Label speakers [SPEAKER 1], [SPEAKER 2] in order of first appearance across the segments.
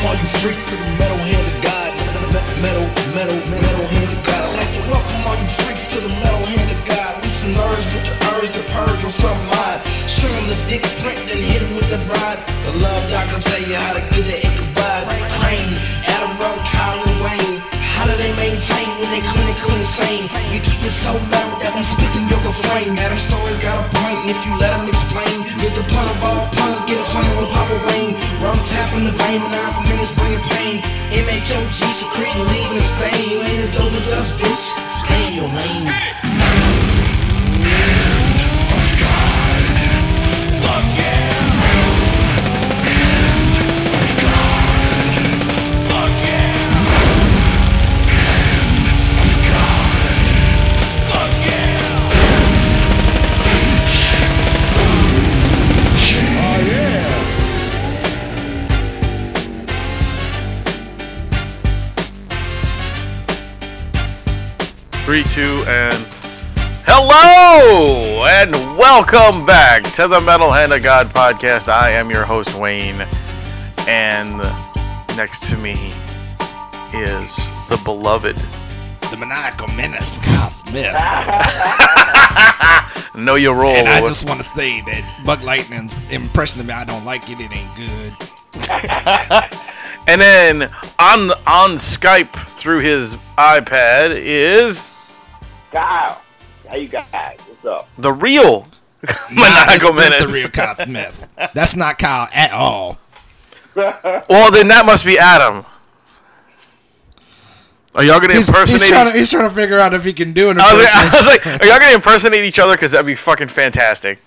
[SPEAKER 1] Thanks to the metal hand of God. Metal, metal, metal hand of God. I'd like to welcome all you freaks to the metal hand of God. We some nerds with the urge to purge on some mind. Show 'em the dick print and hit 'em with the rod. The love doctor tell you how to get the Ichabod. Crane, Adderall, Colin Wayne. How do they maintain when they clinically insane? You keep it so loud that we speaking your refrain. Adam Story's got a point, and if you let him explain, it's the pun of all puns. Get a plan with Papa Wayne. Rum tapping the vein, nine for minutes bringing pain. MHOG secreting, leaving a stain. You ain't as dope as us, bitch. Stay in your lane.
[SPEAKER 2] Three, two, and hello, and welcome back to the Metal Hand of God podcast. I am your host Wayne, and next to me is the beloved.
[SPEAKER 3] The maniacal menace, Kyle Smith.
[SPEAKER 4] Ah.
[SPEAKER 2] Know your role.
[SPEAKER 3] And I
[SPEAKER 4] Oh.
[SPEAKER 3] just want to say that Bug Lightning's impression of me, I don't like it. It ain't good.
[SPEAKER 2] And then on on Skype through his iPad is
[SPEAKER 4] Kyle, how you guys? What's up?
[SPEAKER 2] the real Monaco
[SPEAKER 3] Nah, that's- that's
[SPEAKER 2] Menace.
[SPEAKER 3] the real Kyle Smith. That's not Kyle at all.
[SPEAKER 2] Well, then that must be Adam. Are y'all gonna
[SPEAKER 3] He's, he's
[SPEAKER 2] impersonate?
[SPEAKER 3] trying to, he's trying to figure out if he can do an
[SPEAKER 2] I was, like, I was like,
[SPEAKER 3] impression.
[SPEAKER 2] are y'all gonna impersonate each other? Cause that'd be fucking fantastic.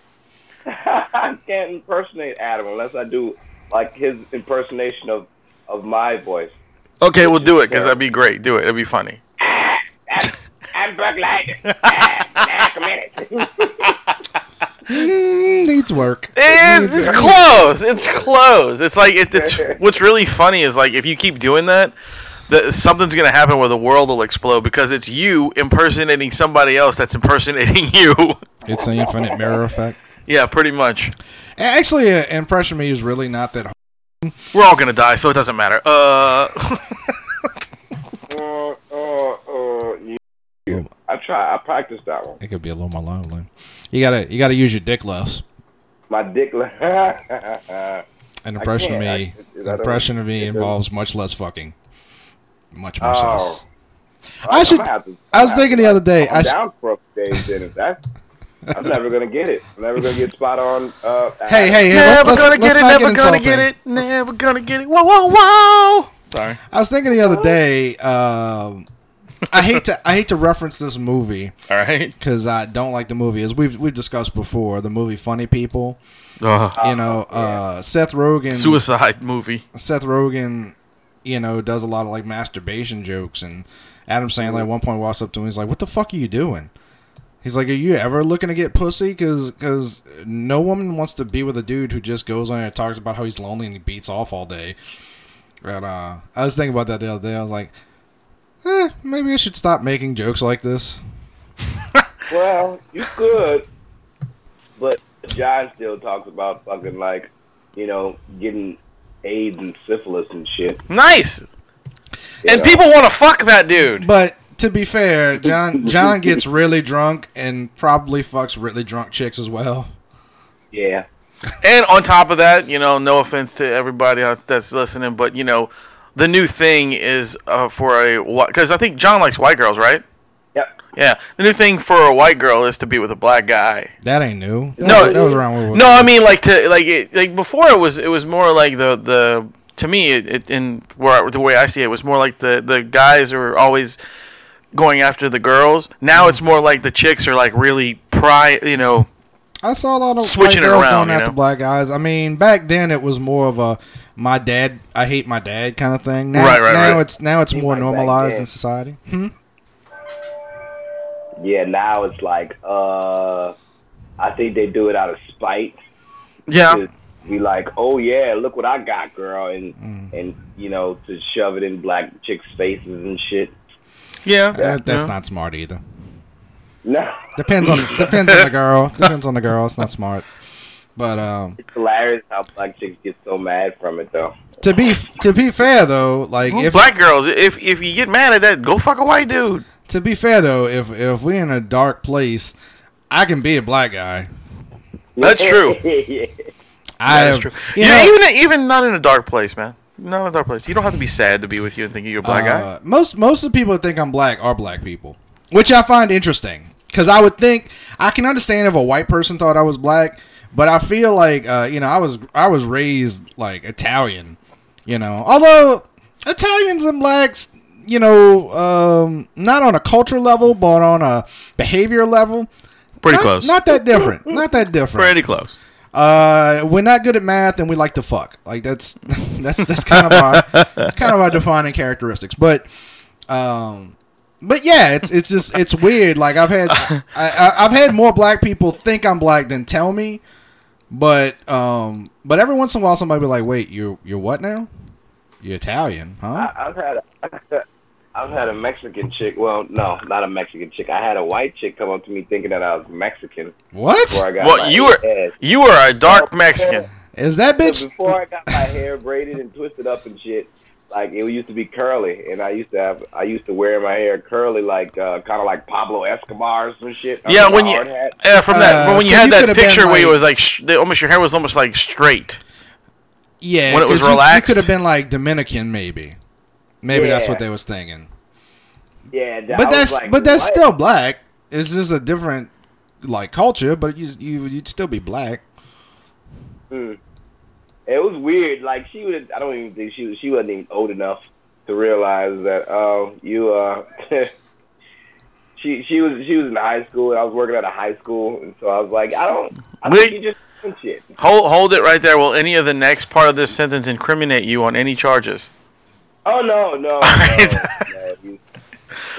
[SPEAKER 4] I can't impersonate Adam unless I do like his impersonation of of my voice.
[SPEAKER 2] Okay, we'll do it. Cause that'd be great. Do it. It'd be funny.
[SPEAKER 4] I'm Bug Lightning. Ah, nah, come in.
[SPEAKER 3] Mm, needs work.
[SPEAKER 2] It's, it's close. It's close. It's like it, it's. What's really funny is like if you keep doing that, that something's gonna happen where the world will explode because it's you impersonating somebody else that's impersonating you.
[SPEAKER 3] It's the infinite mirror effect.
[SPEAKER 2] yeah, pretty much.
[SPEAKER 3] Actually, uh, impression of me is really not that. hard.
[SPEAKER 2] We're all gonna die, so it doesn't matter. Uh,
[SPEAKER 4] Uh, uh, uh, you- you. I try. I practiced that one.
[SPEAKER 3] It could be a little more lively. You gotta you gotta use your dick less.
[SPEAKER 4] My dick. li-
[SPEAKER 3] An impression of
[SPEAKER 4] can't.
[SPEAKER 3] me.
[SPEAKER 4] I- is that a-
[SPEAKER 3] impression of me
[SPEAKER 4] is that-
[SPEAKER 3] involves much less fucking. Much much
[SPEAKER 4] Oh.
[SPEAKER 3] less. I should.
[SPEAKER 4] I'm gonna have to-
[SPEAKER 3] I was thinking the other day.
[SPEAKER 4] I'm
[SPEAKER 3] I sh-
[SPEAKER 4] down for a stage dinner. That's. I'm never gonna get it. I'm never gonna get spot on. Uh,
[SPEAKER 3] hey, hey, hey!
[SPEAKER 2] never
[SPEAKER 3] let's,
[SPEAKER 2] gonna
[SPEAKER 3] let's, let's
[SPEAKER 2] get it.
[SPEAKER 3] not
[SPEAKER 2] Never
[SPEAKER 3] get
[SPEAKER 2] gonna
[SPEAKER 3] insulting.
[SPEAKER 2] get it. Never gonna get it. Whoa, whoa, whoa! Sorry.
[SPEAKER 3] I was thinking the other day. Um, I hate to I hate to reference this movie
[SPEAKER 2] All right.
[SPEAKER 3] because I don't like the movie. As we've we've discussed before, the movie Funny People. you know, uh, Seth Rogen.
[SPEAKER 2] Suicide movie.
[SPEAKER 3] Seth Rogen, you know, does a lot of like masturbation jokes, and Adam Sandler
[SPEAKER 2] Mm-hmm.
[SPEAKER 3] at one point walks up to him. He's like, "What the fuck are you doing?" He's like, "Are you ever looking to get pussy? Because no woman wants to be with a dude who just goes on and talks about how he's lonely and he beats off all day." And uh, I was thinking about that the other day. I was like, eh, maybe I should stop making jokes like this.
[SPEAKER 4] Well, you could, but John still talks about fucking like, you know, getting AIDS and syphilis and shit.
[SPEAKER 2] Nice. And
[SPEAKER 4] Yeah.
[SPEAKER 2] people want to fuck that dude.
[SPEAKER 3] But to be fair, John John gets really drunk and probably fucks really drunk chicks as well.
[SPEAKER 4] Yeah.
[SPEAKER 2] And on top of that, you know, no offense to everybody out that's listening, but you know, the new thing is uh, for a because I think John likes white girls, right?
[SPEAKER 4] Yep.
[SPEAKER 2] Yeah, the new thing for a white girl is to be with a black guy.
[SPEAKER 3] That ain't new. That
[SPEAKER 2] No,
[SPEAKER 3] was, that was around.
[SPEAKER 2] No, I mean like to like it, like before it was it was more like the the to me it, it in where the way I see it was more like the the guys are always going after the girls.
[SPEAKER 4] Mm-hmm.
[SPEAKER 2] Now it's more like the chicks are like really pry, you know.
[SPEAKER 3] I saw a lot of
[SPEAKER 2] Switching
[SPEAKER 3] white
[SPEAKER 2] it
[SPEAKER 3] girls
[SPEAKER 2] around,
[SPEAKER 3] going
[SPEAKER 2] you
[SPEAKER 3] after
[SPEAKER 2] know?
[SPEAKER 3] black guys. I mean, back then it was more of a my dad, I hate my dad kind of thing. Now,
[SPEAKER 2] Right, right,
[SPEAKER 3] now
[SPEAKER 2] right.
[SPEAKER 3] it's now it's more
[SPEAKER 4] my
[SPEAKER 3] normalized
[SPEAKER 4] dad.
[SPEAKER 3] in society.
[SPEAKER 4] Yeah. Now it's like, uh, I think they do it out of spite.
[SPEAKER 2] Yeah.
[SPEAKER 4] To be like, oh yeah, look what I got, girl, and
[SPEAKER 2] Mm.
[SPEAKER 4] and you know, to shove it in black chicks' faces and shit.
[SPEAKER 2] Yeah,
[SPEAKER 3] Uh, That's
[SPEAKER 2] yeah.
[SPEAKER 3] not smart either.
[SPEAKER 4] No.
[SPEAKER 3] Depends on depends on the girl. Depends on the girl. It's not smart. But um,
[SPEAKER 4] It's hilarious how black chicks get so mad from it, though.
[SPEAKER 3] to be to be fair though, like
[SPEAKER 2] Well,
[SPEAKER 3] if
[SPEAKER 2] black girls, if if you get mad at that, go fuck a white dude.
[SPEAKER 3] to be fair though, if if we're in a dark place, I can be a black guy.
[SPEAKER 2] That's true.
[SPEAKER 4] yeah.
[SPEAKER 3] I
[SPEAKER 2] That's
[SPEAKER 3] am-
[SPEAKER 2] true.
[SPEAKER 3] you
[SPEAKER 2] Yeah,
[SPEAKER 3] know,
[SPEAKER 2] even even not in a dark place, man. Not in a dark place. You don't have to be sad to be with you and think you're a black guy.
[SPEAKER 3] uh, most most of the people that think I'm black are black people, which I find interesting because I would think I can understand if a white person thought I was black, but I feel like uh, you know I was I was raised like Italian, you know. Although Italians and blacks, you know, um, not on a culture level, but on a behavior level,
[SPEAKER 5] Pretty
[SPEAKER 3] not,
[SPEAKER 5] close.
[SPEAKER 3] Not that different. Not that different.
[SPEAKER 5] Pretty close.
[SPEAKER 3] Uh, we're not good at math, and we like to fuck. Like that's that's that's kind of our that's kind of our defining characteristics. But um, but yeah, it's it's just it's weird. Like I've had I, I, I've had more black people think I'm black than tell me. But um, but every once in a while, somebody be like, "Wait, you're you're what now? You're Italian, huh?"
[SPEAKER 4] I, I've had a, I've had a Mexican chick. Well, no, not a Mexican chick. I had a white chick come up to me thinking that I was Mexican before I
[SPEAKER 3] What
[SPEAKER 4] got
[SPEAKER 2] Well,
[SPEAKER 4] my
[SPEAKER 2] you were-
[SPEAKER 4] head.
[SPEAKER 2] You are a dark Mexican.
[SPEAKER 3] is that
[SPEAKER 4] So
[SPEAKER 3] bitch?
[SPEAKER 4] before I got my hair braided and twisted up and shit, like it used to be curly, and I used to have I used to wear my hair curly, like uh, kind of like Pablo Escobar or some shit. I
[SPEAKER 2] Yeah,
[SPEAKER 4] mean,
[SPEAKER 2] when
[SPEAKER 4] a
[SPEAKER 2] you
[SPEAKER 4] hard hat.
[SPEAKER 2] yeah, from that,
[SPEAKER 3] Uh,
[SPEAKER 2] but when
[SPEAKER 3] so
[SPEAKER 2] you had
[SPEAKER 3] you
[SPEAKER 2] that
[SPEAKER 3] could've been
[SPEAKER 2] picture where it
[SPEAKER 3] like-
[SPEAKER 2] was like sh- the- almost your hair was almost like straight.
[SPEAKER 3] Yeah,
[SPEAKER 2] When it was
[SPEAKER 3] 'cause you-
[SPEAKER 2] relaxed?
[SPEAKER 3] you could have been like Dominican, maybe. Maybe that's
[SPEAKER 4] Yeah.
[SPEAKER 3] what they was thinking.
[SPEAKER 4] yeah, that- I
[SPEAKER 3] but
[SPEAKER 4] was
[SPEAKER 3] that's
[SPEAKER 4] like,
[SPEAKER 3] but that's
[SPEAKER 4] what?
[SPEAKER 3] still black. It's just a different like culture, but you you would still be black.
[SPEAKER 4] Hmm. It was weird. Like she was, I don't even think she was, she wasn't even old enough to realize that. Um, you uh, she she was she was in high school. and I was working at a high school, and so I was like, I don't. I
[SPEAKER 2] Wait.
[SPEAKER 4] think you just doing shit.
[SPEAKER 2] Hold hold it right there. Will any of the next part of this sentence incriminate you on any charges?
[SPEAKER 4] Oh no no no. no you-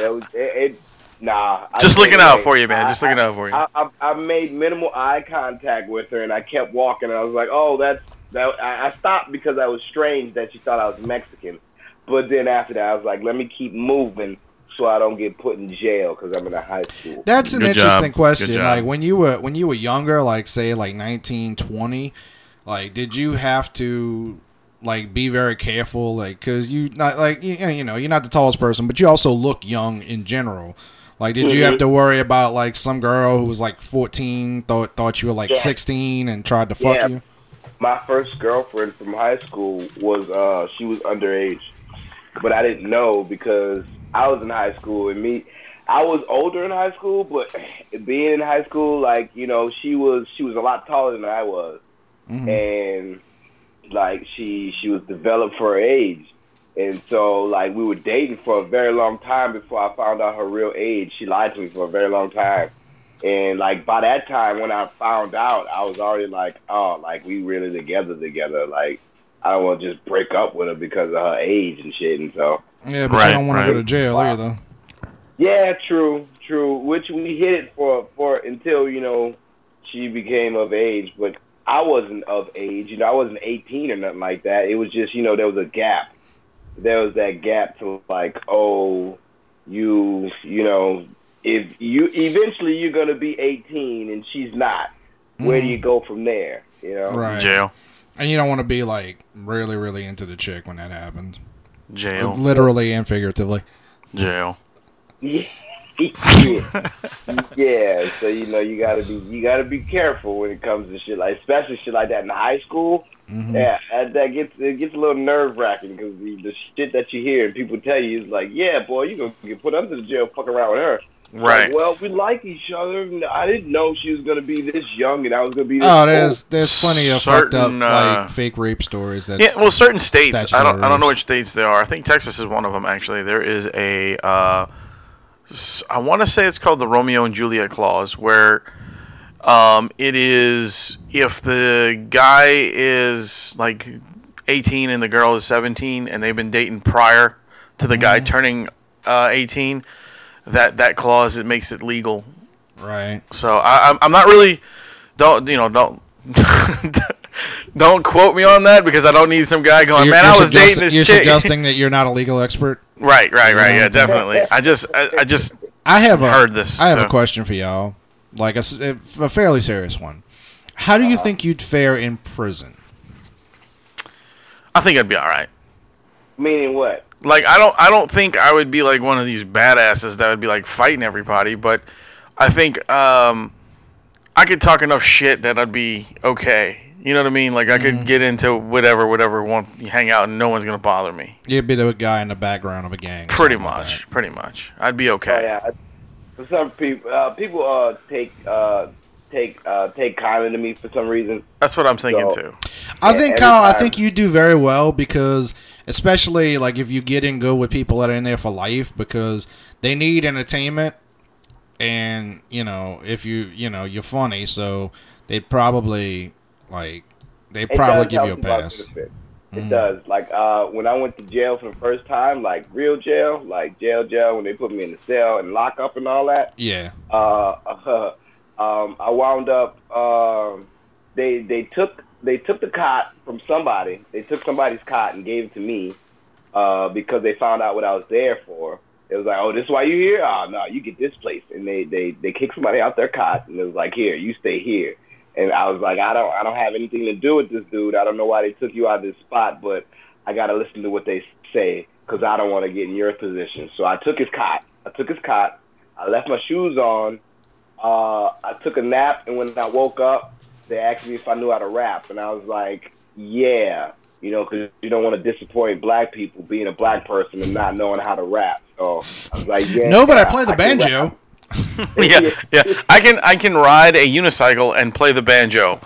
[SPEAKER 4] that was, it, it, nah. I
[SPEAKER 2] Just
[SPEAKER 4] stayed
[SPEAKER 2] looking out
[SPEAKER 4] away.
[SPEAKER 2] for you, man. Just
[SPEAKER 4] I-
[SPEAKER 2] looking out for you.
[SPEAKER 4] I, I, I made minimal eye contact with her, and I kept walking. And I was like, "Oh, that's that." I, I stopped because I was strange that she thought I was Mexican. But then after that, I was like, "Let me keep moving so I don't get put in jail because I'm in a high school."
[SPEAKER 3] That's an
[SPEAKER 5] Good job.
[SPEAKER 3] interesting question.
[SPEAKER 5] Good job.
[SPEAKER 3] Like when you were when you were younger, like say like 19, 20, like did you have to like be very careful like cuz you not like you, you know, you're not the tallest person, but you also look young in general. Like did you
[SPEAKER 4] Mm-hmm.
[SPEAKER 3] have to worry about like some girl who was like 14 thought thought you were like
[SPEAKER 4] Yeah.
[SPEAKER 3] 16 and tried to fuck
[SPEAKER 4] Yeah.
[SPEAKER 3] you?
[SPEAKER 4] My first girlfriend from high school was uh, she was underage, but I didn't know because I was in high school and me. I was older in high school, but being in high school, like you know, she was she was a lot taller than I was. and like she she was developed for her age and so like we were dating for a very long time before i found out her real age she lied to me for a very long time and like by that time when i found out i was already like oh like we really together together like i don't want to just break up with her because of her age and shit and so
[SPEAKER 3] Yeah, but
[SPEAKER 5] Right,
[SPEAKER 3] you don't want
[SPEAKER 5] right.
[SPEAKER 3] to go to jail either.
[SPEAKER 4] yeah, true, true. Which we hit it for for until you know she became of age, but I wasn't of age. You know, I wasn't eighteen or nothing like that. It was just you know there was a gap. There was that gap to like oh you you know if you eventually you're gonna be eighteen and she's not. Where do you go from there? You know.
[SPEAKER 3] Right.
[SPEAKER 2] Jail,
[SPEAKER 3] And you don't want to be like really, really into the chick when that happens,
[SPEAKER 2] jail,
[SPEAKER 3] literally and figuratively.
[SPEAKER 2] jail.
[SPEAKER 4] yeah. yeah, so you know you gotta be you gotta be careful when it comes to shit like especially shit like that in high school. Yeah, that, that gets it gets a little nerve wracking because the, the shit that you hear and people tell you is like, yeah, boy, you gonna get put under the jail, fuck around with her.
[SPEAKER 2] Right.
[SPEAKER 4] Like, well, we like each other. and I didn't know she was gonna be this young and I was gonna be this
[SPEAKER 3] Oh,
[SPEAKER 4] old.
[SPEAKER 3] there's there's plenty of fucked up
[SPEAKER 2] Certain, uh,
[SPEAKER 3] like fake rape stories that
[SPEAKER 2] Yeah, well, certain states. I don't. I don't
[SPEAKER 3] Statutory.
[SPEAKER 2] know which states they are. I think Texas is one of them. Actually, there is a. Uh, s- I want to say it's called the Romeo and Juliet clause, where um, it is if the guy is like 18 and the girl is 17, and they've been dating prior to the guy turning uh, 18, that that clause it makes it legal
[SPEAKER 3] right.
[SPEAKER 2] so I, I'm, I'm not really don't you know don't don't quote me on that because I don't need some guy going. Oh, Man, I was dating
[SPEAKER 3] suggesting-
[SPEAKER 2] this
[SPEAKER 3] You're
[SPEAKER 2] chick.
[SPEAKER 3] suggesting that you're not a legal expert.
[SPEAKER 2] right, right, right. Yeah,
[SPEAKER 3] Yeah.
[SPEAKER 2] definitely. I just I, I just
[SPEAKER 3] I have a,
[SPEAKER 2] Heard this,
[SPEAKER 3] I have
[SPEAKER 2] so.
[SPEAKER 3] a question for y'all, like a, s- a fairly serious one. How do
[SPEAKER 2] Uh,
[SPEAKER 3] you think you'd fare in prison?
[SPEAKER 2] I think I'd be all right.
[SPEAKER 4] Meaning what?
[SPEAKER 2] Like I don't I don't think I would be like one of these badasses that would be like fighting everybody, but I think um I could talk enough shit that I'd be okay. You know what I mean? Like I
[SPEAKER 3] Mm-hmm.
[SPEAKER 2] could get into whatever whatever one hang out and no one's going to bother me.
[SPEAKER 3] You'd be the guy in the background of a gang. or
[SPEAKER 2] Pretty
[SPEAKER 3] something like that.
[SPEAKER 2] much. Pretty much. I'd be
[SPEAKER 4] Oh
[SPEAKER 2] okay.
[SPEAKER 4] yeah. I- For some people, uh, people uh, take uh, take uh, take kindly to me for some reason.
[SPEAKER 2] That's what I'm thinking
[SPEAKER 4] So-
[SPEAKER 2] too.
[SPEAKER 3] I
[SPEAKER 4] Yeah,
[SPEAKER 3] think
[SPEAKER 4] every
[SPEAKER 3] Kyle, I
[SPEAKER 4] time.
[SPEAKER 3] think you do very well because especially like if you get in good with people that are in there for life because they need entertainment and you know, if you you know, you're funny, so they'd probably like they
[SPEAKER 4] It
[SPEAKER 3] probably
[SPEAKER 4] does
[SPEAKER 3] give you a
[SPEAKER 4] help lot
[SPEAKER 3] pass. Mm.
[SPEAKER 4] benefit. It does. Like uh, when I went to jail for the first time, like real jail, like jail jail, when they put me in the cell and lock up and all that.
[SPEAKER 3] Yeah.
[SPEAKER 4] uh, um, I wound up. Um, they they took they took the cot from somebody. They took somebody's cot and gave it to me uh, because they found out what I was there for. It was like, oh, this is why you here? Oh, no, you get this place. And they they they kicked somebody out their cot and it was like, here, you stay here. And I was like, I don't I don't have anything to do with this dude. I don't know why they took you out of this spot, but I gotta listen to what they say because I don't want to get in your position. So I took his cot. I took his cot. I left my shoes on. Uh, I took a nap, and when I woke up, they asked me if I knew how to rap, and I was like, "Yeah, you know, 'cause you don't want to disappoint black people being a black person and not knowing how to rap." So I was like, "Yeah."
[SPEAKER 3] No, but I
[SPEAKER 4] yeah,
[SPEAKER 3] play the
[SPEAKER 4] can rap."
[SPEAKER 3] banjo.
[SPEAKER 2] yeah, yeah. I can I can ride a unicycle and play the banjo.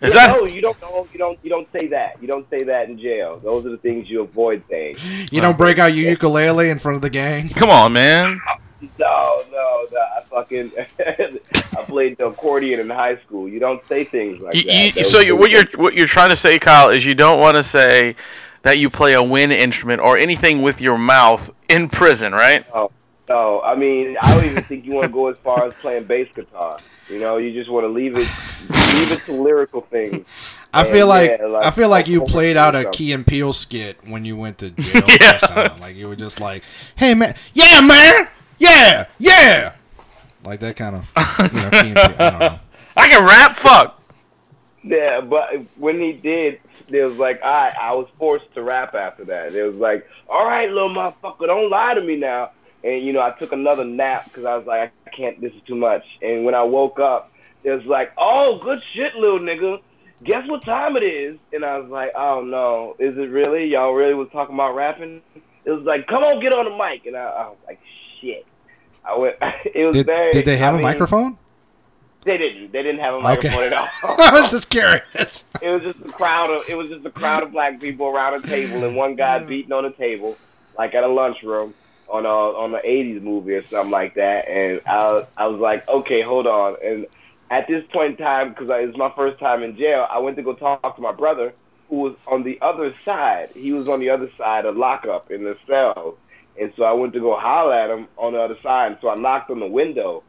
[SPEAKER 2] Is
[SPEAKER 4] Yeah,
[SPEAKER 2] that
[SPEAKER 4] no, you don't know. You don't. You don't say that. You don't say that in jail. Those are the things you avoid saying.
[SPEAKER 3] You don't break out your ukulele in front of the gang.
[SPEAKER 2] Come on, man.
[SPEAKER 4] No, no, no. I fucking I played the accordion in high school. You don't say things like
[SPEAKER 2] You,
[SPEAKER 4] that.
[SPEAKER 2] you,
[SPEAKER 4] Those
[SPEAKER 2] so you,
[SPEAKER 4] things
[SPEAKER 2] what
[SPEAKER 4] that-
[SPEAKER 2] you're what you're trying to say, Kyle, is you don't want to say that you play a wind instrument or anything with your mouth in prison, right?
[SPEAKER 4] Oh, no, I mean, I don't even think you want to go as far as playing bass guitar. You know, you just want to leave it, leave it to lyrical things.
[SPEAKER 3] I
[SPEAKER 4] Yeah,
[SPEAKER 3] feel like,
[SPEAKER 4] yeah, like-
[SPEAKER 3] I feel like you
[SPEAKER 4] like,
[SPEAKER 3] played out a
[SPEAKER 4] something.
[SPEAKER 3] Key and Peele skit when you went to jail. or something. Like you were just like, "Hey man, yeah man, yeah yeah," like that kind of. You know, Key and Peele, I don't know.
[SPEAKER 2] I can rap. Fuck.
[SPEAKER 4] Yeah, but when he did, it was like, all right, I was forced to rap after that. It was like, all right, little motherfucker, don't lie to me now. And, you know, I took another nap because I was like, I can't, this is too much. And when I woke up, it was like, oh, good shit, little nigga. Guess what time it is? And I was like, oh, no, is it really? Y'all really was talking about rapping? It was like, come on, get on the mic. And I, I was like, shit. I went, it was
[SPEAKER 3] Did,
[SPEAKER 4] very.
[SPEAKER 3] did they have
[SPEAKER 4] a
[SPEAKER 3] a microphone?
[SPEAKER 4] They didn't. They didn't have a
[SPEAKER 3] Okay.
[SPEAKER 4] microphone at all.
[SPEAKER 3] I was just curious.
[SPEAKER 4] it was just a crowd of it was just a crowd of black people around a table and one guy beating on a table like at a lunchroom on a on the eighties movie or something like that and I I was like okay hold on and at this point in time because it was my first time in jail I went to go talk to my brother who was on the other side he was on the other side of lockup in the cell and so I went to go holler at him on the other side and so I knocked on the window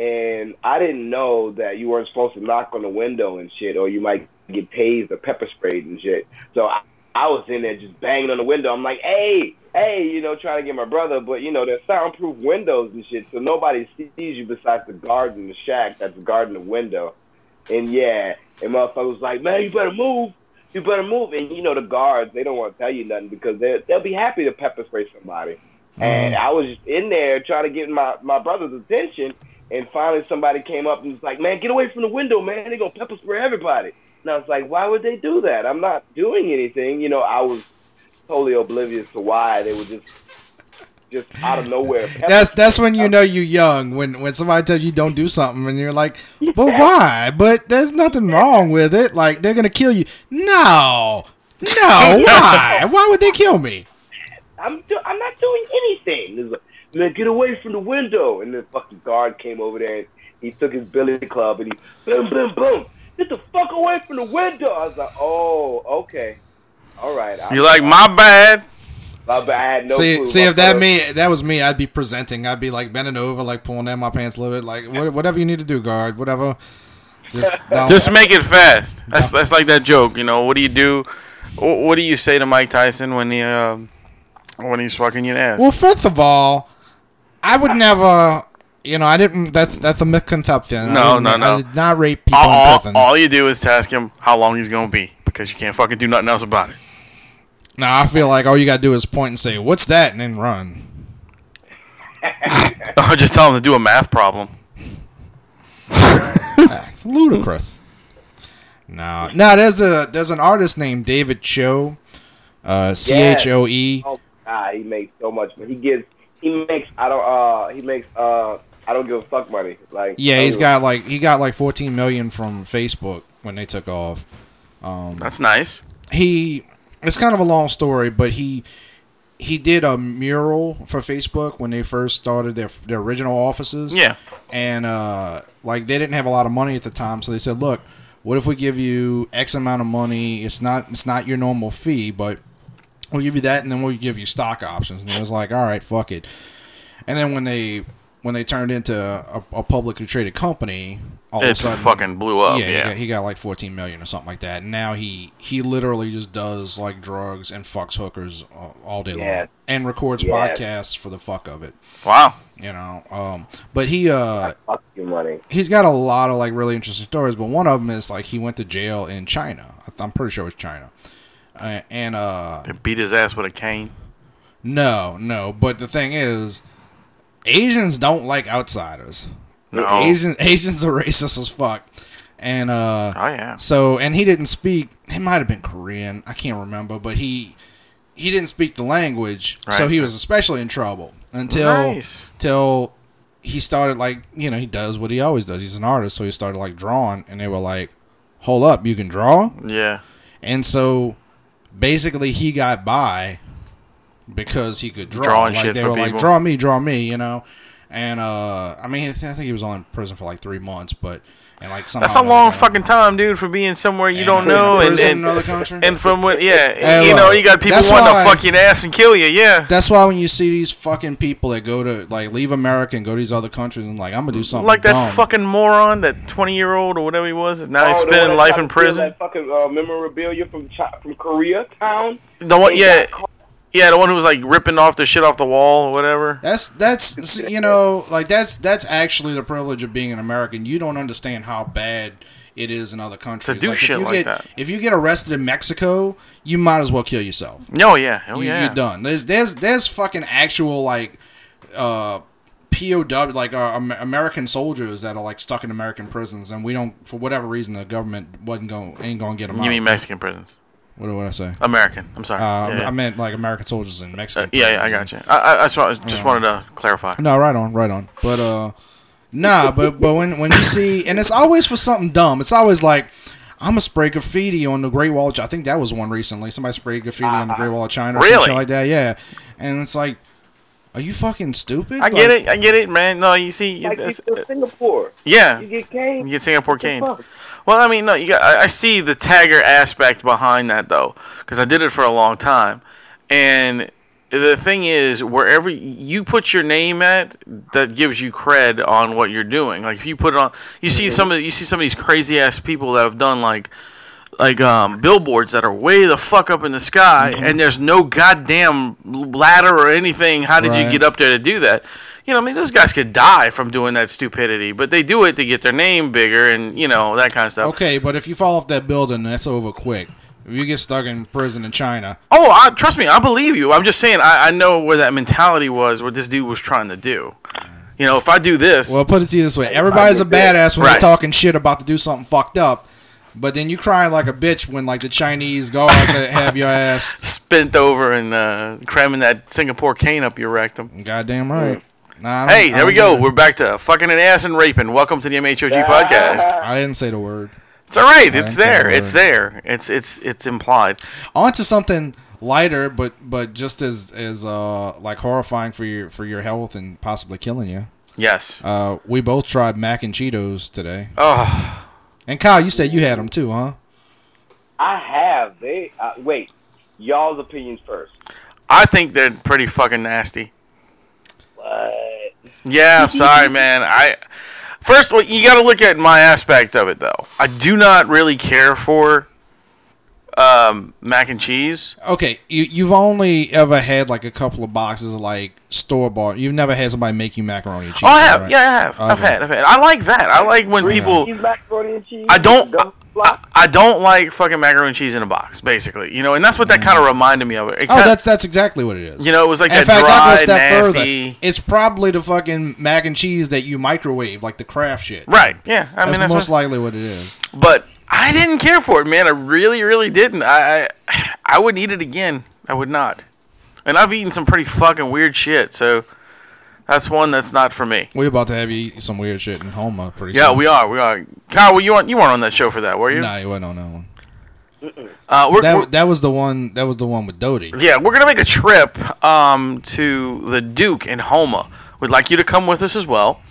[SPEAKER 4] and I didn't know that you weren't supposed to knock on the window and shit, or you might get tased or pepper sprayed and shit. So I, I was in there just banging on the window. I'm like, hey, hey, you know, trying to get my brother, but you know, there's soundproof windows and shit, so nobody sees you besides the guard in the shack that's guarding the window. And yeah, and motherfuckers was like, man, you better move. You better move. And you know, the guards, they don't want to tell you nothing because they they'll be happy to pepper spray somebody. And I was just in there trying to get my, my brother's attention. And finally, somebody came up and was like, man, get away from the window, man. They're going to pepper spray everybody. And I was like, why would they do that? I'm not doing anything. You know, I was totally oblivious to why they were just just out of nowhere. pepper
[SPEAKER 3] That's that's when you know you're young. When when somebody tells you don't do something, and you're like, "But why?" But there's nothing wrong with it. Like they're gonna kill you. No, no. Why? Why would they kill me?
[SPEAKER 4] I'm do- I'm not doing anything. It was like, man, get away from the window. And the fucking guard came over there and he took his billy club and he boom, boom, boom. Get the fuck away from the window. I was like, oh, okay. All right. I,
[SPEAKER 2] You're like my bad.
[SPEAKER 4] I, I had no
[SPEAKER 3] see,
[SPEAKER 4] clue.
[SPEAKER 3] see
[SPEAKER 4] My
[SPEAKER 3] if that
[SPEAKER 4] brother-
[SPEAKER 3] me that was me, I'd be presenting. I'd be like bending over, like pulling down my pants a little bit, like what, whatever you need to do, guard, whatever. Just don't.
[SPEAKER 2] Just make it fast. That's that's like that joke. You know, what do you do? wh- What do you say to Mike Tyson when he um when he's fucking your ass?
[SPEAKER 3] well, first of all, I would never you know, I didn't. That's that's a misconception. I
[SPEAKER 2] No,
[SPEAKER 3] didn't-
[SPEAKER 2] no, no. Uh-uh,
[SPEAKER 3] I did not rape people
[SPEAKER 2] All,
[SPEAKER 3] in
[SPEAKER 2] all,
[SPEAKER 3] prison.
[SPEAKER 2] all you do is ask him how long he's gonna be because you can't fucking do nothing else about it.
[SPEAKER 3] no, I feel like all you gotta do is point and say, "What's that?" and then run.
[SPEAKER 2] Or just tell him to do a math problem.
[SPEAKER 3] It's ludicrous. no, no. There's a there's an artist named David Cho, uh, C H O E.
[SPEAKER 4] Oh God, he makes so much. But he gives. He makes. I don't. Uh, he makes. Uh, I don't give a fuck money. Like.
[SPEAKER 3] Yeah,
[SPEAKER 4] I
[SPEAKER 3] he's
[SPEAKER 4] don't give
[SPEAKER 3] got like he got like 14 million from Facebook when they took off.
[SPEAKER 2] That's nice.
[SPEAKER 3] he it's kind of a long story, but he he did a mural for Facebook when they first started their their original offices.
[SPEAKER 2] Yeah.
[SPEAKER 3] and uh, like they didn't have a lot of money at the time, so they said, "Look, what if we give you X amount of money? It's not it's not your normal fee, but we'll give you that, and then we'll give you stock options." And it was like, "All right, fuck it." And then when they when they turned into a, a publicly traded company, all
[SPEAKER 2] It
[SPEAKER 3] of a sudden,
[SPEAKER 2] fucking blew up.
[SPEAKER 3] yeah,
[SPEAKER 2] Yeah.
[SPEAKER 3] He, got, he got like 14 million or something like that. And now he he literally just does like drugs and fucks hookers uh, all day
[SPEAKER 4] Yeah.
[SPEAKER 3] long and records
[SPEAKER 4] Yeah.
[SPEAKER 3] podcasts for the fuck of it,
[SPEAKER 2] Wow.
[SPEAKER 3] you know. Um but he uh
[SPEAKER 4] a Fuck your money.
[SPEAKER 3] he's got a lot of like really interesting stories, but one of them is like he went to jail in China. I th- I'm pretty sure it was China. Uh, and uh
[SPEAKER 2] They beat his ass with a cane.
[SPEAKER 3] no, no, but the thing is Asians don't like outsiders.
[SPEAKER 2] No.
[SPEAKER 3] Asians Asians are racist as fuck. And uh
[SPEAKER 2] Oh yeah.
[SPEAKER 3] So, and he didn't speak. He might have been Korean. I can't remember, but he he didn't speak the language, so
[SPEAKER 2] Right.
[SPEAKER 3] he was especially in trouble until
[SPEAKER 2] Nice.
[SPEAKER 3] till he started like you know he does what he always does. He's an artist, so he started like drawing, and they were like, "Hold up, you can draw."
[SPEAKER 2] Yeah.
[SPEAKER 3] And so basically, he got by because he could draw.
[SPEAKER 2] Drawing
[SPEAKER 3] like
[SPEAKER 2] shit
[SPEAKER 3] they
[SPEAKER 2] for
[SPEAKER 3] were like,
[SPEAKER 2] people.
[SPEAKER 3] "Draw me, draw me," you know. And uh, I mean, I think I think he was only in prison for like three months, but and like somehow
[SPEAKER 2] That's a long
[SPEAKER 3] you know,
[SPEAKER 2] fucking time, dude, for being somewhere you
[SPEAKER 3] and
[SPEAKER 2] don't
[SPEAKER 3] put in
[SPEAKER 2] know and,
[SPEAKER 3] prison in
[SPEAKER 2] and,
[SPEAKER 3] another country.
[SPEAKER 2] and from what yeah,
[SPEAKER 3] Hey,
[SPEAKER 2] you know,
[SPEAKER 3] look,
[SPEAKER 2] you got people
[SPEAKER 3] that's
[SPEAKER 2] wanting
[SPEAKER 3] why-
[SPEAKER 2] to fuck your ass and kill you, yeah.
[SPEAKER 3] That's why when you see these fucking people that go to like leave America and go to these other countries and like I'm gonna do something
[SPEAKER 2] Like that
[SPEAKER 3] dumb.
[SPEAKER 2] fucking moron, that twenty year old or whatever he was, is now
[SPEAKER 4] Oh,
[SPEAKER 2] he's
[SPEAKER 4] the one that
[SPEAKER 2] spending life
[SPEAKER 4] tried
[SPEAKER 2] in
[SPEAKER 4] to steal
[SPEAKER 2] prison.
[SPEAKER 4] That fucking uh, memorabilia from Chi- from Koreatown.
[SPEAKER 2] The one
[SPEAKER 4] They
[SPEAKER 2] yeah
[SPEAKER 4] got caught.
[SPEAKER 2] yeah, the one who was like ripping off the shit off the wall or whatever.
[SPEAKER 3] That's that's you know like that's that's actually the privilege of being an American. You don't understand how bad it is in other countries.
[SPEAKER 2] do
[SPEAKER 3] like,
[SPEAKER 2] shit
[SPEAKER 3] if you
[SPEAKER 2] like
[SPEAKER 3] get,
[SPEAKER 2] that.
[SPEAKER 3] If you get arrested in Mexico, you might as well kill yourself.
[SPEAKER 2] No, yeah. Oh
[SPEAKER 3] you,
[SPEAKER 2] yeah.
[SPEAKER 3] you're done. There's there's there's fucking actual like uh POW like uh, Am- American soldiers that are like stuck in American prisons and we don't for whatever reason the government wasn't going ain't going to get them
[SPEAKER 2] You
[SPEAKER 3] out.
[SPEAKER 2] mean Mexican prisons?
[SPEAKER 3] what would I say?
[SPEAKER 2] American. I'm sorry.
[SPEAKER 3] Uh,
[SPEAKER 2] yeah, yeah.
[SPEAKER 3] I meant like American soldiers in Mexico.
[SPEAKER 2] Uh, yeah, yeah, I got you. I, I, I just, wa- just wanted to clarify.
[SPEAKER 3] No, right on, right on. But uh, nah, but but when when you see, and it's always for something dumb. It's always like. I'm gonna spray graffiti on the Great Wall. of Chi- I think that was one recently. Somebody sprayed graffiti on the Great Wall of China or some
[SPEAKER 2] Really?
[SPEAKER 3] shit like that. Yeah, and it's like, are you fucking stupid?
[SPEAKER 2] I get it. I get it, man. No, you see,
[SPEAKER 4] Like
[SPEAKER 2] it's, it's, uh,
[SPEAKER 4] it's, Singapore.
[SPEAKER 2] yeah,
[SPEAKER 4] You get cane.
[SPEAKER 2] you get Singapore cane.
[SPEAKER 4] fuck?
[SPEAKER 2] Well, I mean, no, you got. I, I see the tagger aspect behind that though, because I did it for a long time, and the thing is, wherever you put your name at, that gives you cred on what you're doing. Like if you put it on, you see some of you see some of these crazy ass people that have done like like um, billboards that are way the fuck up in the sky, and there's no goddamn ladder or anything. How did
[SPEAKER 3] Right.
[SPEAKER 2] you get up there to do that? You know, I mean, those guys could die from doing that stupidity, but they do it to get their name bigger and you know that kind of stuff.
[SPEAKER 3] Okay, but if you fall off that building, that's over quick. If you get stuck in prison in China,
[SPEAKER 2] Oh, I, trust me, I believe you. I'm just saying, I, I know where that mentality was, what this dude was trying to do. You know, if I do this,
[SPEAKER 3] well, put it to you this way: everybody's a badass when they're
[SPEAKER 2] Right.
[SPEAKER 3] talking shit about to do something fucked up, but then you crying like a bitch when like the Chinese guards that have your ass.
[SPEAKER 2] spent over and uh, cramming that Singapore cane up your rectum.
[SPEAKER 3] Goddamn right. Nah, I don't-
[SPEAKER 2] Hey,
[SPEAKER 3] I
[SPEAKER 2] there we go.
[SPEAKER 3] don't
[SPEAKER 2] We're back to fucking an ass and raping. Welcome to the MHOG podcast.
[SPEAKER 3] get it. I didn't say the word.
[SPEAKER 2] It's all right. It's
[SPEAKER 3] that's
[SPEAKER 2] there.
[SPEAKER 3] not a
[SPEAKER 2] It's there. It's it's it's implied.
[SPEAKER 3] On to something lighter, but but just as as uh like horrifying for your for your health and possibly killing you.
[SPEAKER 2] Yes.
[SPEAKER 3] Uh, we both tried mac and Cheetos today.
[SPEAKER 2] oh,
[SPEAKER 3] And Kyle, you said you had them too, huh?
[SPEAKER 4] I have. They uh, wait. Y'all's opinions first.
[SPEAKER 2] I think they're pretty fucking nasty.
[SPEAKER 4] What?
[SPEAKER 2] Yeah, I'm sorry, man. I first, well, you got to look at my aspect of it though. I do not really care for um, mac and cheese.
[SPEAKER 3] Okay, you, you've only ever had like a couple of boxes of like store bought. You've never had somebody make you macaroni and cheese.
[SPEAKER 2] Oh, I have.
[SPEAKER 3] right?
[SPEAKER 2] Yeah, I have. I've
[SPEAKER 3] Okay.
[SPEAKER 2] had. I've had. I like that. I like when people.
[SPEAKER 4] Cheese, macaroni and cheese.
[SPEAKER 2] I don't. I,
[SPEAKER 4] Go
[SPEAKER 2] I-
[SPEAKER 4] flop.
[SPEAKER 2] I don't like fucking macaroni and cheese in a box, basically. You know, and that's what that kind of reminded me of. It
[SPEAKER 3] Oh,
[SPEAKER 2] kinda-
[SPEAKER 3] that's that's exactly what it is.
[SPEAKER 2] you know, it was like
[SPEAKER 3] In
[SPEAKER 2] that
[SPEAKER 3] fact, I'll go a
[SPEAKER 2] dry,
[SPEAKER 3] step
[SPEAKER 2] nasty.
[SPEAKER 3] further. It's probably the fucking mac and cheese that you microwave, like the craft shit.
[SPEAKER 2] Right. Yeah. I
[SPEAKER 3] That's
[SPEAKER 2] mean, that's
[SPEAKER 3] most
[SPEAKER 2] what,
[SPEAKER 3] likely what it is.
[SPEAKER 2] but I didn't care for it, man. I really, really didn't. I, I, I would eat it again. I would not. And I've eaten some pretty fucking weird shit, so that's one that's not for me.
[SPEAKER 3] We're about to have you eat some weird shit in Homa pretty
[SPEAKER 2] Yeah,
[SPEAKER 3] soon.
[SPEAKER 2] we are. We are. Kyle, well, you weren't you weren't on that show for that, were you?
[SPEAKER 3] Nah, you wasn't on that one.
[SPEAKER 2] Uh, we're, we're-
[SPEAKER 3] That, that was the one. That was the one with Doty.
[SPEAKER 2] Yeah, we're gonna make a trip um, to the Duke in Homa. We'd like you to come with us as well.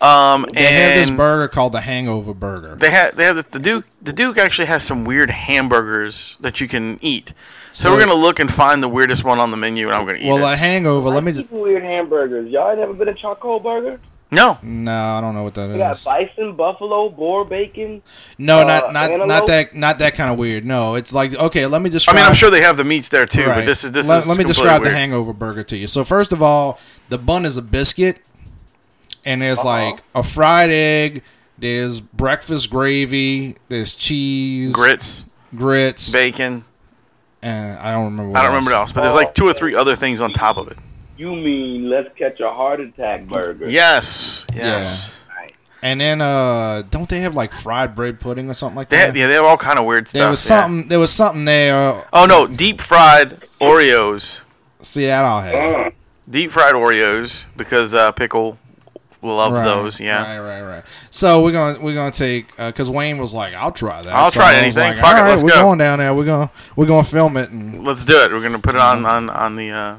[SPEAKER 2] Um,
[SPEAKER 3] They have
[SPEAKER 2] and
[SPEAKER 3] this burger called the Hangover Burger.
[SPEAKER 2] they have they have this, the Duke. The Duke actually has some weird hamburgers that you can eat. So,
[SPEAKER 3] So-
[SPEAKER 2] we're gonna look and find the weirdest one on the menu, and I'm gonna eat
[SPEAKER 3] well,
[SPEAKER 2] it.
[SPEAKER 3] a hangover. Let me just.
[SPEAKER 4] People weird hamburgers. Y'all ain't never been a charcoal burger?
[SPEAKER 2] no,
[SPEAKER 3] No, I don't know what that
[SPEAKER 4] We got
[SPEAKER 3] is.
[SPEAKER 4] bison, buffalo, boar bacon.
[SPEAKER 3] No,
[SPEAKER 4] uh,
[SPEAKER 3] not not not
[SPEAKER 4] antelope?
[SPEAKER 3] that not that kind of weird. No, it's like okay. Let me
[SPEAKER 2] I
[SPEAKER 3] describe.
[SPEAKER 2] mean I'm sure they have the meats there too, but
[SPEAKER 3] Right.
[SPEAKER 2] this is this
[SPEAKER 3] let,
[SPEAKER 2] is
[SPEAKER 3] let me
[SPEAKER 2] completely
[SPEAKER 3] describe
[SPEAKER 2] weird.
[SPEAKER 3] the hangover burger to you. So first of all, the bun is a biscuit, and there's
[SPEAKER 2] Uh-huh.
[SPEAKER 3] like a fried egg. There's breakfast gravy. There's cheese,
[SPEAKER 2] grits,
[SPEAKER 3] grits,
[SPEAKER 2] bacon.
[SPEAKER 3] and I don't remember. What
[SPEAKER 2] I don't remember else, but there's like two or three other things on top of it.
[SPEAKER 4] You mean let's catch a heart attack burger?
[SPEAKER 2] Yes, yes.
[SPEAKER 3] And then uh, don't they have like fried bread pudding or something like
[SPEAKER 2] They
[SPEAKER 3] that?
[SPEAKER 2] have, yeah, they have all kind of weird stuff.
[SPEAKER 3] There was
[SPEAKER 2] yeah.
[SPEAKER 3] something. There was something there. uh,
[SPEAKER 2] Oh no, deep fried Oreos.
[SPEAKER 3] See, that I'll have.
[SPEAKER 4] Mm.
[SPEAKER 2] deep fried Oreos because uh, pickle loved
[SPEAKER 3] Right,
[SPEAKER 2] those. Yeah,
[SPEAKER 3] Right, right, right. So we're gonna we're gonna take because Wayne was like, "I'll try that."
[SPEAKER 2] I'll
[SPEAKER 3] So
[SPEAKER 2] try
[SPEAKER 3] I was
[SPEAKER 2] anything.
[SPEAKER 3] like,
[SPEAKER 2] Fuck it,
[SPEAKER 3] "All right,
[SPEAKER 2] let's
[SPEAKER 3] we're
[SPEAKER 2] go."
[SPEAKER 3] going down there. We're gonna we're gonna film it. And,
[SPEAKER 2] let's do it. We're gonna put it on on on the uh,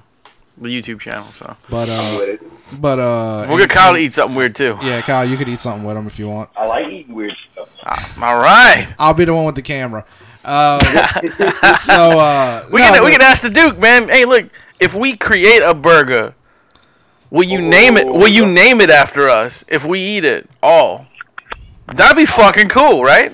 [SPEAKER 2] the YouTube channel. So
[SPEAKER 3] but uh,
[SPEAKER 4] With it.
[SPEAKER 3] but uh,
[SPEAKER 2] we'll get Kyle to eat something weird too.
[SPEAKER 3] Yeah, Kyle, you could eat something with him if you want.
[SPEAKER 4] I like eating weird stuff.
[SPEAKER 2] Ah, All right,
[SPEAKER 3] I'll be the one with the camera. Uh, so uh,
[SPEAKER 2] we
[SPEAKER 3] no,
[SPEAKER 2] can we
[SPEAKER 3] but-
[SPEAKER 2] can ask the Duke, man. Hey, look, if we create a burger, will you name it? Will you name it after us if we eat it all? That'd be fucking cool, right?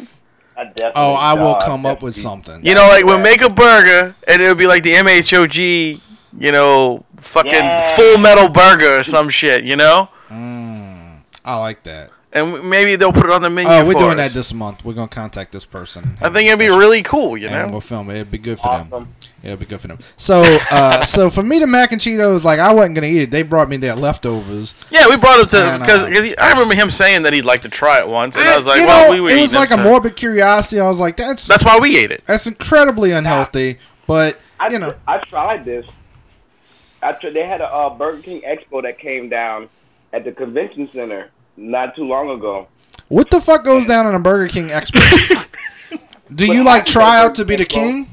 [SPEAKER 4] I definitely.
[SPEAKER 3] Oh, I will
[SPEAKER 4] dog,
[SPEAKER 3] come up with
[SPEAKER 4] definitely.
[SPEAKER 3] something.
[SPEAKER 2] You know, like we'll make a burger and it'll be like the MHOG, you know, fucking
[SPEAKER 4] Yeah.
[SPEAKER 2] full metal burger or some shit, you know?
[SPEAKER 3] Mm, I like that.
[SPEAKER 2] And w- maybe they'll put it on the menu.
[SPEAKER 3] Oh, we're
[SPEAKER 2] for
[SPEAKER 3] doing
[SPEAKER 2] us.
[SPEAKER 3] that this month. We're gonna contact this person.
[SPEAKER 2] I think it'd be really cool, you
[SPEAKER 3] and
[SPEAKER 2] know?
[SPEAKER 3] we'll film it. It'd be good for them.
[SPEAKER 4] Awesome.
[SPEAKER 3] It'd be good for them. So, uh, so for me, the mac and Cheetos, like I wasn't gonna eat it. They brought me their leftovers.
[SPEAKER 2] Yeah, we brought it to
[SPEAKER 3] Yeah,
[SPEAKER 2] because
[SPEAKER 3] no.
[SPEAKER 2] I remember him saying that he'd like to try it once, and I was like,
[SPEAKER 3] uh, Eh, you
[SPEAKER 2] well,
[SPEAKER 3] know,
[SPEAKER 2] we were
[SPEAKER 3] it
[SPEAKER 2] eating
[SPEAKER 3] was like
[SPEAKER 2] it,
[SPEAKER 3] a
[SPEAKER 2] so-
[SPEAKER 3] morbid curiosity. I was like, that's
[SPEAKER 2] That's
[SPEAKER 3] that's,
[SPEAKER 2] why we ate it.
[SPEAKER 3] incredibly unhealthy. But
[SPEAKER 4] I,
[SPEAKER 3] you know,
[SPEAKER 4] I tried this. I tr- they had a uh, Burger King Expo that came down at the convention center not too long ago.
[SPEAKER 3] what the fuck goes down in a Burger King expo? Do you
[SPEAKER 4] But
[SPEAKER 3] like
[SPEAKER 4] I-
[SPEAKER 3] try out to be the
[SPEAKER 4] Expo-
[SPEAKER 3] king?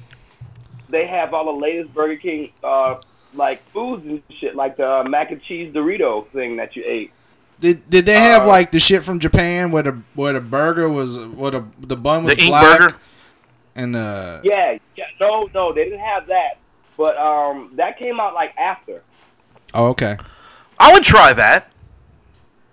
[SPEAKER 4] They have all the latest Burger King uh, like foods and shit, like the uh, mac and cheese Dorito thing that you ate.
[SPEAKER 3] Did, did they have
[SPEAKER 4] Uh,
[SPEAKER 3] like the shit from Japan where the where the burger was where the the bun was
[SPEAKER 2] The ink
[SPEAKER 3] black
[SPEAKER 2] burger.
[SPEAKER 3] and the
[SPEAKER 4] Yeah, yeah, no, no, they didn't have that. But um, that came out like after.
[SPEAKER 3] oh okay
[SPEAKER 2] I would try that.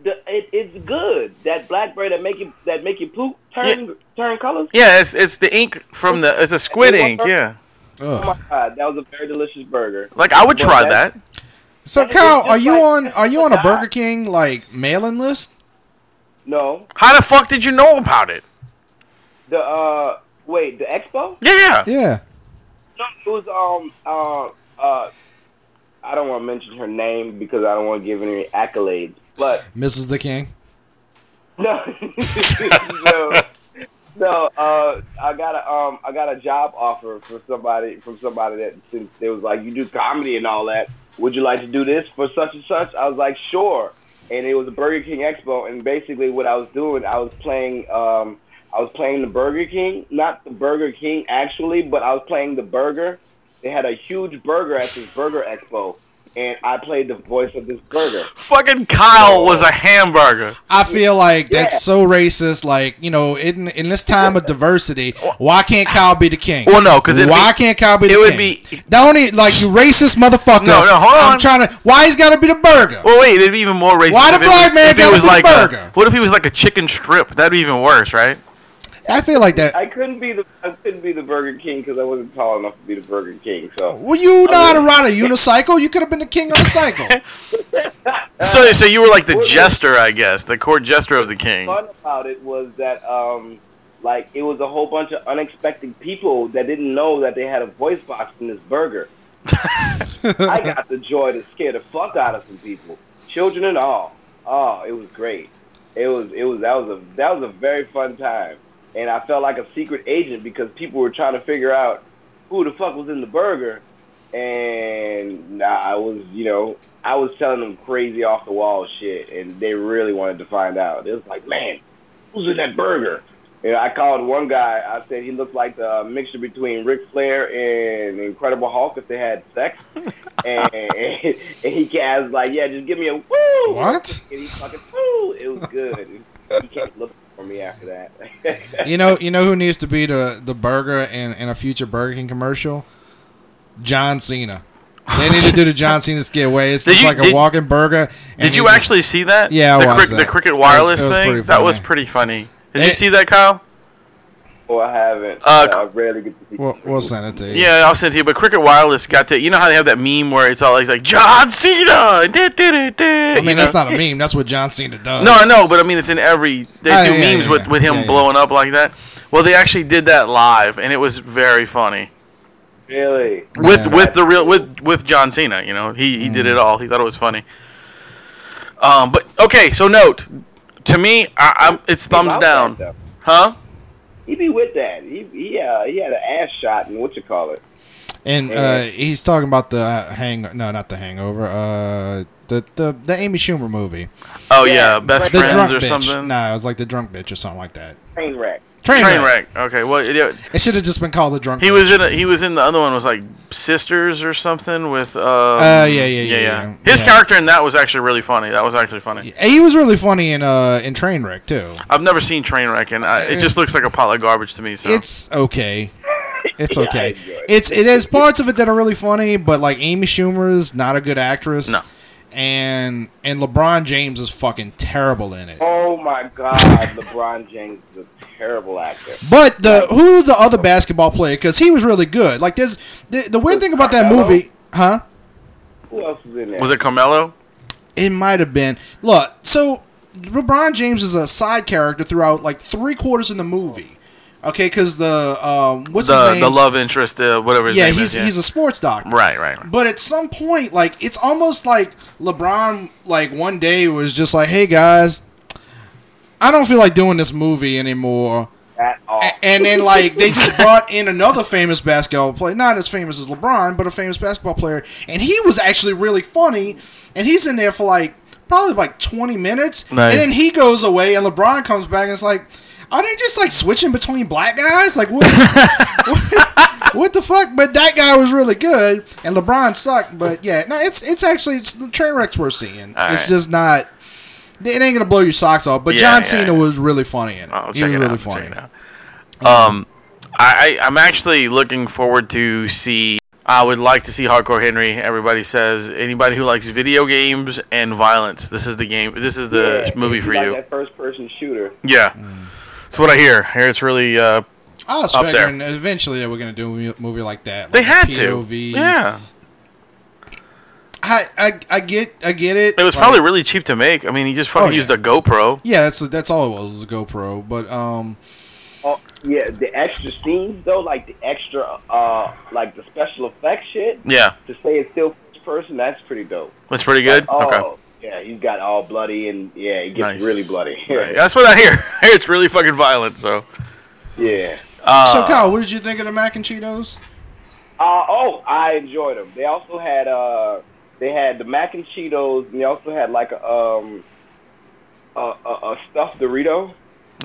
[SPEAKER 4] The, it, it's good that blackberry that make you that make you poop turn turn colors.
[SPEAKER 2] Yeah, it's it's the ink from the it's a squid ink. Yeah,
[SPEAKER 4] Oh
[SPEAKER 3] Ugh.
[SPEAKER 4] my god, that was a very delicious burger.
[SPEAKER 2] like I would
[SPEAKER 4] But
[SPEAKER 2] try
[SPEAKER 4] that's-
[SPEAKER 2] that.
[SPEAKER 3] So
[SPEAKER 4] It's
[SPEAKER 3] Kyle,
[SPEAKER 4] just
[SPEAKER 3] are you
[SPEAKER 4] like-
[SPEAKER 3] on are you on a
[SPEAKER 4] Nah.
[SPEAKER 3] Burger King like mailing list?
[SPEAKER 4] No,
[SPEAKER 2] How the fuck did you know about it?
[SPEAKER 4] the uh, wait, the expo?
[SPEAKER 2] Yeah, yeah.
[SPEAKER 3] Yeah.
[SPEAKER 4] No, it was um uh uh. I don't want to mention her name because I don't want to give any accolades, but
[SPEAKER 3] Mrs. the King.
[SPEAKER 4] No, no, no. Uh, I got a um, I got a job offer for somebody from somebody that since they was like, you do comedy and all that. Would you like to do this for such and such? I was like, sure. And it was a Burger King Expo, and basically what I was doing, I was playing, um, I was playing the Burger King, not the Burger King actually, but I was playing the burger. They had a huge burger at this Burger Expo, and I played the voice of this burger.
[SPEAKER 2] Fucking Kyle was a hamburger.
[SPEAKER 3] I feel like
[SPEAKER 4] Yeah.
[SPEAKER 3] that's so racist. Like you know, in in this time of diversity, why can't Kyle be the king?
[SPEAKER 2] Well, no, 'cause it'd
[SPEAKER 3] why
[SPEAKER 2] be-
[SPEAKER 3] can't Kyle be the
[SPEAKER 2] it
[SPEAKER 3] king?
[SPEAKER 2] would be-
[SPEAKER 3] don't eat like you racist motherfucker.
[SPEAKER 2] No, no, hold on.
[SPEAKER 3] I'm trying to. Why he's got to be the burger?
[SPEAKER 2] Well, wait, it'd be even more racist.
[SPEAKER 3] Why the
[SPEAKER 2] if it
[SPEAKER 3] black
[SPEAKER 2] was-
[SPEAKER 3] man
[SPEAKER 2] if it
[SPEAKER 3] gotta
[SPEAKER 2] was
[SPEAKER 3] be the
[SPEAKER 2] like
[SPEAKER 3] burger?
[SPEAKER 2] A, what if he was like a chicken strip? That'd be even worse, right?
[SPEAKER 3] I feel like that.
[SPEAKER 4] I couldn't be the I couldn't be the Burger King because I wasn't tall enough to be the Burger King. So
[SPEAKER 3] Well, you know how to ride a unicycle. You could have been the king on a cycle.
[SPEAKER 2] So, so you were like the
[SPEAKER 4] Well,
[SPEAKER 2] jester, I guess, the court jester of the king.
[SPEAKER 4] fun about it was that um like it was a whole bunch of unexpected people that didn't know that they had a voice box in this burger. I got the joy to scare the fuck out of some people, children and all. Oh, it was great. It was it was that was a that was a very fun time, and I felt like a secret agent because people were trying to figure out who the fuck was in the burger, and nah, I was you know I was telling them crazy off the wall shit, and they really wanted to find out. It was like, man, who's in that burger? And I called one guy. I said he looked like the mixture between Ric Flair and Incredible Hulk if they had sex. and, and he ca- I was like, "Yeah, just give me a woo."
[SPEAKER 3] What?
[SPEAKER 4] And he fucking woo. It was good. he kept looking for me after that.
[SPEAKER 3] You know, you know who needs to be the the burger in, in a future Burger King commercial? John Cena. They need to do the John Cena skit where it's
[SPEAKER 2] Did
[SPEAKER 3] just
[SPEAKER 2] you-
[SPEAKER 3] like a
[SPEAKER 2] did-
[SPEAKER 3] walking burger. and
[SPEAKER 2] Did
[SPEAKER 3] he
[SPEAKER 2] you
[SPEAKER 3] just-
[SPEAKER 2] actually see that?
[SPEAKER 3] Yeah, I
[SPEAKER 2] the,
[SPEAKER 3] watched
[SPEAKER 2] crick-
[SPEAKER 3] that.
[SPEAKER 2] the cricket
[SPEAKER 3] It was- it
[SPEAKER 2] wireless
[SPEAKER 3] was pretty
[SPEAKER 2] thing. That was
[SPEAKER 3] funny.
[SPEAKER 2] pretty funny. Did you
[SPEAKER 3] It-
[SPEAKER 2] see that, Kyle?
[SPEAKER 4] Well, I haven't.
[SPEAKER 2] Uh,
[SPEAKER 4] I rarely get to see.
[SPEAKER 3] We'll, we'll send it to you.
[SPEAKER 2] Yeah, I'll send it to you. But Cricket Wireless got to you know how they have that meme where it's always like John Cena. Did, did, did, did,
[SPEAKER 3] I mean, that's not a meme. That's what John Cena does.
[SPEAKER 2] No, I know, but I mean, it's in every. They
[SPEAKER 3] Oh,
[SPEAKER 2] do
[SPEAKER 3] yeah, yeah,
[SPEAKER 2] memes
[SPEAKER 3] yeah,
[SPEAKER 2] with,
[SPEAKER 3] yeah.
[SPEAKER 2] with him
[SPEAKER 3] Yeah, yeah.
[SPEAKER 2] blowing up like that. Well, they actually did that live, and it was very funny
[SPEAKER 4] Really?
[SPEAKER 2] with
[SPEAKER 3] Yeah. Mm.
[SPEAKER 2] with the real with with John Cena. You know, he he did it all. He thought it was funny. Um, but okay, so note to me, I, I'm it's thumbs
[SPEAKER 4] About that,
[SPEAKER 2] down,
[SPEAKER 4] though.
[SPEAKER 2] huh?
[SPEAKER 4] He be with that. He he, uh, he had an ass shot and what you call it.
[SPEAKER 3] And uh, he's talking about the uh, hang. No, not the Hangover. Uh, the the the Amy Schumer movie.
[SPEAKER 2] Oh
[SPEAKER 4] Yeah,
[SPEAKER 2] yeah, best
[SPEAKER 4] like
[SPEAKER 3] The
[SPEAKER 2] friends
[SPEAKER 3] drunk
[SPEAKER 2] or
[SPEAKER 3] bitch.
[SPEAKER 2] something.
[SPEAKER 3] Nah, it was like the drunk bitch or something like that.
[SPEAKER 4] Train wreck.
[SPEAKER 3] Train,
[SPEAKER 2] Train
[SPEAKER 3] wreck.
[SPEAKER 2] wreck. Okay, well, yeah,
[SPEAKER 3] It should have just been called the drunk.
[SPEAKER 2] he
[SPEAKER 3] bitch.
[SPEAKER 2] was in a, he was in the other one was like sisters or something with. Uh,
[SPEAKER 3] yeah, yeah, yeah, yeah.
[SPEAKER 2] His
[SPEAKER 3] Yeah.
[SPEAKER 2] character in that was actually really funny. That was actually funny.
[SPEAKER 3] He was really funny in uh in Trainwreck too.
[SPEAKER 2] I've never seen Trainwreck, and I, it just looks like a pile of garbage to me. So
[SPEAKER 3] It's okay. It's
[SPEAKER 4] Yeah, I
[SPEAKER 3] okay.
[SPEAKER 4] enjoyed it.
[SPEAKER 3] It's it has parts of it that are really funny, but like Amy Schumer is not a good actress.
[SPEAKER 2] No.
[SPEAKER 3] And and LeBron James is fucking terrible in it.
[SPEAKER 4] Oh my God, LeBron James is a terrible actor.
[SPEAKER 3] But the who's the other basketball player? Because he was really good. Like there's the, the weird
[SPEAKER 4] Was
[SPEAKER 3] thing about that
[SPEAKER 4] Carmelo?
[SPEAKER 3] movie, huh?
[SPEAKER 4] Who else was in there?
[SPEAKER 2] was it Carmelo?
[SPEAKER 3] It might have been. Look, so LeBron James is a side character throughout like three quarters in the movie. Okay, because the um, what's
[SPEAKER 2] The
[SPEAKER 3] his name?
[SPEAKER 2] the love interest, uh, whatever his
[SPEAKER 3] yeah,
[SPEAKER 2] name
[SPEAKER 3] he's
[SPEAKER 2] is.
[SPEAKER 3] he's a sports doctor.
[SPEAKER 2] right, right, right.
[SPEAKER 3] But at some point, like it's almost like LeBron, like one day was just like, "Hey guys, I don't feel like doing this movie anymore."
[SPEAKER 4] At all?
[SPEAKER 3] A- And then like they just brought in another famous basketball player, not as famous as LeBron, but a famous basketball player, and he was actually really funny. And he's in there for like probably like twenty minutes,
[SPEAKER 2] Nice.
[SPEAKER 3] and then he goes away, and LeBron comes back, and it's like, are they just like switching between black guys? Like what? what, what the fuck? But that guy was really good, and LeBron sucked. But yeah, no, it's it's actually it's the train wrecks we're seeing.
[SPEAKER 2] All
[SPEAKER 3] it's
[SPEAKER 2] right.
[SPEAKER 3] just not. It ain't gonna blow your socks off, but
[SPEAKER 2] Yeah,
[SPEAKER 3] John
[SPEAKER 2] yeah,
[SPEAKER 3] Cena
[SPEAKER 2] yeah.
[SPEAKER 3] was really funny in it.
[SPEAKER 2] I'll
[SPEAKER 3] he
[SPEAKER 2] check
[SPEAKER 3] was
[SPEAKER 2] it
[SPEAKER 3] really
[SPEAKER 2] out,
[SPEAKER 3] funny.
[SPEAKER 2] check it out. Um, I, I I'm actually looking forward to see. I would like to see Hardcore Henry. Everybody says anybody who likes video games and violence. This is the game. This is the
[SPEAKER 4] Yeah,
[SPEAKER 2] movie
[SPEAKER 4] he's
[SPEAKER 2] for
[SPEAKER 4] like
[SPEAKER 2] you.
[SPEAKER 4] That first person shooter.
[SPEAKER 2] Yeah,
[SPEAKER 3] Mm.
[SPEAKER 2] that's what I hear. I hear it's really. Uh,
[SPEAKER 3] I was
[SPEAKER 2] up there.
[SPEAKER 3] figuring eventually they were going to do a mu- movie like that.
[SPEAKER 2] they
[SPEAKER 3] like
[SPEAKER 2] had to.
[SPEAKER 3] POV.
[SPEAKER 2] Yeah,
[SPEAKER 3] I, I, I get I get it.
[SPEAKER 2] it was
[SPEAKER 3] Like,
[SPEAKER 2] probably really cheap to make. I mean, he just fucking
[SPEAKER 3] Oh, yeah.
[SPEAKER 2] used a GoPro.
[SPEAKER 3] yeah. That's that's all it was, was a GoPro. But um,
[SPEAKER 4] Oh, yeah, the extra scenes though, like the extra, uh, like the special effects shit.
[SPEAKER 2] Yeah,
[SPEAKER 4] To say it's still first person, that's pretty dope.
[SPEAKER 2] that's pretty good.
[SPEAKER 4] Oh,
[SPEAKER 2] okay.
[SPEAKER 4] yeah, he's got all bloody and yeah, he gets
[SPEAKER 2] Nice.
[SPEAKER 4] really bloody.
[SPEAKER 2] Right. That's what I hear. I hear it's really fucking violent. So,
[SPEAKER 4] yeah.
[SPEAKER 2] uh,
[SPEAKER 3] so Kyle, what did you think of the mac and Cheetos?
[SPEAKER 4] Uh, oh, I enjoyed them. They also had uh, they had the mac and Cheetos, and they also had like a um, a, a, a stuffed Dorito.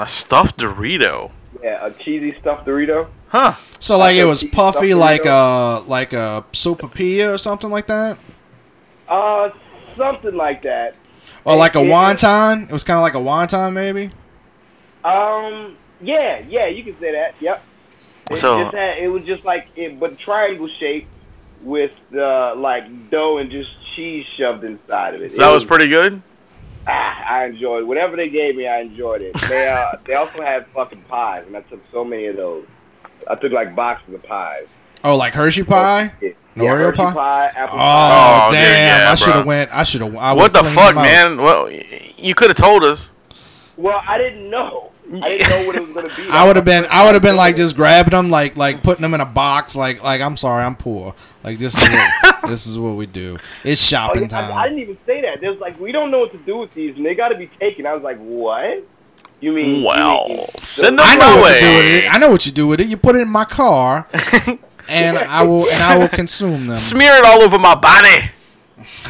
[SPEAKER 2] a stuffed Dorito,
[SPEAKER 4] Yeah, a cheesy stuffed Dorito.
[SPEAKER 2] huh?
[SPEAKER 3] So like it
[SPEAKER 4] think
[SPEAKER 3] was
[SPEAKER 4] he-
[SPEAKER 3] puffy,
[SPEAKER 4] something
[SPEAKER 3] like
[SPEAKER 4] else.
[SPEAKER 3] a like a sopapilla or something like that,
[SPEAKER 4] Uh, something like that.
[SPEAKER 3] or
[SPEAKER 4] It-
[SPEAKER 3] like a
[SPEAKER 4] it-
[SPEAKER 3] wonton. It was kind of like a wonton, maybe.
[SPEAKER 4] Um, yeah, yeah, you can say that. Yep. It
[SPEAKER 2] So-
[SPEAKER 4] just had, it was just like it, but triangle shape with uh, like dough and just cheese shoved inside of it.
[SPEAKER 2] So that
[SPEAKER 4] It
[SPEAKER 2] was pretty good.
[SPEAKER 4] ah, I enjoyed whatever they gave me. I enjoyed it. They uh, they also had fucking pies, and I took so many of those. I took like boxes of pies.
[SPEAKER 3] Oh, like Hershey pie.
[SPEAKER 4] Yeah,
[SPEAKER 3] No
[SPEAKER 4] yeah,
[SPEAKER 3] Oreo
[SPEAKER 4] Hershey
[SPEAKER 3] pie?
[SPEAKER 4] pie, apple pie.
[SPEAKER 3] Oh,
[SPEAKER 2] Oh, dude,
[SPEAKER 3] damn!
[SPEAKER 2] yeah,
[SPEAKER 3] I should have
[SPEAKER 2] bruh.
[SPEAKER 3] went. I should have.
[SPEAKER 2] What the fuck, man? Well, you could have told us.
[SPEAKER 4] Well, I didn't know. I didn't know what it was gonna be.
[SPEAKER 3] I would have been. I would have been like just grabbing them, like like putting them in a box, like like I'm sorry, I'm poor. Like this is what, this is what we do. It's
[SPEAKER 4] Oh,
[SPEAKER 3] shopping
[SPEAKER 4] yeah, I, I
[SPEAKER 3] time.
[SPEAKER 4] didn't even say that. They was like, we don't know what to do with these, and they got to be taken. I was like, what? You mean? you mean-
[SPEAKER 2] Well, send them
[SPEAKER 3] I know what to do with
[SPEAKER 2] away.
[SPEAKER 3] it. I know what you do with it. You put it in my car, and I will and I will consume them.
[SPEAKER 2] Smear it all over my body.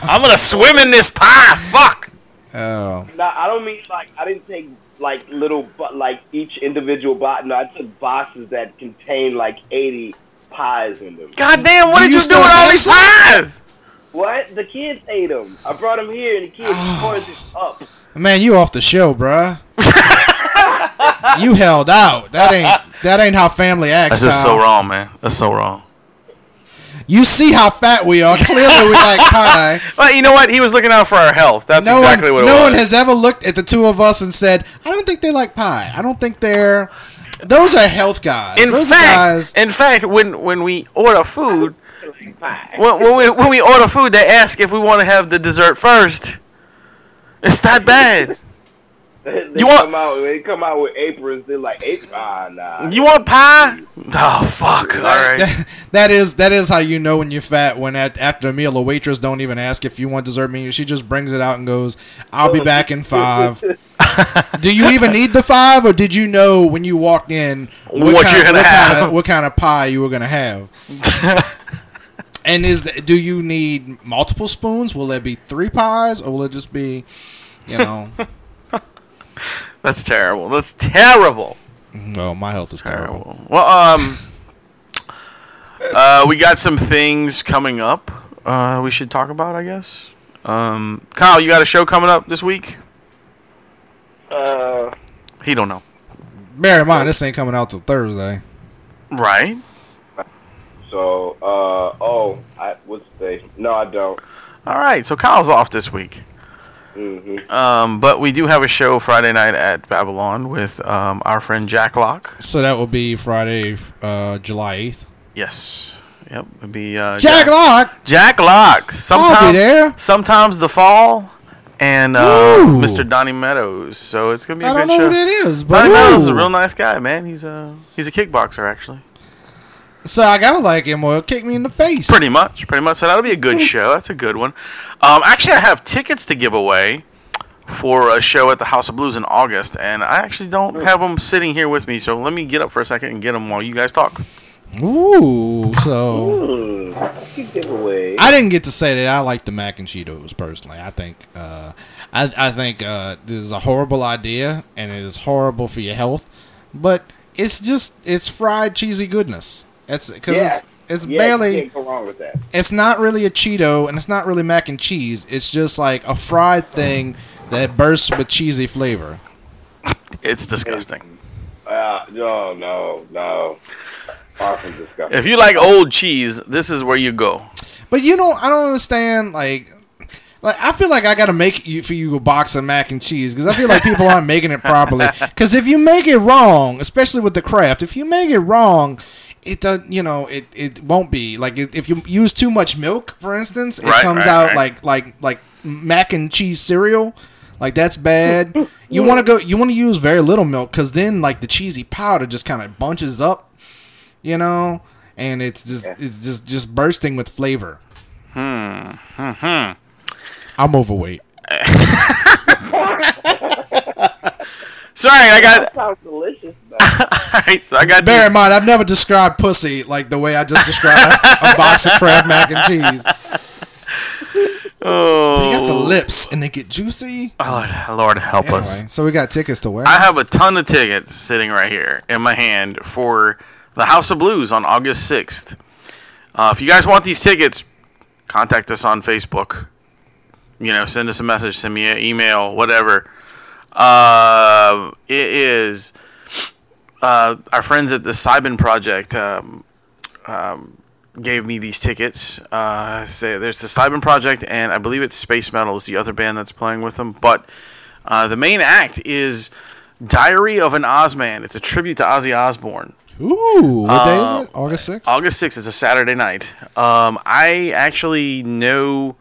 [SPEAKER 2] I'm gonna swim in this pie. Fuck.
[SPEAKER 3] Oh,
[SPEAKER 4] No, I don't mean like I didn't take like little, but like each individual box. No, I took boxes that contained like eighty pies in them.
[SPEAKER 2] God damn, what
[SPEAKER 3] Do
[SPEAKER 2] did
[SPEAKER 3] you
[SPEAKER 2] you do
[SPEAKER 3] still
[SPEAKER 2] with all
[SPEAKER 3] have
[SPEAKER 2] these
[SPEAKER 3] some?
[SPEAKER 2] pies?
[SPEAKER 4] What? The kids ate them. I brought them here, and the kids tore this up.
[SPEAKER 3] man, you off the show, bruh. you held out. That ain't that ain't how family acts. Kyle.
[SPEAKER 2] wrong, man. That's so wrong.
[SPEAKER 3] You see how fat we are. Clearly, we like pie.
[SPEAKER 2] Well, you know what? He was looking out for our health. That's
[SPEAKER 3] no
[SPEAKER 2] exactly what
[SPEAKER 3] one,
[SPEAKER 2] it
[SPEAKER 3] no
[SPEAKER 2] was.
[SPEAKER 3] one has ever looked at the two of us and said, "I don't think they like pie. I don't think they're." Those are health guys.
[SPEAKER 2] in
[SPEAKER 3] Those
[SPEAKER 2] fact,
[SPEAKER 3] guys.
[SPEAKER 2] in fact, when when we order food,
[SPEAKER 4] Like, pie.
[SPEAKER 2] when, when we when we order food, they ask if we want to have the dessert first. It's that bad.
[SPEAKER 4] they
[SPEAKER 2] You want-
[SPEAKER 4] come out? They come out with aprons. They're like, "Aprons? Ah, nah."
[SPEAKER 2] You want pie? Oh fuck! All right.
[SPEAKER 3] that is that is how you know when you're fat. When at, after a meal, a waitress don't even ask if you want dessert menu. She just brings it out and goes, "I'll be back in five. Do you even need the five, or did you know when you walked in
[SPEAKER 2] What you're gonna
[SPEAKER 3] what
[SPEAKER 2] have.
[SPEAKER 3] Kind of, what kind of pie you were gonna have? and is th- do you need multiple spoons? Will it be three pies, or will it just be, you know?
[SPEAKER 2] That's terrible. That's terrible.
[SPEAKER 3] Well, Oh, my health is terrible.
[SPEAKER 2] Terrible. Well, um, uh, we got some things coming up. Uh, we should talk about, I guess. Um, Kyle, you got a show coming up this week?
[SPEAKER 4] Uh,
[SPEAKER 2] He don't know,
[SPEAKER 3] Bear in mind, this ain't coming out till Thursday.
[SPEAKER 2] right?
[SPEAKER 4] so, uh, oh, I, what's the? No, I don't.
[SPEAKER 2] All right, so Kyle's off this week.
[SPEAKER 4] hmm
[SPEAKER 2] Um, but we do have a show Friday night at Babylon with um, our friend Jack Locke.
[SPEAKER 3] So that will be Friday, uh, July eighth.
[SPEAKER 2] Yes. Yep. It'll be uh,
[SPEAKER 3] Jack Lock.
[SPEAKER 2] Jack Locke. Sometimes,
[SPEAKER 3] there.
[SPEAKER 2] Sometimes the fall, and uh,
[SPEAKER 3] Ooh.
[SPEAKER 2] Mr. Donnie Meadows. So it's gonna be a
[SPEAKER 3] I
[SPEAKER 2] good
[SPEAKER 3] don't know
[SPEAKER 2] show.
[SPEAKER 3] who that is, but
[SPEAKER 2] Donnie Meadows is a
[SPEAKER 3] ooh.
[SPEAKER 2] real nice guy, man. He's a he's a kickboxer actually.
[SPEAKER 3] so I gotta like him or he'll kick me in the face.
[SPEAKER 2] Pretty much, pretty much. So that'll be a
[SPEAKER 3] Mm.
[SPEAKER 2] good show. That's a good one. Um, actually, I have tickets to give away for a show at the House of Blues in August, and I actually don't
[SPEAKER 3] Mm.
[SPEAKER 2] have them sitting here with me. So let me get up for a second and get them while you guys talk.
[SPEAKER 3] Ooh, so
[SPEAKER 4] Hmm. Good giveaway.
[SPEAKER 3] I didn't get to say that I like the mac and Cheetos personally. I think uh, I, I think uh, this is a horrible idea and it is horrible for your health, but it's just it's fried cheesy goodness. That's because
[SPEAKER 4] Yeah.
[SPEAKER 3] it's it's
[SPEAKER 4] yeah,
[SPEAKER 3] barely
[SPEAKER 4] You can't go wrong with that.
[SPEAKER 3] it's not really a Cheeto and it's not really mac and cheese. It's just like a fried thing that bursts with cheesy flavor.
[SPEAKER 2] It's disgusting.
[SPEAKER 4] Uh, no, no, no. Far from disgusting.
[SPEAKER 2] If you like old cheese, this is where you go.
[SPEAKER 3] But you don't. I don't understand. Like, like I feel like I gotta make you for you a box of mac and cheese because I feel like people aren't making it properly. Because if you make it wrong, especially with the craft, if you make it wrong. It does, you know, it, it won't be like if if you use too much milk, for instance, it
[SPEAKER 2] Right,
[SPEAKER 3] comes
[SPEAKER 2] right,
[SPEAKER 3] out
[SPEAKER 2] right.
[SPEAKER 3] like like like mac and cheese cereal, like that's bad. you want to go, you want to use very little milk because then like the cheesy powder just kind of bunches up, you know, and it's just it's just just bursting with flavor. I'm overweight.
[SPEAKER 2] Sorry, I got.
[SPEAKER 4] sounds delicious, though.
[SPEAKER 2] All right, so I got.
[SPEAKER 3] Bear
[SPEAKER 2] these-
[SPEAKER 3] in mind, I've never described pussy like the way I just described a box of crab mac and cheese. You got the
[SPEAKER 2] Oh,
[SPEAKER 3] lips, and they get juicy.
[SPEAKER 2] Lord, Oh, Lord help us.
[SPEAKER 3] Anyway, so we got tickets to where?
[SPEAKER 2] I have a ton of tickets sitting right here in my hand for the House of Blues on August 6th. Uh, if you guys want these tickets, contact us on Facebook. You know, send us a message, send me an email, whatever. Uh, it is uh, our friends at the Cybin Project. Um, um, gave me these tickets. Uh, say there's the Cyber Project, and I believe it's Space Metal is the other band that's playing with them. But uh, the main act is Diary of an Ozman. It's a tribute to Ozzy Osbourne.
[SPEAKER 3] Ooh, what day
[SPEAKER 2] Uh,
[SPEAKER 3] is it? August sixth.
[SPEAKER 2] August 6th is a Saturday night. Um, I actually know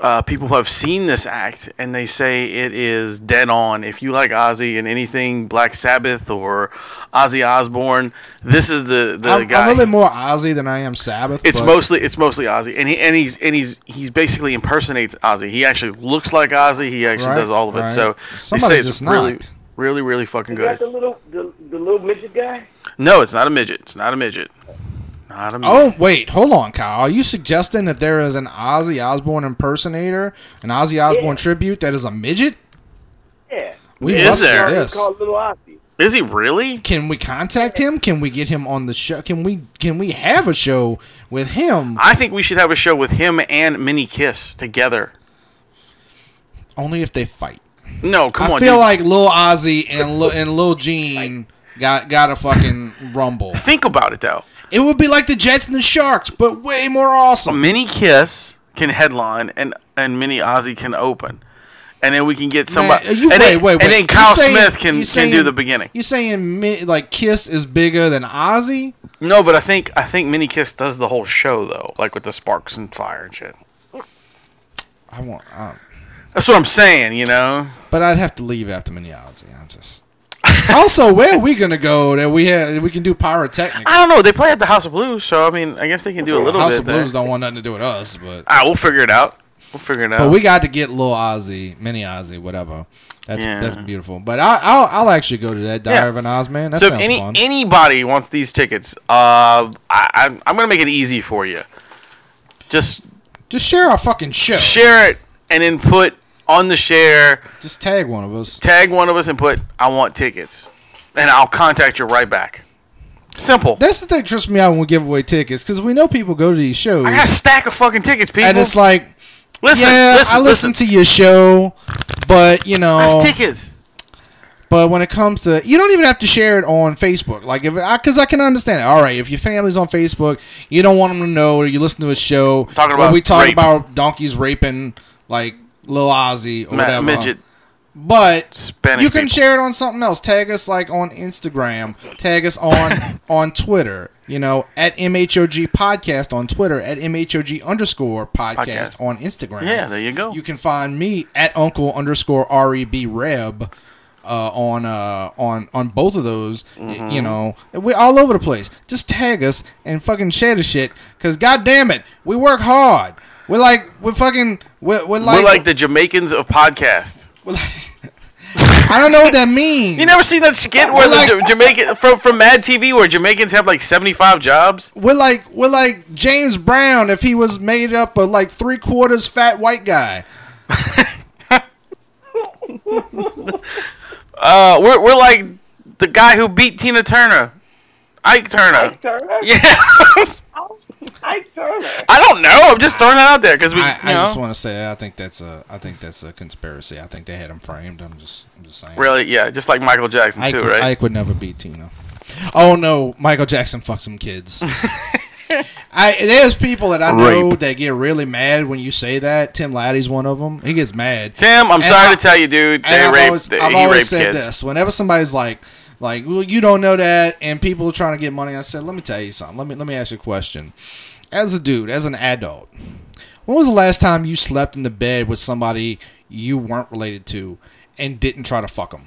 [SPEAKER 2] uh, people who have seen this act, and they say it is dead on. If you like Ozzy and anything Black Sabbath or Ozzy Osbourne, this is the the
[SPEAKER 3] I'm, I'm
[SPEAKER 2] guy.
[SPEAKER 3] really more Ozzy than I am Sabbath.
[SPEAKER 2] it's
[SPEAKER 3] but
[SPEAKER 2] mostly it's mostly Ozzy, and he and he's and he's he's basically impersonates Ozzy. He actually looks like Ozzy. He actually
[SPEAKER 3] Right,
[SPEAKER 2] does all of it.
[SPEAKER 3] right.
[SPEAKER 2] So they
[SPEAKER 3] Somebody
[SPEAKER 2] say it's
[SPEAKER 3] just
[SPEAKER 2] really,
[SPEAKER 3] knocked.
[SPEAKER 2] really, really fucking
[SPEAKER 4] Is that
[SPEAKER 2] good.
[SPEAKER 4] the little the, the little midget guy?
[SPEAKER 2] No, it's not a midget. It's not a midget. Not a midget.
[SPEAKER 3] Oh wait, hold on, Kyle. Are you suggesting that there is an Ozzy Osbourne impersonator, an Ozzy Osbourne tribute that is a midget?
[SPEAKER 4] Yeah.
[SPEAKER 3] We
[SPEAKER 2] Is
[SPEAKER 3] must
[SPEAKER 2] there?
[SPEAKER 3] see
[SPEAKER 4] He's
[SPEAKER 3] this.
[SPEAKER 4] called Little Ozzy.
[SPEAKER 2] Is he really?
[SPEAKER 3] Can we contact him? Can we get him on the show? Can we can we have a show with him?
[SPEAKER 2] I think we should have a show with him and Mini Kiss together.
[SPEAKER 3] Only if they fight.
[SPEAKER 2] No, come
[SPEAKER 3] I
[SPEAKER 2] on.
[SPEAKER 3] feel
[SPEAKER 2] dude.
[SPEAKER 3] like Lil Ozzy and Lil, and Lil Gene got got a fucking rumble.
[SPEAKER 2] Think about it though.
[SPEAKER 3] It would be like the Jets and the Sharks, but way more awesome.
[SPEAKER 2] Mini Kiss can headline and and Mini Ozzy can open, and then we can get somebody.
[SPEAKER 3] Man, uh, you-
[SPEAKER 2] and
[SPEAKER 3] wait,
[SPEAKER 2] then,
[SPEAKER 3] wait, wait.
[SPEAKER 2] And then
[SPEAKER 3] You
[SPEAKER 2] Kyle
[SPEAKER 3] saying-
[SPEAKER 2] Smith can,
[SPEAKER 3] you
[SPEAKER 2] can do
[SPEAKER 3] saying-
[SPEAKER 2] the beginning.
[SPEAKER 3] You saying mi- like Kiss is bigger than Ozzy?
[SPEAKER 2] No, but I think I think Mini Kiss does the whole show though, like with the sparks and fire and shit.
[SPEAKER 3] I want, I
[SPEAKER 2] That's what I'm saying, you know.
[SPEAKER 3] but I'd have to leave after Mini Ozzy. I'm just. also, where are we gonna go that we have, we can do pyrotechnics?
[SPEAKER 2] I don't know. They play at the House of Blues, so I mean, I guess they can do a little
[SPEAKER 3] House
[SPEAKER 2] bit
[SPEAKER 3] of Blues
[SPEAKER 2] there.
[SPEAKER 3] don't want nothing to do with us, but
[SPEAKER 2] Ah, we'll figure it out. We'll figure it out.
[SPEAKER 3] but we got to get Lil Ozzy, Mini Ozzy, whatever. That's
[SPEAKER 2] Yeah.
[SPEAKER 3] that's beautiful. But I, I'll I'll actually go to that Diary
[SPEAKER 2] Yeah.
[SPEAKER 3] of an Ozman. That
[SPEAKER 2] so if
[SPEAKER 3] sounds
[SPEAKER 2] any
[SPEAKER 3] fun.
[SPEAKER 2] anybody wants these tickets, uh, I, I'm I'm gonna make it easy for you. Just
[SPEAKER 3] Just share our fucking show.
[SPEAKER 2] share it and then put on the share,
[SPEAKER 3] Just tag one of us.
[SPEAKER 2] tag one of us and put I want tickets, and I'll contact you right back. Simple.
[SPEAKER 3] That's the thing that trips me out when we give away tickets because we know people go to these shows
[SPEAKER 2] I got a stack of fucking tickets, people.
[SPEAKER 3] and it's like,
[SPEAKER 2] listen,
[SPEAKER 3] yeah,
[SPEAKER 2] listen,
[SPEAKER 3] I
[SPEAKER 2] listen.
[SPEAKER 3] listen, to your show, but you know,
[SPEAKER 2] That's tickets.
[SPEAKER 3] but when it comes to you don't even have to share it on Facebook. Like if I because I can understand it. All right, if your family's on Facebook, you don't want them to know you listen to a show
[SPEAKER 2] Talking
[SPEAKER 3] where
[SPEAKER 2] about
[SPEAKER 3] we talk
[SPEAKER 2] rape.
[SPEAKER 3] about donkeys raping like Lil Ozzy or
[SPEAKER 2] Ma-
[SPEAKER 3] whatever.
[SPEAKER 2] midget.
[SPEAKER 3] But
[SPEAKER 2] Hispanic
[SPEAKER 3] you can
[SPEAKER 2] people.
[SPEAKER 3] share it on something else. Tag us like on Instagram. Tag us on on Twitter. You know, at MHOG podcast on Twitter, at MHOG underscore podcast,
[SPEAKER 2] Podcast.
[SPEAKER 3] on Instagram.
[SPEAKER 2] Yeah, there you go.
[SPEAKER 3] You can find me at Uncle underscore Reb Reb. Uh, on uh on on both of those y-
[SPEAKER 2] Mm-hmm.
[SPEAKER 3] you know we're all over the place just tag us and fucking share the shit because god damn it we work hard we're like we're fucking we're, we're like,
[SPEAKER 2] We're like the Jamaicans of podcasts.
[SPEAKER 3] we're like- i don't know what that means
[SPEAKER 2] You never seen that skit where
[SPEAKER 3] We're
[SPEAKER 2] the
[SPEAKER 3] like-
[SPEAKER 2] Ja- Jamaican from from Mad TV where Jamaicans have like seventy five jobs?
[SPEAKER 3] We're like we're like James Brown if he was made up of like three quarters fat white guy.
[SPEAKER 2] Uh, we're we're like the guy who beat Tina Turner, Ike Turner.
[SPEAKER 4] Ike Turner.
[SPEAKER 2] Yeah.
[SPEAKER 4] Ike Turner.
[SPEAKER 2] I don't know. I'm just throwing that out there because we.
[SPEAKER 3] I, I
[SPEAKER 2] you know,
[SPEAKER 3] just want to say I think that's a I think that's a conspiracy. I think they had him framed. I'm just I'm just saying.
[SPEAKER 2] really, yeah, just like Michael Jackson
[SPEAKER 3] Ike,
[SPEAKER 2] too,
[SPEAKER 3] would-
[SPEAKER 2] right?
[SPEAKER 3] Ike would never beat Tina. Oh no, Michael Jackson fucks some kids. I there's people that I know that get really mad when you say that. Tim Laddie's one of them. He gets mad.
[SPEAKER 2] Tim, I'm
[SPEAKER 3] And
[SPEAKER 2] sorry
[SPEAKER 3] I-
[SPEAKER 2] to tell you, dude.
[SPEAKER 3] And
[SPEAKER 2] They
[SPEAKER 3] I've
[SPEAKER 2] raped.
[SPEAKER 3] always,
[SPEAKER 2] they-
[SPEAKER 3] I've
[SPEAKER 2] he
[SPEAKER 3] always
[SPEAKER 2] raped
[SPEAKER 3] said
[SPEAKER 2] kids.
[SPEAKER 3] this. Whenever somebody's like, like, well, you don't know that, and people are trying to get money, I said, let me tell you something. Let me let me ask you a question. As a dude, as an adult, when was the last time you slept in the bed with somebody you weren't related to and didn't try to fuck them?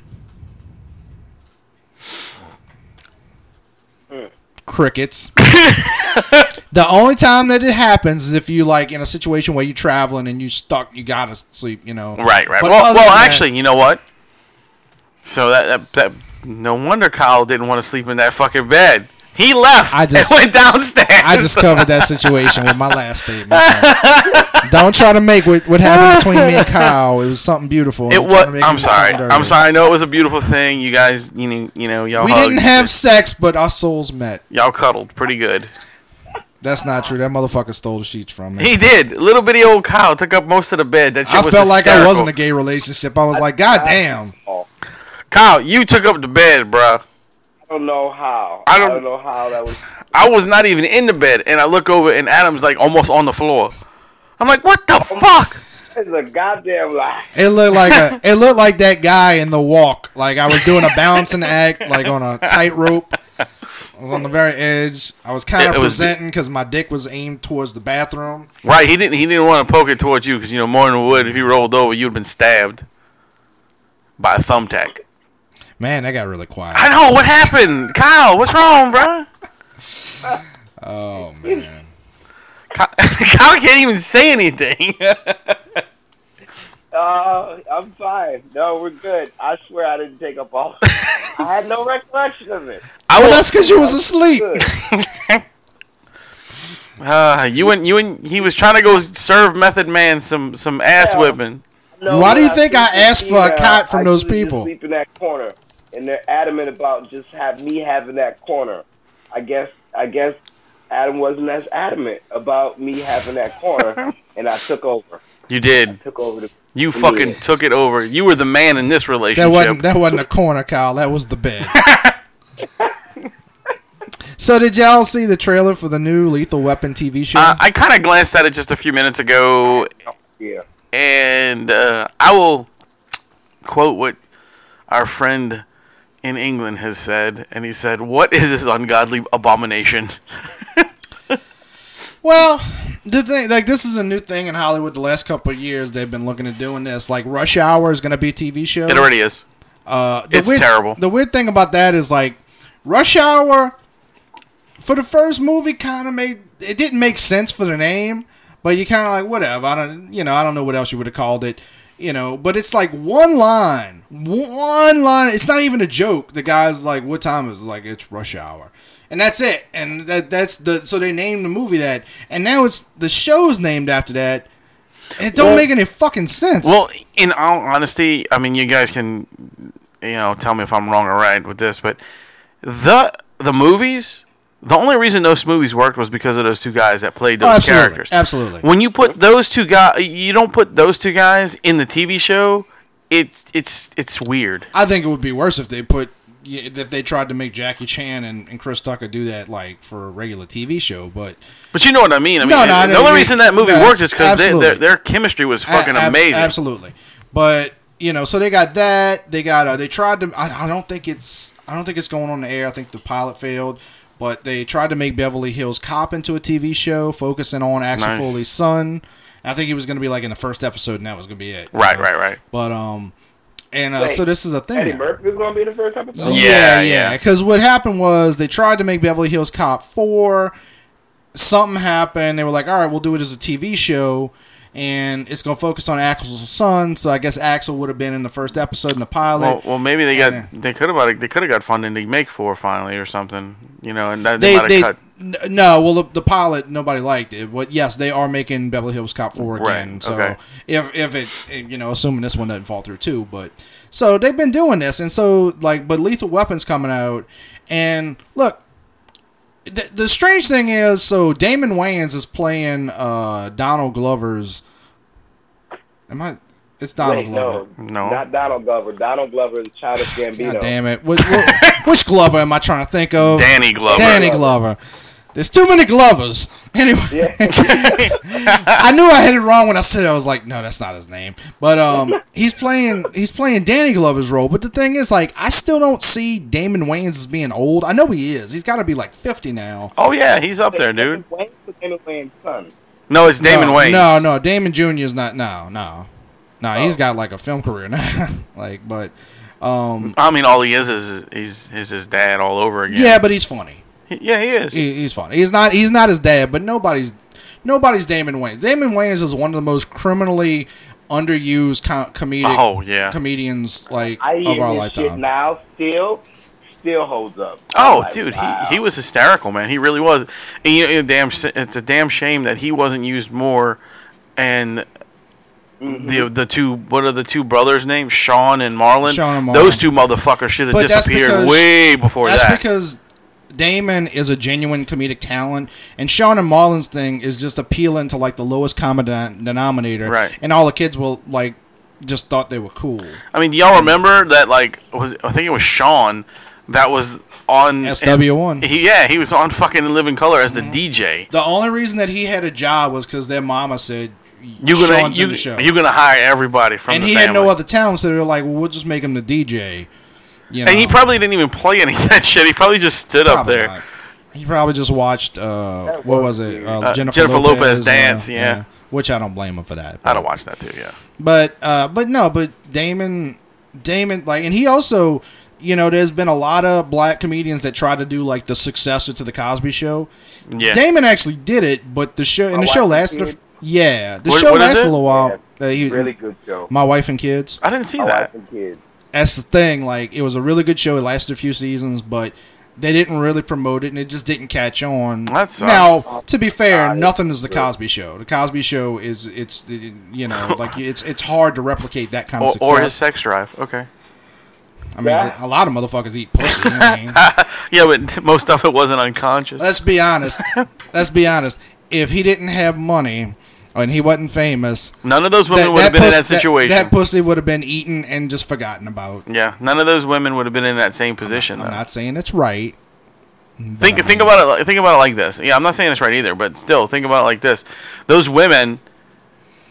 [SPEAKER 3] Crickets. the only time that it happens is if you like in a situation where you're traveling and you stuck, you gotta sleep, you know.
[SPEAKER 2] Right, right.
[SPEAKER 3] But
[SPEAKER 2] well,
[SPEAKER 3] other
[SPEAKER 2] well,
[SPEAKER 3] than that-
[SPEAKER 2] actually, you know what? So that, that that no wonder Kyle didn't want to sleep in that fucking bed. He left
[SPEAKER 3] I just-
[SPEAKER 2] and went downstairs.
[SPEAKER 3] I just covered that situation with my last statement. so. Don't try to make what, what happened between me and Kyle. It was something beautiful. and
[SPEAKER 2] It
[SPEAKER 3] you're trying
[SPEAKER 2] was.
[SPEAKER 3] to make
[SPEAKER 2] I'm
[SPEAKER 3] into
[SPEAKER 2] sorry.
[SPEAKER 3] something
[SPEAKER 2] I'm
[SPEAKER 3] dirty.
[SPEAKER 2] sorry. I know it was a beautiful thing. You guys, you know, you know, y'all.
[SPEAKER 3] We
[SPEAKER 2] hugged.
[SPEAKER 3] didn't have sex, but our souls met.
[SPEAKER 2] Y'all cuddled pretty good.
[SPEAKER 3] That's not true. That motherfucker stole the sheets from me.
[SPEAKER 2] He did. Little bitty old Kyle took up most of the bed. That shit
[SPEAKER 3] I
[SPEAKER 2] was
[SPEAKER 3] felt like I
[SPEAKER 2] hysterical.
[SPEAKER 3] was in a gay relationship. I was like, God damn.
[SPEAKER 2] Kyle, you took up the bed, bruh.
[SPEAKER 4] don't know how.
[SPEAKER 2] I
[SPEAKER 4] I
[SPEAKER 2] don't-
[SPEAKER 4] don't, know how that was.
[SPEAKER 2] I was not even in the bed, and I look over, and Adam's like almost on the floor. I'm like, what the fuck?
[SPEAKER 4] It's a goddamn lie.
[SPEAKER 3] It looked like a, it looked like that guy in the walk. Like I was doing a balancing act, like on a tightrope. I was on the very edge. I was kind
[SPEAKER 2] It-
[SPEAKER 3] of
[SPEAKER 2] it was-
[SPEAKER 3] presenting because my dick was aimed towards the bathroom.
[SPEAKER 2] Right? He didn't. He didn't want to poke it towards you because you know Morning Wood. If he rolled over, you'd have been stabbed by a thumbtack.
[SPEAKER 3] Man, that got really quiet.
[SPEAKER 2] I know what happened, Kyle. What's wrong, bro?
[SPEAKER 3] Oh man,
[SPEAKER 2] Kyle, Kyle can't even say anything.
[SPEAKER 4] Uh, I'm fine. No, we're good. I swear I didn't take up all. I had no recollection of it.
[SPEAKER 2] I
[SPEAKER 3] well,
[SPEAKER 2] was.
[SPEAKER 3] that's because you was asleep.
[SPEAKER 4] Good.
[SPEAKER 2] Uh, you and you and he was trying to go serve Method Man some some ass
[SPEAKER 4] Yeah.
[SPEAKER 2] whipping.
[SPEAKER 4] No,
[SPEAKER 3] Why do you
[SPEAKER 4] I
[SPEAKER 3] think I
[SPEAKER 4] sleep
[SPEAKER 3] asked for a
[SPEAKER 4] in, uh,
[SPEAKER 3] cot from
[SPEAKER 4] I
[SPEAKER 3] those
[SPEAKER 4] usually just
[SPEAKER 3] people?
[SPEAKER 4] Sleep in that corner, and they're adamant about just have me having that corner. I guess I guess Adam wasn't as adamant about me having that corner, and I took over.
[SPEAKER 2] You did.
[SPEAKER 4] Took over the.
[SPEAKER 2] You fucking
[SPEAKER 4] Yeah.
[SPEAKER 2] took it over. You were the man in this
[SPEAKER 3] That
[SPEAKER 2] relationship.
[SPEAKER 3] wasn't that wasn't a corner, Kyle. That was the bed. so did y'all see the trailer for the new Lethal Weapon TV show?
[SPEAKER 2] Uh, I kind of glanced at it just a few minutes ago,
[SPEAKER 4] Yeah.
[SPEAKER 2] and uh, I will quote what our friend in England has said, and he said, "What is this ungodly abomination?"
[SPEAKER 3] Well, the thing, like, this is a new thing in Hollywood. The last couple of years, they've been looking at doing this. Like, Rush Hour is going to be a TV show.
[SPEAKER 2] It already is.
[SPEAKER 3] Uh, the
[SPEAKER 2] it's
[SPEAKER 3] weird-
[SPEAKER 2] terrible.
[SPEAKER 3] The weird thing about that is like, Rush Hour for the first movie kind of made it didn't make sense for the name, but you kind of like whatever. I don't, you know, I don't know what else you would have called it, you know. But it's like one line, one line. It's not even a joke. The guy's like, "What time is?" it?" Like, it's Rush Hour. And that's it. And that that's the so they named the movie that. And now it's the show's named after that. It don't
[SPEAKER 2] Well-
[SPEAKER 3] make any fucking sense.
[SPEAKER 2] Well, in all honesty, I mean, you guys can, you know, tell me if I'm wrong or right with this, but the the movies, the only reason those movies worked was because of those two guys that played those
[SPEAKER 3] Oh, absolutely,
[SPEAKER 2] characters.
[SPEAKER 3] absolutely.
[SPEAKER 2] When you put those two guys, you don't put those two guys in the TV show. It's it's it's weird.
[SPEAKER 3] I think it would be worse if they put yeah, if they tried to make Jackie Chan and, and Chris Tucker do that like for a regular TV show, but
[SPEAKER 2] But you know what I mean. I mean,
[SPEAKER 3] No, no, I
[SPEAKER 2] the
[SPEAKER 3] know
[SPEAKER 2] only
[SPEAKER 3] you-
[SPEAKER 2] reason that movie
[SPEAKER 3] no,
[SPEAKER 2] worked is because their
[SPEAKER 3] absolutely.
[SPEAKER 2] their chemistry was
[SPEAKER 3] a-
[SPEAKER 2] fucking
[SPEAKER 3] abs-
[SPEAKER 2] amazing.
[SPEAKER 3] absolutely. But you know, so they got that. They got uh, they tried to. I, I don't think it's I don't think it's going on the air. I think the pilot failed, but they tried to make Beverly Hills Cop into a TV show, focusing on Axel
[SPEAKER 2] Nice.
[SPEAKER 3] Foley's son. I think he was going to be like in the first episode, and that was going to be it.
[SPEAKER 2] Right, right, right.
[SPEAKER 3] But um, and uh,
[SPEAKER 4] Wait,
[SPEAKER 3] so this is a thing.
[SPEAKER 4] Eddie
[SPEAKER 3] now.
[SPEAKER 4] Murphy was gonna be in the first episode.
[SPEAKER 2] Oh, Yeah. yeah.
[SPEAKER 3] Because what happened was they tried to make Beverly Hills Cop four. Something happened. They were like, "All right, we'll do it as a TV show, and it's gonna focus on Axel's son." So I guess Axel would have been in the first episode in the pilot.
[SPEAKER 2] Well, well, maybe they
[SPEAKER 3] Yeah.
[SPEAKER 2] got they could have they could have got funding to make four finally or something. You know, and that, they,
[SPEAKER 3] they,
[SPEAKER 2] might have
[SPEAKER 3] they
[SPEAKER 2] cut.
[SPEAKER 3] n- no. Well, the, the pilot nobody liked it, but yes, they are making Beverly Hills Cop four again.
[SPEAKER 2] Right,
[SPEAKER 3] So
[SPEAKER 2] okay.
[SPEAKER 3] if if it if, you know, assuming this one doesn't fall through too, but so they've been doing this, and so like, but Lethal Weapons coming out, and look, the, the strange thing is, so Damon Wayans is playing uh Donald Glover's. Am I? It's Donald
[SPEAKER 4] Wait,
[SPEAKER 3] Glover.
[SPEAKER 4] no,
[SPEAKER 2] No.
[SPEAKER 4] not Donald Glover. Donald Glover is Childish Gambino.
[SPEAKER 3] God damn it! Which, which Glover am I trying to think of?
[SPEAKER 2] Danny Glover.
[SPEAKER 3] Danny Glover. There's too many Glovers. Anyway, I knew I had it wrong when I said it. I was like, no, that's not his name. But um, he's playing he's playing Danny Glover's role. But the thing is, like, I still don't see Damon Wayans as being old. I know he is. He's got to be like 50 now.
[SPEAKER 2] Oh yeah, he's up there, dude.
[SPEAKER 4] Wayne was Damon Wayne's son.
[SPEAKER 2] No, it's Damon
[SPEAKER 3] no,
[SPEAKER 2] Wayans.
[SPEAKER 3] Uh, No, no, Damon Jr. is not. No, no, no.
[SPEAKER 2] Oh.
[SPEAKER 3] He's got like a film career now. like, but um,
[SPEAKER 2] I mean, all he is is he's is his dad all over again.
[SPEAKER 3] yeah. but he's funny.
[SPEAKER 2] He- yeah, he is.
[SPEAKER 3] He, he's funny. He's not. He's not his dad, but nobody's nobody's Damon Wayans. Damon Wayans is one of the most criminally underused com- comedic
[SPEAKER 2] oh yeah.
[SPEAKER 3] comedians like
[SPEAKER 4] I
[SPEAKER 3] of
[SPEAKER 4] hear
[SPEAKER 3] our
[SPEAKER 4] his shit
[SPEAKER 3] lifetime.
[SPEAKER 4] now. Still, still holds up.
[SPEAKER 2] Oh,
[SPEAKER 4] I'm like,
[SPEAKER 2] dude,
[SPEAKER 4] wow.
[SPEAKER 2] he, he was hysterical, man. He really was. And you know, it damn, sh- it's a damn shame that he wasn't used more. And
[SPEAKER 4] Mm-hmm.
[SPEAKER 2] the the two what are the two brothers' names? Sean and Marlon.
[SPEAKER 3] Sean and Marlon.
[SPEAKER 2] Those two motherfuckers should have
[SPEAKER 3] But that's
[SPEAKER 2] disappeared
[SPEAKER 3] because-
[SPEAKER 2] way before
[SPEAKER 3] That's
[SPEAKER 2] that.
[SPEAKER 3] because Damon is a genuine comedic talent, and Sean and Marlon's thing is just appealing to like the lowest common den- denominator,
[SPEAKER 2] Right.
[SPEAKER 3] And all the kids will like just thought they were cool.
[SPEAKER 2] I mean, do y'all remember that? Like, was I think it was Sean that was on
[SPEAKER 3] SW1.
[SPEAKER 2] He, yeah, he was on fucking Living Color as the DJ.
[SPEAKER 3] The only reason that he had a job was because their mama said
[SPEAKER 2] You gonna
[SPEAKER 3] Sean's in
[SPEAKER 2] you,
[SPEAKER 3] the show,
[SPEAKER 2] you gonna hire everybody from
[SPEAKER 3] and
[SPEAKER 2] the
[SPEAKER 3] he
[SPEAKER 2] family.
[SPEAKER 3] had no other talent, so they were like, well, "We'll just make him the DJ." You know,
[SPEAKER 2] and he probably didn't even play any of that shit. He probably just stood up
[SPEAKER 3] Probably
[SPEAKER 2] there.
[SPEAKER 3] not. He probably just watched uh, what was it? Uh, Jennifer,
[SPEAKER 2] Jennifer
[SPEAKER 3] Lopez,
[SPEAKER 2] Lopez
[SPEAKER 3] uh,
[SPEAKER 2] dance, yeah.
[SPEAKER 3] Which I don't blame him for that.
[SPEAKER 2] I don't watch that too. Yeah,
[SPEAKER 3] But uh, but no, but Damon Damon like and he also you know there's been a lot of black comedians that try to do like the successor to the Cosby show.
[SPEAKER 2] yeah.
[SPEAKER 3] Damon actually did it, but the show and the
[SPEAKER 4] My
[SPEAKER 3] show
[SPEAKER 4] Wife and
[SPEAKER 3] lasted a f
[SPEAKER 4] Kids.
[SPEAKER 3] yeah, the
[SPEAKER 2] What-
[SPEAKER 3] show
[SPEAKER 2] what is
[SPEAKER 3] lasted
[SPEAKER 2] it?
[SPEAKER 3] a little while.
[SPEAKER 4] Yeah,
[SPEAKER 3] Uh, he-
[SPEAKER 4] Really good show.
[SPEAKER 3] my wife and kids.
[SPEAKER 2] I didn't see
[SPEAKER 4] My
[SPEAKER 2] that.
[SPEAKER 4] wife and kids.
[SPEAKER 3] That's the thing. Like it was a really good show. It lasted a few seasons, but they didn't really promote it, and it just didn't catch on.
[SPEAKER 2] That sucks.
[SPEAKER 3] now, to be fair,
[SPEAKER 4] God,
[SPEAKER 3] nothing is the Cosby Show. The Cosby Show is it's you know like it's it's hard to replicate that kind of
[SPEAKER 2] Or,
[SPEAKER 3] success.
[SPEAKER 2] or his sex drive. Okay.
[SPEAKER 3] I mean,
[SPEAKER 4] Yeah.
[SPEAKER 3] a lot of motherfuckers eat pussy. I mean,
[SPEAKER 2] Yeah, but most of it wasn't unconscious.
[SPEAKER 3] let's be honest. Let's be honest. If he didn't have money and he wasn't famous,
[SPEAKER 2] None of those women would have been in
[SPEAKER 3] pussy-
[SPEAKER 2] that situation.
[SPEAKER 3] That, pussy would have been eaten and just forgotten about.
[SPEAKER 2] yeah, none of those women would have been in that same position.
[SPEAKER 3] I'm
[SPEAKER 2] though.
[SPEAKER 3] not saying it's right.
[SPEAKER 2] think think about it. like- Think about it like this. Yeah, I'm not saying it's right either, but still, think about it like this. Those women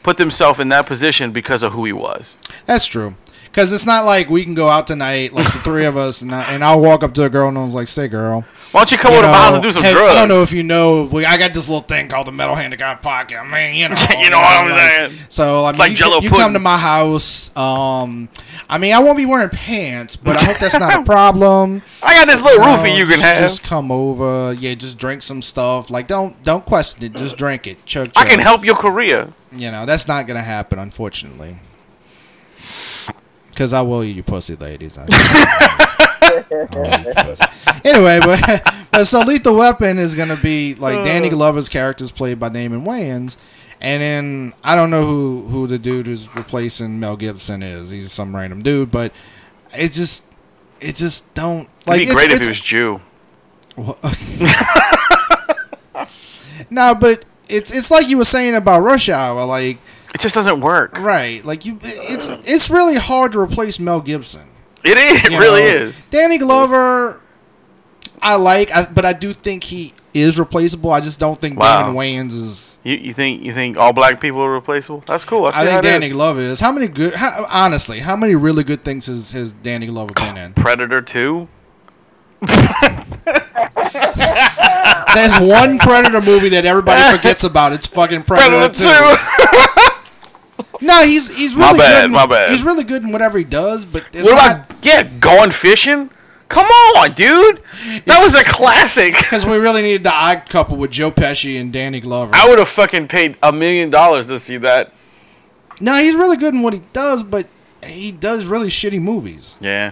[SPEAKER 2] put themselves in that position because of who he was.
[SPEAKER 3] That's true. Because it's not like we can go out tonight, like the three of us, and, I, and I'll walk up to a girl and I was like, say, girl.
[SPEAKER 2] Why don't you come
[SPEAKER 3] you
[SPEAKER 2] over to
[SPEAKER 3] know,
[SPEAKER 2] my house and do some
[SPEAKER 3] hey,
[SPEAKER 2] drugs?
[SPEAKER 3] I don't know if you know, we, I got this little thing called the Metal Hand of God pocket. I mean, you know.
[SPEAKER 2] You know what I'm
[SPEAKER 3] like-
[SPEAKER 2] saying.
[SPEAKER 3] So, I mean,
[SPEAKER 2] like
[SPEAKER 3] you,
[SPEAKER 2] Jell-O
[SPEAKER 3] you
[SPEAKER 2] pudding.
[SPEAKER 3] come to my house. Um, I mean, I won't be wearing pants, but I hope that's not a problem.
[SPEAKER 2] I got this little roofie
[SPEAKER 3] Um,
[SPEAKER 2] you can
[SPEAKER 3] just,
[SPEAKER 2] have.
[SPEAKER 3] Just come over. Yeah, just drink some stuff. Like, don't don't question it. Just drink it. Chug,
[SPEAKER 2] I can
[SPEAKER 3] chug.
[SPEAKER 2] help your career.
[SPEAKER 3] You know, that's not going to happen, unfortunately. Because I will eat your pussy, ladies. I- I will eat your pussy. Anyway, but, but so Lethal Weapon is going to be like Danny Glover's character is played by Damon Wayans. And then I don't know who, who the dude who's replacing Mel Gibson is. He's some random dude, but it just it just don't
[SPEAKER 2] It'd
[SPEAKER 3] like
[SPEAKER 2] be
[SPEAKER 3] it's-
[SPEAKER 2] great if
[SPEAKER 3] it's-
[SPEAKER 2] he was Jew.
[SPEAKER 3] no, but it's it's like you were saying about Rush Hour, like
[SPEAKER 2] It just doesn't work.
[SPEAKER 3] right, like you it's it's really hard to replace Mel Gibson.
[SPEAKER 2] It is. It
[SPEAKER 3] You
[SPEAKER 2] really
[SPEAKER 3] know,
[SPEAKER 2] is.
[SPEAKER 3] Danny Glover, I like, I, but I do think he is replaceable. I just don't think
[SPEAKER 2] Wow.
[SPEAKER 3] Damon Wayans is.
[SPEAKER 2] You, you think you think all black people are replaceable? That's cool. I see
[SPEAKER 3] I
[SPEAKER 2] how
[SPEAKER 3] think
[SPEAKER 2] it
[SPEAKER 3] Danny
[SPEAKER 2] is.
[SPEAKER 3] Glover is. How many good? How, honestly, how many really good things has, has Danny Glover been in?
[SPEAKER 2] Predator two.
[SPEAKER 3] There's one Predator movie that everybody forgets about. It's fucking Predator,
[SPEAKER 2] Predator
[SPEAKER 3] 2.
[SPEAKER 2] two.
[SPEAKER 3] No, he's he's
[SPEAKER 2] My
[SPEAKER 3] really
[SPEAKER 2] bad,
[SPEAKER 3] good. in-
[SPEAKER 2] my bad.
[SPEAKER 3] He's really good in whatever he does, but it's
[SPEAKER 2] What
[SPEAKER 3] not
[SPEAKER 2] about yeah, going fishing? Come on, dude. That was a classic.
[SPEAKER 3] because we really needed the odd couple with Joe Pesci and Danny Glover.
[SPEAKER 2] I would have fucking paid a million dollars to see that.
[SPEAKER 3] no, he's really good in what he does, but he does really shitty movies.
[SPEAKER 2] Yeah.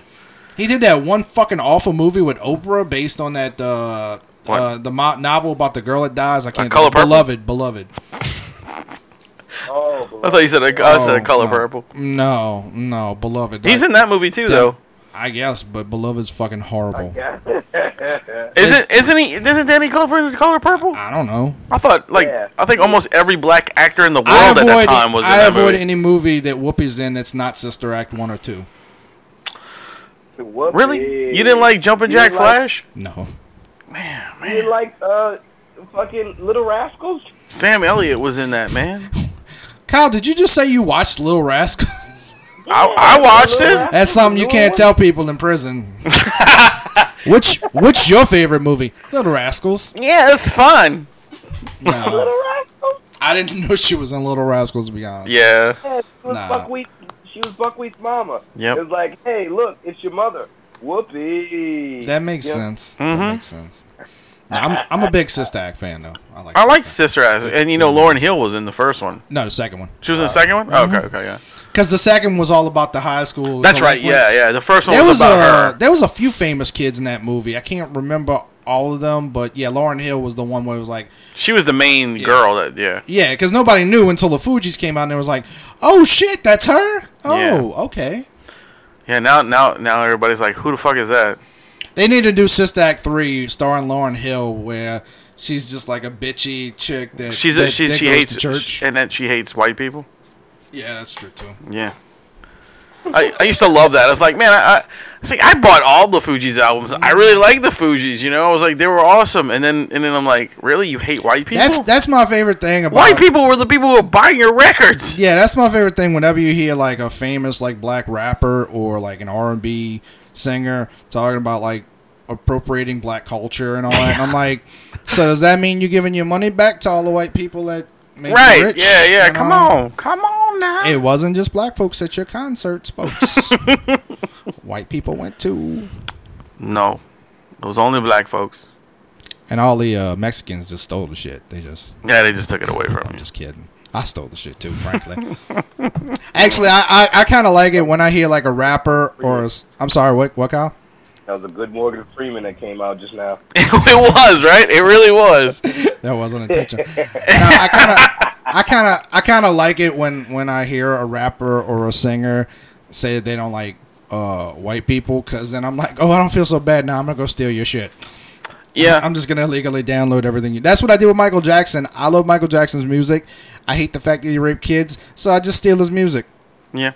[SPEAKER 3] He did that one fucking awful movie with Oprah based on that uh,
[SPEAKER 2] What?
[SPEAKER 3] uh the mo- novel about the girl that dies. I can't.
[SPEAKER 2] Color Purple?
[SPEAKER 3] beloved, beloved.
[SPEAKER 4] Oh,
[SPEAKER 2] I thought you said a, I said
[SPEAKER 3] Oh,
[SPEAKER 2] a color
[SPEAKER 3] no.
[SPEAKER 2] purple.
[SPEAKER 3] No, no, beloved.
[SPEAKER 2] He's in that movie too, though.
[SPEAKER 3] I guess, but beloved's fucking horrible.
[SPEAKER 2] Isn't isn't he? Isn't Danny Glover in color purple?
[SPEAKER 3] I don't know.
[SPEAKER 2] I thought like
[SPEAKER 4] Yeah.
[SPEAKER 2] I think almost every black actor in the world
[SPEAKER 3] I
[SPEAKER 2] at that
[SPEAKER 3] avoid,
[SPEAKER 2] time was in
[SPEAKER 3] I
[SPEAKER 2] that
[SPEAKER 3] avoid
[SPEAKER 2] movie.
[SPEAKER 3] any movie that Whoopi's in that's not Sister Act one or two.
[SPEAKER 4] Whoopee.
[SPEAKER 2] Really? You didn't like Jumpin'
[SPEAKER 4] You
[SPEAKER 2] Jack
[SPEAKER 4] didn't like-
[SPEAKER 2] Flash?
[SPEAKER 3] No.
[SPEAKER 4] You didn't like uh, fucking Little Rascals?
[SPEAKER 2] Sam Elliott was in that man.
[SPEAKER 3] Kyle, did you just say you watched Little Rascal?
[SPEAKER 2] I, I watched
[SPEAKER 4] Little
[SPEAKER 2] it.
[SPEAKER 4] Rascals,
[SPEAKER 3] That's something you
[SPEAKER 4] Little
[SPEAKER 3] can't
[SPEAKER 4] Rascals.
[SPEAKER 3] tell people in prison. which which your favorite movie? Little Rascals.
[SPEAKER 2] Yeah, it's fun.
[SPEAKER 3] No.
[SPEAKER 4] Little Rascals.
[SPEAKER 3] I didn't know she was in Little Rascals to be honest.
[SPEAKER 2] Yeah.
[SPEAKER 4] Yeah, she was
[SPEAKER 3] Nah.
[SPEAKER 4] buckwheat. She was buckwheat's mama.
[SPEAKER 2] Yep.
[SPEAKER 4] It was like, hey, look, it's your mother. Whoopee.
[SPEAKER 3] That makes
[SPEAKER 4] You know,
[SPEAKER 3] sense.
[SPEAKER 2] Mhm.
[SPEAKER 3] That makes sense. Now, I'm I'm a big Sister Act fan though. I like.
[SPEAKER 2] I liked
[SPEAKER 3] Sister
[SPEAKER 2] Sister Act, and you know Lauren Hill was in the first one.
[SPEAKER 3] Act. No, the second one.
[SPEAKER 2] She was in the second one. Oh, okay, okay, yeah.
[SPEAKER 3] Because the second was all about the high school.
[SPEAKER 2] That's right.
[SPEAKER 3] delinquents.
[SPEAKER 2] Yeah, yeah. The first one
[SPEAKER 3] There
[SPEAKER 2] was,
[SPEAKER 3] was
[SPEAKER 2] about
[SPEAKER 3] a uh,
[SPEAKER 2] her.
[SPEAKER 3] there was a few famous kids in that movie. I can't remember all of them, but yeah, Lauren Hill was the one where it was like,
[SPEAKER 2] She was the main girl. That yeah.
[SPEAKER 3] yeah, because nobody knew until the Fugees came out and it was like, oh shit, that's her. Oh,
[SPEAKER 2] Yeah.
[SPEAKER 3] okay.
[SPEAKER 2] Yeah. Now, now, now everybody's like, who the fuck is that?
[SPEAKER 3] They need to do Sister Act three starring Lauren Hill where. She's just like a bitchy chick that
[SPEAKER 2] She's
[SPEAKER 3] that,
[SPEAKER 2] a, she
[SPEAKER 3] that
[SPEAKER 2] she
[SPEAKER 3] goes
[SPEAKER 2] hates
[SPEAKER 3] to church.
[SPEAKER 2] and that she hates white people.
[SPEAKER 3] Yeah, that's true too.
[SPEAKER 2] Yeah. I, I used to love that. I was like, man, I, I it's like I bought all the Fuji's albums. I really like the Fuji's. You know, I was like, they were awesome. And then and then I'm like, really, you hate white people?
[SPEAKER 3] That's that's my favorite thing about
[SPEAKER 2] white people were the people who were buying your records.
[SPEAKER 3] Yeah, that's my favorite thing. Whenever you hear like a famous like black rapper or like an R and B singer talking about like appropriating black culture and all that, and I'm like, so does that mean you're giving your money back to all the white people that made
[SPEAKER 2] Right?
[SPEAKER 3] you rich? um,
[SPEAKER 2] yeah, yeah.
[SPEAKER 3] You
[SPEAKER 2] Come
[SPEAKER 3] know?
[SPEAKER 2] on, come on now.
[SPEAKER 3] It wasn't just black folks at your concerts, folks. white people went too,
[SPEAKER 2] No, it was only black folks.
[SPEAKER 3] and all the uh, Mexicans just stole the shit. They just
[SPEAKER 2] Yeah, they just took it away from
[SPEAKER 3] I'm
[SPEAKER 2] you.
[SPEAKER 3] just kidding. I stole the shit too, frankly. Actually, I, I, I kind of like it when I hear like a rapper or a s- I'm sorry, what what Kyle?
[SPEAKER 4] That was a good Morgan Freeman that came out just now.
[SPEAKER 2] it was right. It really was.
[SPEAKER 3] That wasn't intentional. no, I kind of I kind of I kind of like it when when I hear a rapper or a singer say that they don't like uh white people because then I'm like, oh, I don't feel so bad now. I'm gonna go steal your shit.
[SPEAKER 2] Yeah.
[SPEAKER 3] I'm just gonna illegally download everything. You, that's what I did with Michael Jackson. I love Michael Jackson's music. I hate the fact that he raped kids, so I just steal his music.
[SPEAKER 2] Yeah.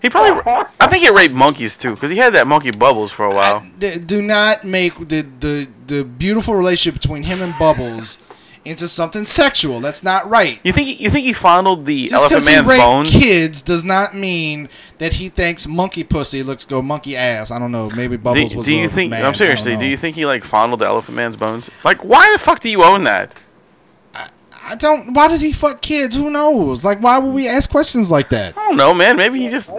[SPEAKER 2] He probably. I think he raped monkeys too, because he had that monkey bubbles for a while.
[SPEAKER 3] D- do not make the, the the beautiful relationship between him and Bubbles into something sexual. That's not right.
[SPEAKER 2] You think you think he fondled the
[SPEAKER 3] Just
[SPEAKER 2] elephant
[SPEAKER 3] because he
[SPEAKER 2] man's
[SPEAKER 3] raped
[SPEAKER 2] bones?
[SPEAKER 3] kids does not mean that he thinks monkey pussy looks go monkey ass. I don't know. Maybe
[SPEAKER 2] do,
[SPEAKER 3] Bubbles was.
[SPEAKER 2] do you
[SPEAKER 3] a
[SPEAKER 2] think?
[SPEAKER 3] man. I
[SPEAKER 2] I'm
[SPEAKER 3] don't
[SPEAKER 2] seriously. Do
[SPEAKER 3] know.
[SPEAKER 2] you think he like fondled the elephant man's bones? Like, why the fuck do you own that?
[SPEAKER 3] I don't. Why did he fuck kids? Who knows? Like, why would we ask questions like that?
[SPEAKER 2] I don't know, man. Maybe he just.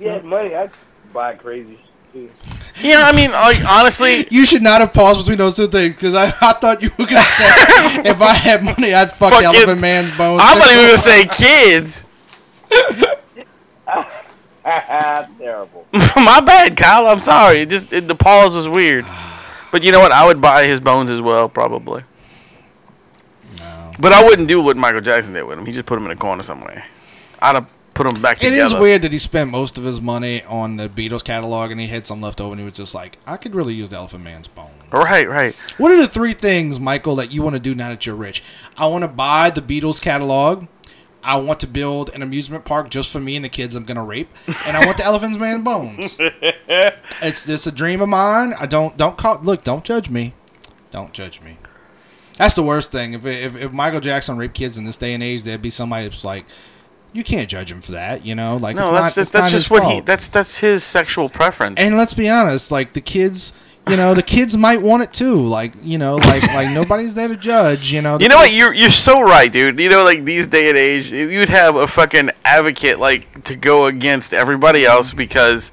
[SPEAKER 4] Yeah, money. I buy crazy. shit.
[SPEAKER 2] You know, I mean, like honestly,
[SPEAKER 3] You should not have paused between those two things because I, I thought you were gonna say if I had money I'd fuck,
[SPEAKER 2] Fuck
[SPEAKER 3] the elephant
[SPEAKER 2] kids.
[SPEAKER 3] man's bones.
[SPEAKER 2] I
[SPEAKER 3] Just
[SPEAKER 2] thought he was
[SPEAKER 3] for-
[SPEAKER 2] gonna say kids.
[SPEAKER 4] Terrible.
[SPEAKER 2] My bad, Kyle. I'm sorry. It just it, the pause was weird. But you know what? I would buy his bones as well, probably.
[SPEAKER 3] No.
[SPEAKER 2] But I wouldn't do what Michael Jackson did with him. He just put him in a corner somewhere. I'd have put him back
[SPEAKER 3] It
[SPEAKER 2] together.
[SPEAKER 3] is weird that he spent most of his money on the Beatles catalog and he had some left over and he was just like, I could really use the Elephant Man's bones.
[SPEAKER 2] Right, right.
[SPEAKER 3] What are the three things, Michael, that you want to do now that you're rich? I want to buy the Beatles catalog. I want to build an amusement park just for me and the kids I'm gonna rape, and I want the Elephant Man bones. It's it's a dream of mine. I don't don't call look. Don't judge me. Don't judge me. That's the worst thing. If if, if Michael Jackson raped kids in this day and age, there'd be somebody that's like, you can't judge him for that. You know, like it's
[SPEAKER 2] No, that's
[SPEAKER 3] not,
[SPEAKER 2] just,
[SPEAKER 3] it's not
[SPEAKER 2] that's
[SPEAKER 3] his
[SPEAKER 2] just what he
[SPEAKER 3] fault.
[SPEAKER 2] that's that's his sexual preference.
[SPEAKER 3] And let's be honest, like the kids, you know, the kids might want it too. Like you know, like like nobody's there to judge. You know. The
[SPEAKER 2] you know what?
[SPEAKER 3] kids-
[SPEAKER 2] You're you're so right, dude. You know, like these day and age, you'd have a fucking advocate like to go against everybody else because,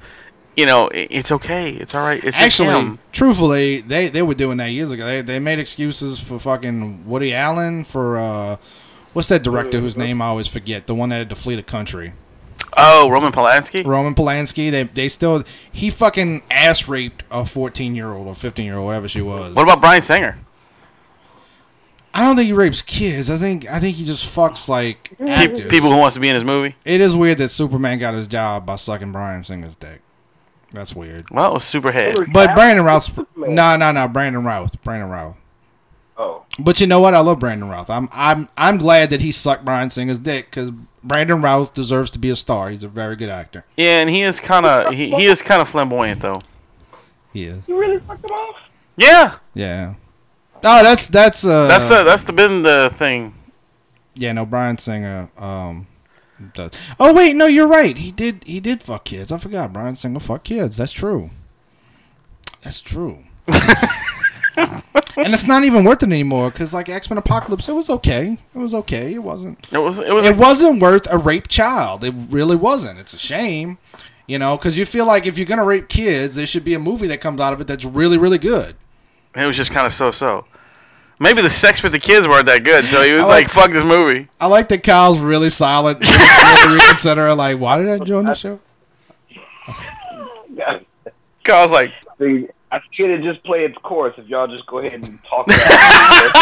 [SPEAKER 2] you know, i- it's okay, it's all right, it's just
[SPEAKER 3] Actually,
[SPEAKER 2] him.
[SPEAKER 3] truthfully, they, they were doing that years ago. They, they made excuses for fucking Woody Allen for uh, what's that director whose name I always forget? The one that had to flee the country.
[SPEAKER 2] Oh, Roman Polanski.
[SPEAKER 3] Roman Polanski. They they still he fucking ass raped a fourteen year old or fifteen year old, whatever she was.
[SPEAKER 2] What about Brian Singer?
[SPEAKER 3] I don't think he rapes kids. I think I think he just fucks like
[SPEAKER 2] Pe-
[SPEAKER 3] actors.
[SPEAKER 2] people who wants to be in his movie.
[SPEAKER 3] It is weird that Superman got his job by sucking Brian Singer's dick. That's weird.
[SPEAKER 2] Well, it was Superhead.
[SPEAKER 3] But Brandon Routh, no, no, no, Brandon Routh, Brandon Routh.
[SPEAKER 4] Oh,
[SPEAKER 3] But you know what? I love Brandon Routh. I'm, I'm, I'm glad that he sucked Brian Singer's dick because Brandon Routh deserves to be a star. He's a very good actor.
[SPEAKER 2] Yeah, and he is kind of he, he is kind of flamboyant though.
[SPEAKER 3] He is.
[SPEAKER 4] you really fucked him off?
[SPEAKER 2] Yeah,
[SPEAKER 3] Yeah. Oh, that's that's uh.
[SPEAKER 2] that's the that's the been the thing.
[SPEAKER 3] yeah. No, Brian Singer. Um. Does. Oh wait, no, you're right. He did. He did fuck kids. I forgot. Brian Singer fuck kids. That's true. That's true. and it's not even worth it anymore because like X Men Apocalypse, it was okay. It was okay. It wasn't.
[SPEAKER 2] It was it was
[SPEAKER 3] it wasn't worth a rape child. It really wasn't. It's a shame, you know, because you feel like if you're gonna rape kids, there should be a movie that comes out of it that's really, really good.
[SPEAKER 2] it was just kind of so so. Maybe the sex with the kids weren't that good, so he was
[SPEAKER 3] I
[SPEAKER 2] like,
[SPEAKER 3] like-
[SPEAKER 2] "Fuck this movie."
[SPEAKER 3] I like that Kyle's really silent, really reconsidering. Like, why did I join the show?
[SPEAKER 2] I was like,
[SPEAKER 4] See, I should have just played its course if y'all just go ahead and talk about it.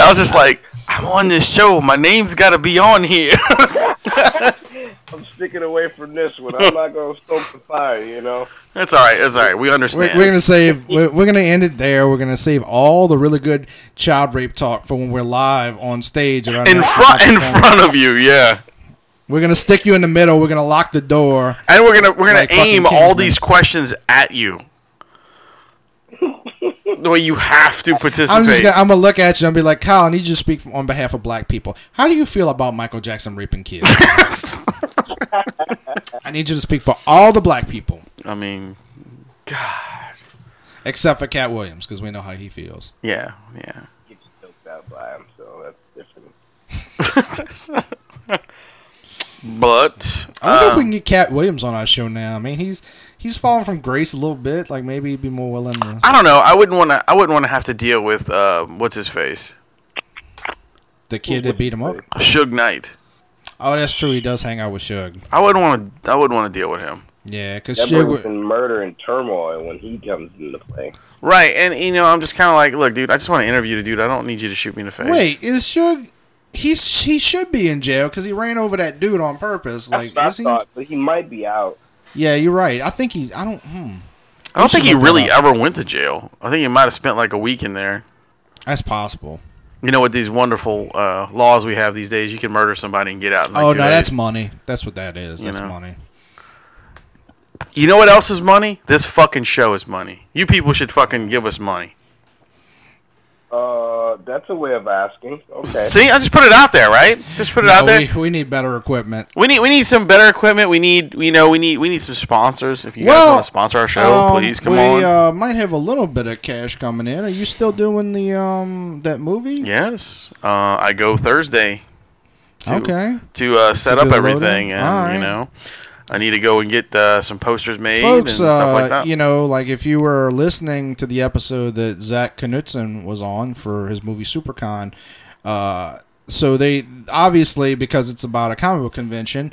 [SPEAKER 2] I was just like, I'm on this show. My name's got to be on here.
[SPEAKER 4] I'm sticking away from this one. I'm not going to stoke the fire, you know?
[SPEAKER 2] it's all right. It's all right. We
[SPEAKER 3] We're,
[SPEAKER 2] understand.
[SPEAKER 3] we're gonna save. We're, we're gonna end it there. We're gonna save all the really good child rape talk for when we're live on stage. Around
[SPEAKER 2] in
[SPEAKER 3] that
[SPEAKER 2] front, in
[SPEAKER 3] microphone.
[SPEAKER 2] front of you. Yeah.
[SPEAKER 3] We're gonna stick you in the middle. We're gonna lock the door.
[SPEAKER 2] And we're gonna we're gonna
[SPEAKER 3] Like fucking
[SPEAKER 2] aim all
[SPEAKER 3] Kingsman.
[SPEAKER 2] these questions at you. the way you have to participate.
[SPEAKER 3] I'm just gonna, I'm gonna look at you and be like, Kyle, I need you to speak on behalf of black people. How do you feel about Michael Jackson raping kids? I need you to speak for all the black people
[SPEAKER 2] I mean,
[SPEAKER 3] except for Cat Williams because we know how he feels.
[SPEAKER 2] yeah, yeah.
[SPEAKER 4] Gets choked out by him, so that's different.
[SPEAKER 2] But
[SPEAKER 3] I wonder if we can get Cat Williams on our show now. I mean, he's he's fallen from grace a little bit. Like maybe he'd be more willing to.
[SPEAKER 2] I don't know. I wouldn't want to. I wouldn't want to have to deal with uh, what's his face,
[SPEAKER 3] The kid that beat him up.
[SPEAKER 2] Suge Knight.
[SPEAKER 3] Oh, that's true. He does hang out with Suge.
[SPEAKER 2] I wouldn't want to. I wouldn't want to deal with him.
[SPEAKER 3] Yeah, because
[SPEAKER 4] That
[SPEAKER 3] Suge. would-
[SPEAKER 4] brings in murder and turmoil when he comes into play.
[SPEAKER 2] Right, and you know, I'm just kind of like, look, dude, I just want to interview the dude. I don't need you to shoot me in the face.
[SPEAKER 3] Wait, is Suge? He's he should be in jail because he ran over that dude on purpose. Like,
[SPEAKER 4] That's what I
[SPEAKER 3] is he?
[SPEAKER 4] thought, but he might be out.
[SPEAKER 3] Yeah, you're right. I think he's. I don't. Hmm.
[SPEAKER 2] I don't think he
[SPEAKER 3] look that
[SPEAKER 2] really ever went to jail. I think he might have spent like a week in there.
[SPEAKER 3] That's possible.
[SPEAKER 2] You know, with these wonderful uh, laws we have these days, you can murder somebody and get out. In like
[SPEAKER 3] oh
[SPEAKER 2] two
[SPEAKER 3] no,
[SPEAKER 2] days.
[SPEAKER 3] that's money. That's what that is. That's
[SPEAKER 2] know.
[SPEAKER 3] money.
[SPEAKER 2] you know what else is money? This fucking show is money. You people should fucking give us money.
[SPEAKER 4] Uh, that's a way of asking. Okay.
[SPEAKER 2] See, I just put it out there, right? Just put it out
[SPEAKER 3] No,
[SPEAKER 2] there.
[SPEAKER 3] we, we need better equipment.
[SPEAKER 2] We need we need some better equipment. We need you know we need we need some sponsors. If you guys
[SPEAKER 3] Well,
[SPEAKER 2] want to sponsor our show,
[SPEAKER 3] Um,
[SPEAKER 2] please come
[SPEAKER 3] we,
[SPEAKER 2] on.
[SPEAKER 3] uh, might have a little bit of cash coming in. Are you still doing the um that movie?
[SPEAKER 2] yes, uh, I go Thursday to-
[SPEAKER 3] Okay.
[SPEAKER 2] to uh, set
[SPEAKER 3] To
[SPEAKER 2] up
[SPEAKER 3] do the
[SPEAKER 2] everything,
[SPEAKER 3] loading?
[SPEAKER 2] and
[SPEAKER 3] All right.
[SPEAKER 2] you know I need to go and get uh, some posters made
[SPEAKER 3] Folks,
[SPEAKER 2] and stuff like
[SPEAKER 3] uh,
[SPEAKER 2] that.
[SPEAKER 3] you know, like if you were listening to the episode that Zach Knutson was on for his movie Supercon, uh, so they obviously because it's about a comic book convention,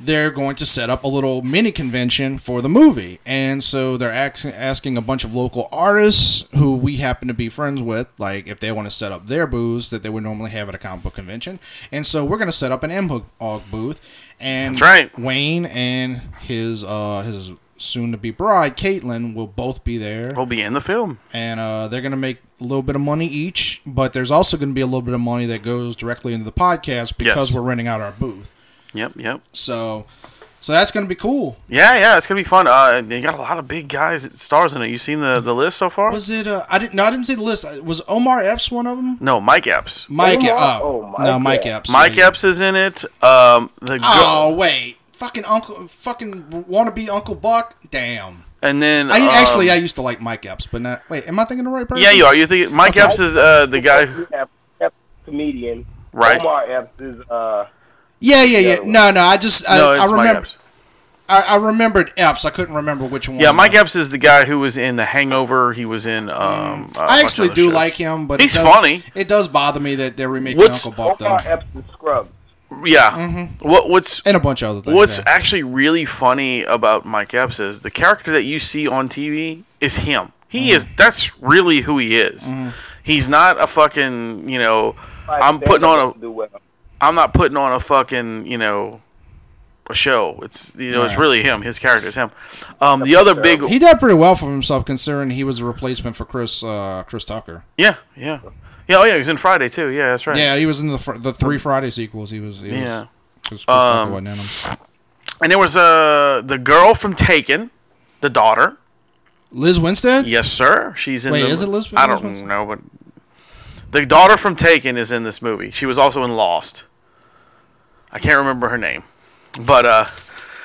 [SPEAKER 3] they're going to set up a little mini convention for the movie, and so they're ax- asking a bunch of local artists who we happen to be friends with, like if they want to set up their booths that they would normally have at a comic book convention, and so we're going to set up an MHOG booth, and
[SPEAKER 2] That's right.
[SPEAKER 3] Wayne and his uh his soon to be bride Caitlin will both be there,
[SPEAKER 2] we'll be in the film.
[SPEAKER 3] and uh, they're gonna make a little bit of money each. But there's also gonna be a little bit of money that goes directly into the podcast because we're renting out our booth.
[SPEAKER 2] Yep, yep.
[SPEAKER 3] So, so that's gonna be cool.
[SPEAKER 2] Yeah, yeah. It's gonna be fun. Uh, they got a lot of big guys stars in it. You seen the the list so far?
[SPEAKER 3] Was it? Uh, I didn't. No, I didn't see the list. Was Omar Epps one of them?
[SPEAKER 2] no, Mike Epps.
[SPEAKER 3] Mike.
[SPEAKER 4] Omar?
[SPEAKER 3] uh,
[SPEAKER 4] Oh, Mike
[SPEAKER 3] no, Mike
[SPEAKER 4] Epps.
[SPEAKER 3] Epps.
[SPEAKER 2] Mike
[SPEAKER 3] yeah.
[SPEAKER 2] Epps is in it. Um, the girl,
[SPEAKER 3] Oh wait, fucking uncle, fucking wannabe Uncle Buck. Damn.
[SPEAKER 2] and then
[SPEAKER 3] I
[SPEAKER 2] um,
[SPEAKER 3] actually I used to like Mike Epps, but not. Wait, am I thinking the right person?
[SPEAKER 2] Yeah, you are. You think Mike Epps is uh, the guy? Who,
[SPEAKER 4] We have Epps, comedian.
[SPEAKER 2] Right.
[SPEAKER 3] Oh
[SPEAKER 4] Omar Epps is uh.
[SPEAKER 3] Yeah, yeah, yeah.
[SPEAKER 4] other one.
[SPEAKER 3] No, no. I just I,
[SPEAKER 2] no,
[SPEAKER 3] I
[SPEAKER 2] it's
[SPEAKER 3] remember.
[SPEAKER 2] Mike Epps.
[SPEAKER 3] I, I remembered Epps. I couldn't remember which one.
[SPEAKER 2] Yeah, Mike Epps is the guy who was in The Hangover. He was in. Um, a
[SPEAKER 3] Mm. I
[SPEAKER 2] bunch
[SPEAKER 3] actually
[SPEAKER 2] of other
[SPEAKER 3] do
[SPEAKER 2] shows.
[SPEAKER 3] like him, but
[SPEAKER 2] He's
[SPEAKER 3] it does,
[SPEAKER 2] funny.
[SPEAKER 3] It does bother me that they're remaking
[SPEAKER 2] What's-
[SPEAKER 3] Uncle Buck though,
[SPEAKER 4] Omar Epps is Scrubs.
[SPEAKER 2] Yeah.
[SPEAKER 3] Mm-hmm.
[SPEAKER 2] What what's
[SPEAKER 3] and a bunch of other things.
[SPEAKER 2] what's
[SPEAKER 3] yeah.
[SPEAKER 2] actually really funny about Mike Epps is the character that you see on TV is him. He
[SPEAKER 3] Mm-hmm.
[SPEAKER 2] is. That's really who he is. He's not a fucking. You know. I'm putting on a.
[SPEAKER 4] Do well.
[SPEAKER 2] I'm not putting on a fucking you know a show. It's you know it's
[SPEAKER 3] Right.
[SPEAKER 2] really him. His character is him. Um, the other big
[SPEAKER 3] he did pretty well for himself considering he was a replacement for Chris uh, Chris Tucker.
[SPEAKER 2] yeah yeah yeah oh yeah he's in Friday too. Yeah that's right.
[SPEAKER 3] Yeah, he was in the fr- the three Friday sequels. He was, he was
[SPEAKER 2] Yeah. Um,
[SPEAKER 3] 'cause Chris Tucker wasn't in 'em.
[SPEAKER 2] And there was uh the girl from Taken, the daughter.
[SPEAKER 3] Liz Winstead.
[SPEAKER 2] Yes sir. She's in.
[SPEAKER 3] Wait,
[SPEAKER 2] the,
[SPEAKER 3] is it Liz-
[SPEAKER 2] I
[SPEAKER 3] Liz
[SPEAKER 2] don't
[SPEAKER 3] Winstead?
[SPEAKER 2] know, but the daughter from Taken is in this movie. She was also in Lost. I can't remember her name, but uh,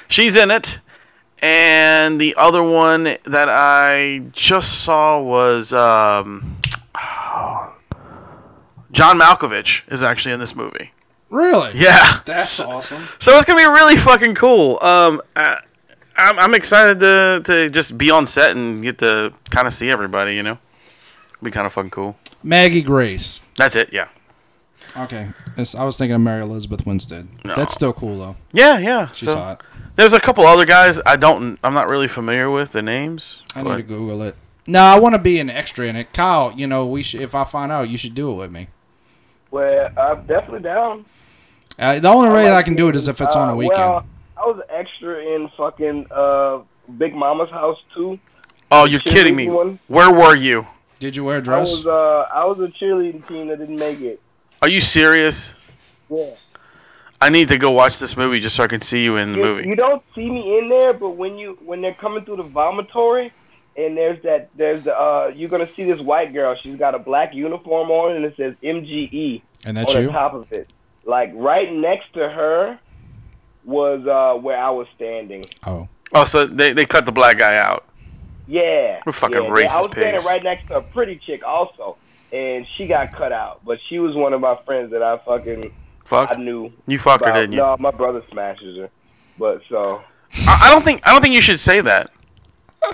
[SPEAKER 2] she's in it. And the other one that I just saw was um, John Malkovich is actually in this movie.
[SPEAKER 3] Really?
[SPEAKER 2] Yeah.
[SPEAKER 3] That's awesome.
[SPEAKER 2] So it's gonna be really fucking cool. Um, I, I'm, I'm excited to to just be on set and get to kind of see everybody. You know, be kind of fucking cool.
[SPEAKER 3] Maggie Grace.
[SPEAKER 2] That's it. Yeah.
[SPEAKER 3] Okay, That's- I was thinking of Mary Elizabeth Winstead.
[SPEAKER 2] No.
[SPEAKER 3] That's still cool though.
[SPEAKER 2] Yeah, yeah.
[SPEAKER 3] She
[SPEAKER 2] so
[SPEAKER 3] saw it.
[SPEAKER 2] there's a couple other guys I don't. I'm not really familiar with the names.
[SPEAKER 3] I
[SPEAKER 2] but-
[SPEAKER 3] need to Google it. No, I want to be an extra in it. Kyle, you know, we should, if I find out, you should do it with me.
[SPEAKER 4] Well, I'm definitely down.
[SPEAKER 3] Uh, the only way that I
[SPEAKER 4] like
[SPEAKER 3] can
[SPEAKER 4] to
[SPEAKER 3] do it
[SPEAKER 4] be-
[SPEAKER 3] is if it's on
[SPEAKER 4] uh,
[SPEAKER 3] a weekend.
[SPEAKER 4] Well, I was an extra in fucking uh, Big Mama's house too.
[SPEAKER 2] oh, you're
[SPEAKER 4] Should
[SPEAKER 2] kidding
[SPEAKER 4] we
[SPEAKER 2] me.
[SPEAKER 4] do one?
[SPEAKER 2] Where were you?
[SPEAKER 3] Did you wear a
[SPEAKER 4] I
[SPEAKER 3] dress?
[SPEAKER 4] was uh, I was a cheerleading team that didn't make it.
[SPEAKER 2] Are you serious?
[SPEAKER 4] Yeah.
[SPEAKER 2] I need to go watch this movie just so I can see you in the
[SPEAKER 4] you,
[SPEAKER 2] movie.
[SPEAKER 4] you don't see me in there, but when you when they're coming through the vomitory, and there's that there's the uh, you're gonna see this white girl. She's got a black uniform on, and it says MGE
[SPEAKER 3] And
[SPEAKER 4] on
[SPEAKER 3] that's
[SPEAKER 4] the
[SPEAKER 3] you.
[SPEAKER 4] top of it. Like right next to her was uh, where I was standing.
[SPEAKER 3] Oh,
[SPEAKER 2] Oh, so they, they cut the black guy out.
[SPEAKER 4] Yeah,
[SPEAKER 2] We're fucking
[SPEAKER 4] yeah.
[SPEAKER 2] racist
[SPEAKER 4] I was
[SPEAKER 2] pigs.
[SPEAKER 4] standing right next to a pretty chick also, and she got cut out. But she was one of my friends that I fucking
[SPEAKER 2] Fuck.
[SPEAKER 4] I knew.
[SPEAKER 2] You fucked her,
[SPEAKER 4] about-
[SPEAKER 2] didn't you?
[SPEAKER 4] No, my brother smashes her. But so.
[SPEAKER 2] I, I don't think I don't think you should say that.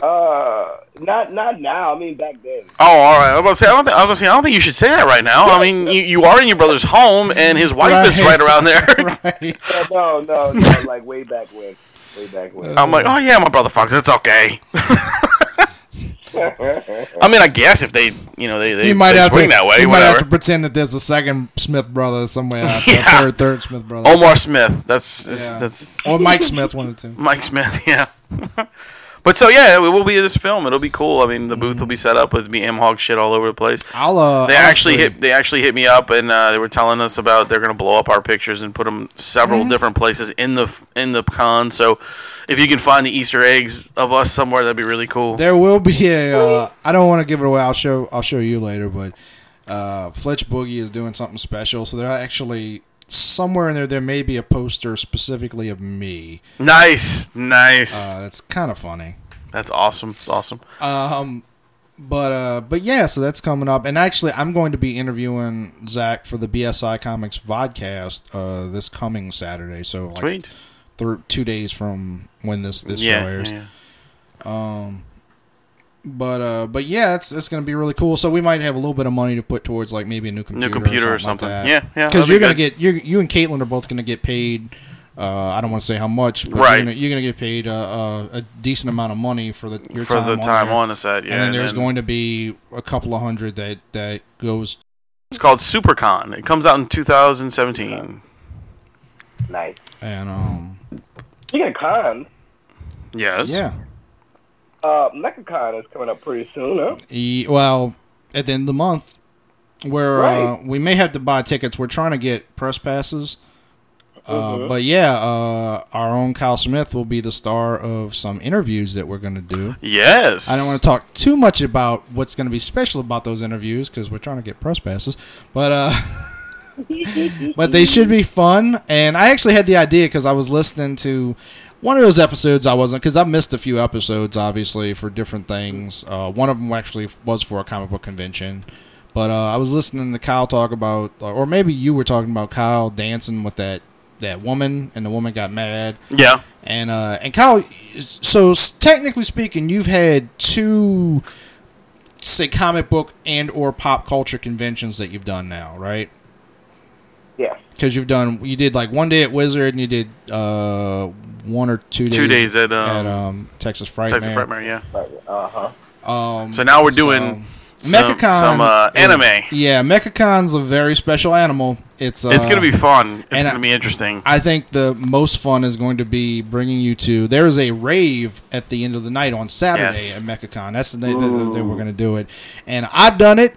[SPEAKER 4] Uh, not not now. I mean, back then.
[SPEAKER 2] Oh, all right. I was about to say I don't think I was about to say I don't think you should say that right now. I mean, you, you are in your brother's home, and his wife is
[SPEAKER 3] Right.
[SPEAKER 2] right around there.
[SPEAKER 3] right.
[SPEAKER 4] Yeah, no, no, no. like way back when. Way back when.
[SPEAKER 2] I'm like, oh yeah, my brother fucks. It's okay. I mean, I guess if they, you know, they they,
[SPEAKER 3] You might
[SPEAKER 2] they
[SPEAKER 3] have
[SPEAKER 2] swing
[SPEAKER 3] to.
[SPEAKER 2] that way,
[SPEAKER 3] you might
[SPEAKER 2] whatever.
[SPEAKER 3] have to pretend that there's a second Smith brother somewhere out there,
[SPEAKER 2] Yeah.
[SPEAKER 3] third, third Smith brother,
[SPEAKER 2] Omar Smith. That's that's-
[SPEAKER 3] Yeah.
[SPEAKER 2] that's
[SPEAKER 3] or Mike Smith, one of the two.
[SPEAKER 2] Mike Smith, yeah. but so yeah, it will be this film. It'll be cool. I mean, the booth will be set up with me M Hog shit all over the place.
[SPEAKER 3] I'll. Uh,
[SPEAKER 2] They
[SPEAKER 3] I'll
[SPEAKER 2] actually
[SPEAKER 3] agree.
[SPEAKER 2] hit. They actually hit me up, and uh, they were telling us about they're gonna blow up our pictures and put them several
[SPEAKER 3] Mm-hmm.
[SPEAKER 2] different places in the in the con. So, if you can find the Easter eggs of us somewhere, that'd be really cool.
[SPEAKER 3] There will be a. Uh, I don't want to give it away. I'll show. I'll show you later. But uh, Fletch Boogie is doing something special, so they're actually somewhere in there. There may be a poster specifically of me.
[SPEAKER 2] nice, nice.
[SPEAKER 3] Uh, that's kind of funny. Um,
[SPEAKER 2] That's awesome. It's awesome.
[SPEAKER 3] But uh, but yeah, so that's coming up. And actually, I'm going to be interviewing Zach for the BSI Comics podcast uh, this coming Saturday. So like
[SPEAKER 2] Sweet.
[SPEAKER 3] thr- two days from when this this show
[SPEAKER 2] Yeah,
[SPEAKER 3] airs.
[SPEAKER 2] yeah.
[SPEAKER 3] But uh, but yeah, it's it's gonna be really cool. So we might have a little bit of money to put towards like maybe a new computer,
[SPEAKER 2] New computer or something.
[SPEAKER 3] like that.
[SPEAKER 2] Yeah, yeah, that'd
[SPEAKER 3] Because
[SPEAKER 2] be
[SPEAKER 3] you're gonna
[SPEAKER 2] good.
[SPEAKER 3] get you you and Caitlin are both gonna get paid. Uh, I don't want to say how much, but
[SPEAKER 2] Right.
[SPEAKER 3] You're gonna, you're gonna get paid uh, uh, a decent amount of money for the your
[SPEAKER 2] for
[SPEAKER 3] time
[SPEAKER 2] the
[SPEAKER 3] on
[SPEAKER 2] time
[SPEAKER 3] there.
[SPEAKER 2] on the set. Yeah,
[SPEAKER 3] and then there's going to be a couple of hundred that that goes
[SPEAKER 2] It's called SuperCon. It comes out in 2017.
[SPEAKER 4] Nice.
[SPEAKER 3] and um
[SPEAKER 4] Speaking of cons,
[SPEAKER 2] Yes.
[SPEAKER 3] yeah.
[SPEAKER 4] uh, MechaCon is coming up pretty soon, huh?
[SPEAKER 3] E- well, at the end of the month, where uh,
[SPEAKER 4] Right.
[SPEAKER 3] we may have to buy tickets. We're trying to get press passes. Uh, But yeah, uh, our own Kyle Smith will be the star of some interviews that we're going to do.
[SPEAKER 2] Yes.
[SPEAKER 3] I don't want to talk too much about what's going to be special about those interviews because we're trying to get press passes. But uh, but they should be fun. And I actually had the idea because I was listening to one of those episodes. I wasn't because I missed a few episodes, obviously, for different things. Uh, one of them actually was for a comic book convention. But uh, I was listening to Kyle talk about, or maybe you were talking about Kyle dancing with that that woman, and the woman got mad.
[SPEAKER 2] Yeah.
[SPEAKER 3] And uh, and Kyle, so s- technically speaking, you've had two, say, comic book and or pop culture conventions that you've done now, right?
[SPEAKER 4] Yes.
[SPEAKER 3] Because you've done, you did like one day at Wizard, and you did uh, one or two days,
[SPEAKER 2] Two days at, um,
[SPEAKER 3] at, um, Texas Frightmare.
[SPEAKER 2] Texas Frightmare. Yeah.
[SPEAKER 4] Right. Uh huh.
[SPEAKER 3] Um,
[SPEAKER 2] So now we're doing some,
[SPEAKER 3] MechaCon
[SPEAKER 2] some uh,
[SPEAKER 3] is-
[SPEAKER 2] anime.
[SPEAKER 3] Yeah, MechaCon's a very special animal. It's uh,
[SPEAKER 2] It's gonna be fun. It's
[SPEAKER 3] and I-
[SPEAKER 2] gonna be interesting.
[SPEAKER 3] I think the most fun is going to be bringing you to. There is a rave at the end of the night on Saturday
[SPEAKER 2] Yes.
[SPEAKER 3] at MechaCon. That's the day that, that- that we're going to do it, and I've done it.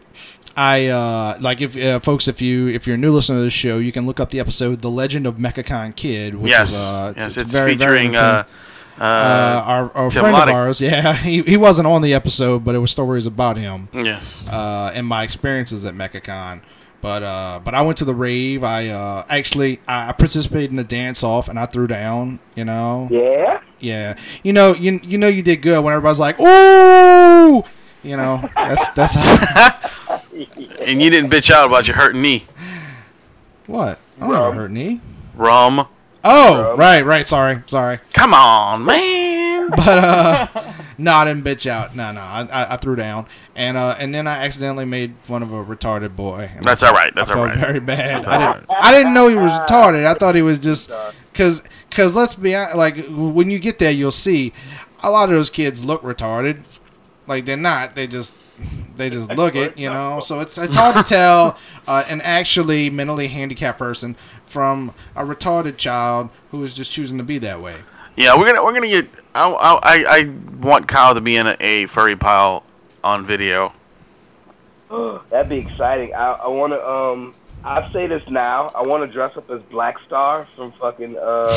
[SPEAKER 3] I uh, like if uh, folks, if you if you're a new listener to this show, you can look up the episode "The Legend of MechaCon Kid." Which
[SPEAKER 2] yes.
[SPEAKER 3] is, uh,
[SPEAKER 2] yes. It's,
[SPEAKER 3] very
[SPEAKER 2] featuring. uh,
[SPEAKER 3] entertaining. uh, our, our
[SPEAKER 2] Tim
[SPEAKER 3] friend
[SPEAKER 2] Lottie.
[SPEAKER 3] of ours. Yeah, he, he wasn't on the episode, but it was stories about him
[SPEAKER 2] yes.
[SPEAKER 3] uh, and my experiences at MechaCon. But uh, but I went to the rave. I uh, actually I I participated in the dance off and I threw down. You know, yeah.
[SPEAKER 4] Yeah.
[SPEAKER 3] You know, you you know you did good when everybody's like, ooh, you know. That's that's how,
[SPEAKER 2] And you didn't bitch out about your hurting knee.
[SPEAKER 3] what I don't
[SPEAKER 4] Bro.
[SPEAKER 3] ever hurt knee.
[SPEAKER 2] Rum.
[SPEAKER 3] Oh right right sorry sorry.
[SPEAKER 2] Come on, man.
[SPEAKER 3] But uh, no, I didn't bitch out. No no, I, I, I threw down and uh, and then I accidentally made fun of a retarded boy. And I
[SPEAKER 2] That's all right. That's
[SPEAKER 3] I
[SPEAKER 2] all
[SPEAKER 3] felt
[SPEAKER 2] right.
[SPEAKER 3] very bad. I didn't, I didn't know he was retarded. I thought he was just because because let's be hon- like when you get there, you'll see a lot of those kids look retarded. Like they're not. They just they just look it. You know. So it's it's hard to tell uh, an actually mentally handicapped person from a retarded child who is just choosing to be that way.
[SPEAKER 2] Yeah, we're gonna we're gonna get. I I, I- I want Kyle to be in a, a furry pile on video.
[SPEAKER 4] That'd be exciting. I, I want to. Um, I say this now. I want to dress up as Black Star from fucking uh,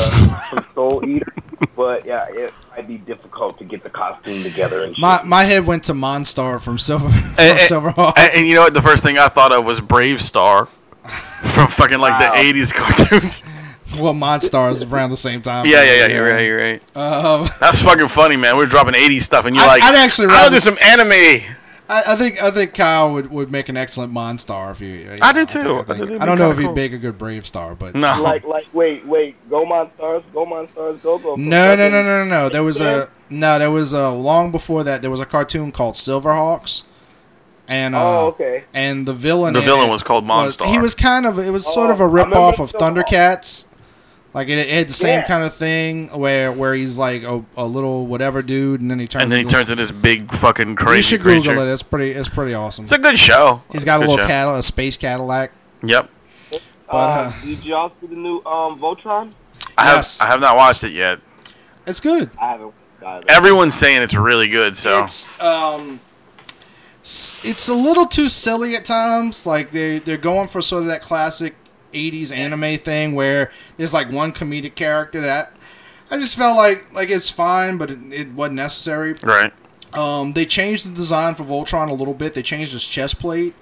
[SPEAKER 4] from Soul Eater, but yeah, it might be difficult to get the costume together. And shit.
[SPEAKER 3] My my head went to Monstar from Silver
[SPEAKER 2] Eh,
[SPEAKER 3] from
[SPEAKER 2] And-
[SPEAKER 3] Silverhawks.
[SPEAKER 2] And, and you know what? The first thing I thought of was Brave Star from fucking like
[SPEAKER 4] Wow.
[SPEAKER 2] the '80s cartoons.
[SPEAKER 3] well, Monstar is around the same time.
[SPEAKER 2] yeah, yeah, yeah. You're right. You're right.
[SPEAKER 3] Um,
[SPEAKER 2] That's fucking funny, man. We're dropping '80s stuff, and you're
[SPEAKER 3] I-
[SPEAKER 2] like,
[SPEAKER 3] I'd actually
[SPEAKER 2] I'll
[SPEAKER 3] rather-
[SPEAKER 2] do some anime.
[SPEAKER 3] I, I think I think Kyle would, would make an excellent Monstar if you. you
[SPEAKER 2] I do
[SPEAKER 3] know,
[SPEAKER 2] too. I
[SPEAKER 3] I,
[SPEAKER 2] do
[SPEAKER 3] think- I,
[SPEAKER 2] think
[SPEAKER 3] think,
[SPEAKER 2] it'd
[SPEAKER 3] I
[SPEAKER 2] be
[SPEAKER 3] don't know
[SPEAKER 2] kinda
[SPEAKER 3] if he'd
[SPEAKER 2] cool.
[SPEAKER 3] make a good Brave Star, but
[SPEAKER 2] No,
[SPEAKER 4] Like, like, wait, wait, go Monstars, go Monstars, go go. from
[SPEAKER 3] No, no,
[SPEAKER 4] fucking-
[SPEAKER 3] no, no, no, no. There was a no. There was a long before that. There was a cartoon called Silverhawks, and uh,
[SPEAKER 4] Oh, okay.
[SPEAKER 3] And the villain.
[SPEAKER 2] the
[SPEAKER 3] in
[SPEAKER 2] villain
[SPEAKER 3] it
[SPEAKER 2] was called Monstar.
[SPEAKER 3] he was kind of. It was sort
[SPEAKER 4] Oh,
[SPEAKER 3] of a
[SPEAKER 4] I remember
[SPEAKER 3] ripoff of
[SPEAKER 4] Silverhawks.
[SPEAKER 3] Thundercats. Like it, it had the same
[SPEAKER 4] Yeah.
[SPEAKER 3] kind of thing where where he's like a, a little whatever dude, and then he turns.
[SPEAKER 2] and then he
[SPEAKER 3] into-
[SPEAKER 2] turns into this big fucking crazy.
[SPEAKER 3] You should
[SPEAKER 2] creature.
[SPEAKER 3] Google it. It's pretty. It's pretty awesome.
[SPEAKER 2] It's a good show.
[SPEAKER 3] he's got a
[SPEAKER 2] It's
[SPEAKER 3] little
[SPEAKER 2] good show.
[SPEAKER 3] cattle, a space Cadillac.
[SPEAKER 2] Yep.
[SPEAKER 4] Uh,
[SPEAKER 3] uh,
[SPEAKER 4] did y'all see the new um, Voltron?
[SPEAKER 2] I have
[SPEAKER 3] Yes.
[SPEAKER 2] I have not watched it yet.
[SPEAKER 3] It's good.
[SPEAKER 4] I haven't. watched it.
[SPEAKER 2] Everyone's saying it's really good, so
[SPEAKER 3] It's um, s- it's a little too silly at times. Like they they're going for sort of that classic '80s anime thing where there's like one comedic character that I just felt like like it's fine, but it, it wasn't necessary.
[SPEAKER 2] right.
[SPEAKER 3] Um, they changed the design for Voltron a little bit. They changed his chest plate.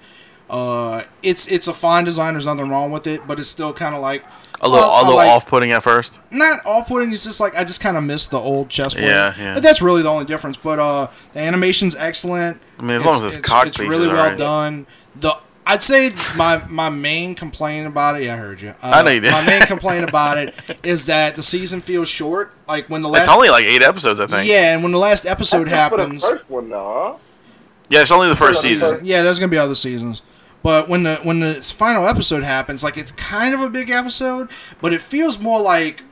[SPEAKER 3] Uh, it's it's a fine design. There's nothing wrong with it, but it's still kind of like
[SPEAKER 2] A little
[SPEAKER 3] well, I
[SPEAKER 2] a little
[SPEAKER 3] like-
[SPEAKER 2] off-putting at first.
[SPEAKER 3] not off-putting. It's just like I just kind of miss the old chess play.
[SPEAKER 2] Yeah, yeah.
[SPEAKER 3] But that's really the only difference. But uh, the animation's excellent.
[SPEAKER 2] I mean, as long as his cock
[SPEAKER 3] it's
[SPEAKER 2] piece
[SPEAKER 3] really
[SPEAKER 2] is
[SPEAKER 3] well
[SPEAKER 2] alright.
[SPEAKER 3] done. The I'd say my my main complaint about it. Yeah, I heard you. Uh,
[SPEAKER 2] I know you did.
[SPEAKER 3] My main complaint about it is that the season feels short. Like when the last
[SPEAKER 2] It's only like eight episodes, I think.
[SPEAKER 3] yeah, and when the last
[SPEAKER 4] That's
[SPEAKER 3] episode
[SPEAKER 4] just
[SPEAKER 3] happens,
[SPEAKER 4] For the first one, though. Huh?
[SPEAKER 2] Yeah, it's only the first
[SPEAKER 4] First
[SPEAKER 2] season.
[SPEAKER 4] season.
[SPEAKER 3] yeah, there's gonna be other seasons. But when the when the final episode happens, like it's kind of a big episode, but it feels more like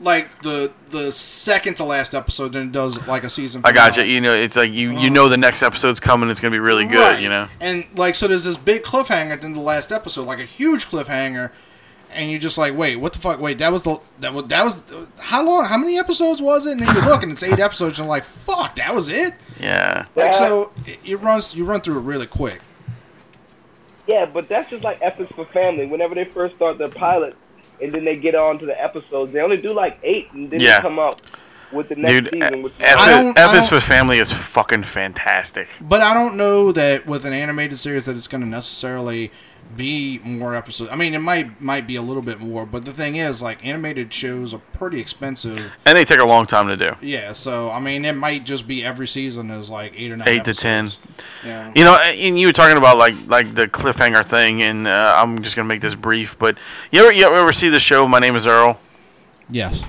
[SPEAKER 3] like the the second to last episode than it does like a season.
[SPEAKER 2] I got you.
[SPEAKER 3] finale.
[SPEAKER 2] You know, it's like you you know the next episode's coming. It's gonna be really good.
[SPEAKER 3] Right.
[SPEAKER 2] You know.
[SPEAKER 3] and like so there's this big cliffhanger in the last episode, like a huge cliffhanger, and you're just like, wait, what the fuck? Wait, that was the that was that was how long? How many episodes was it? And then you look and it's eight episodes, and you're like, fuck, that was it.
[SPEAKER 2] Yeah.
[SPEAKER 3] Like
[SPEAKER 4] Yeah.
[SPEAKER 3] so, it, it runs you run through it really quick.
[SPEAKER 4] Yeah, but that's just like episodes for family. Whenever they first start their pilot, and then they get on to the episodes, they only do like eight, and then
[SPEAKER 2] Yeah.
[SPEAKER 4] they come out with the next
[SPEAKER 2] Dude,
[SPEAKER 4] season.
[SPEAKER 2] F,
[SPEAKER 4] Which
[SPEAKER 3] I
[SPEAKER 2] F,
[SPEAKER 3] don't- I
[SPEAKER 2] F is
[SPEAKER 3] don't-
[SPEAKER 2] for family is fucking fantastic.
[SPEAKER 3] But I don't know that with an animated series that it's going to necessarily be more episodes. I mean, it might might be a little bit more, but the thing is, like animated shows are pretty expensive.
[SPEAKER 2] And they take a long time to do.
[SPEAKER 3] Yeah, so I mean, it might just be every season is like eight or nine.
[SPEAKER 2] Eight to ten.
[SPEAKER 3] episodes. Yeah.
[SPEAKER 2] You know, and you were talking about like like the cliffhanger thing, and uh, I'm just gonna make this brief. But you ever you ever see the show? My name is Earl.
[SPEAKER 3] Yes.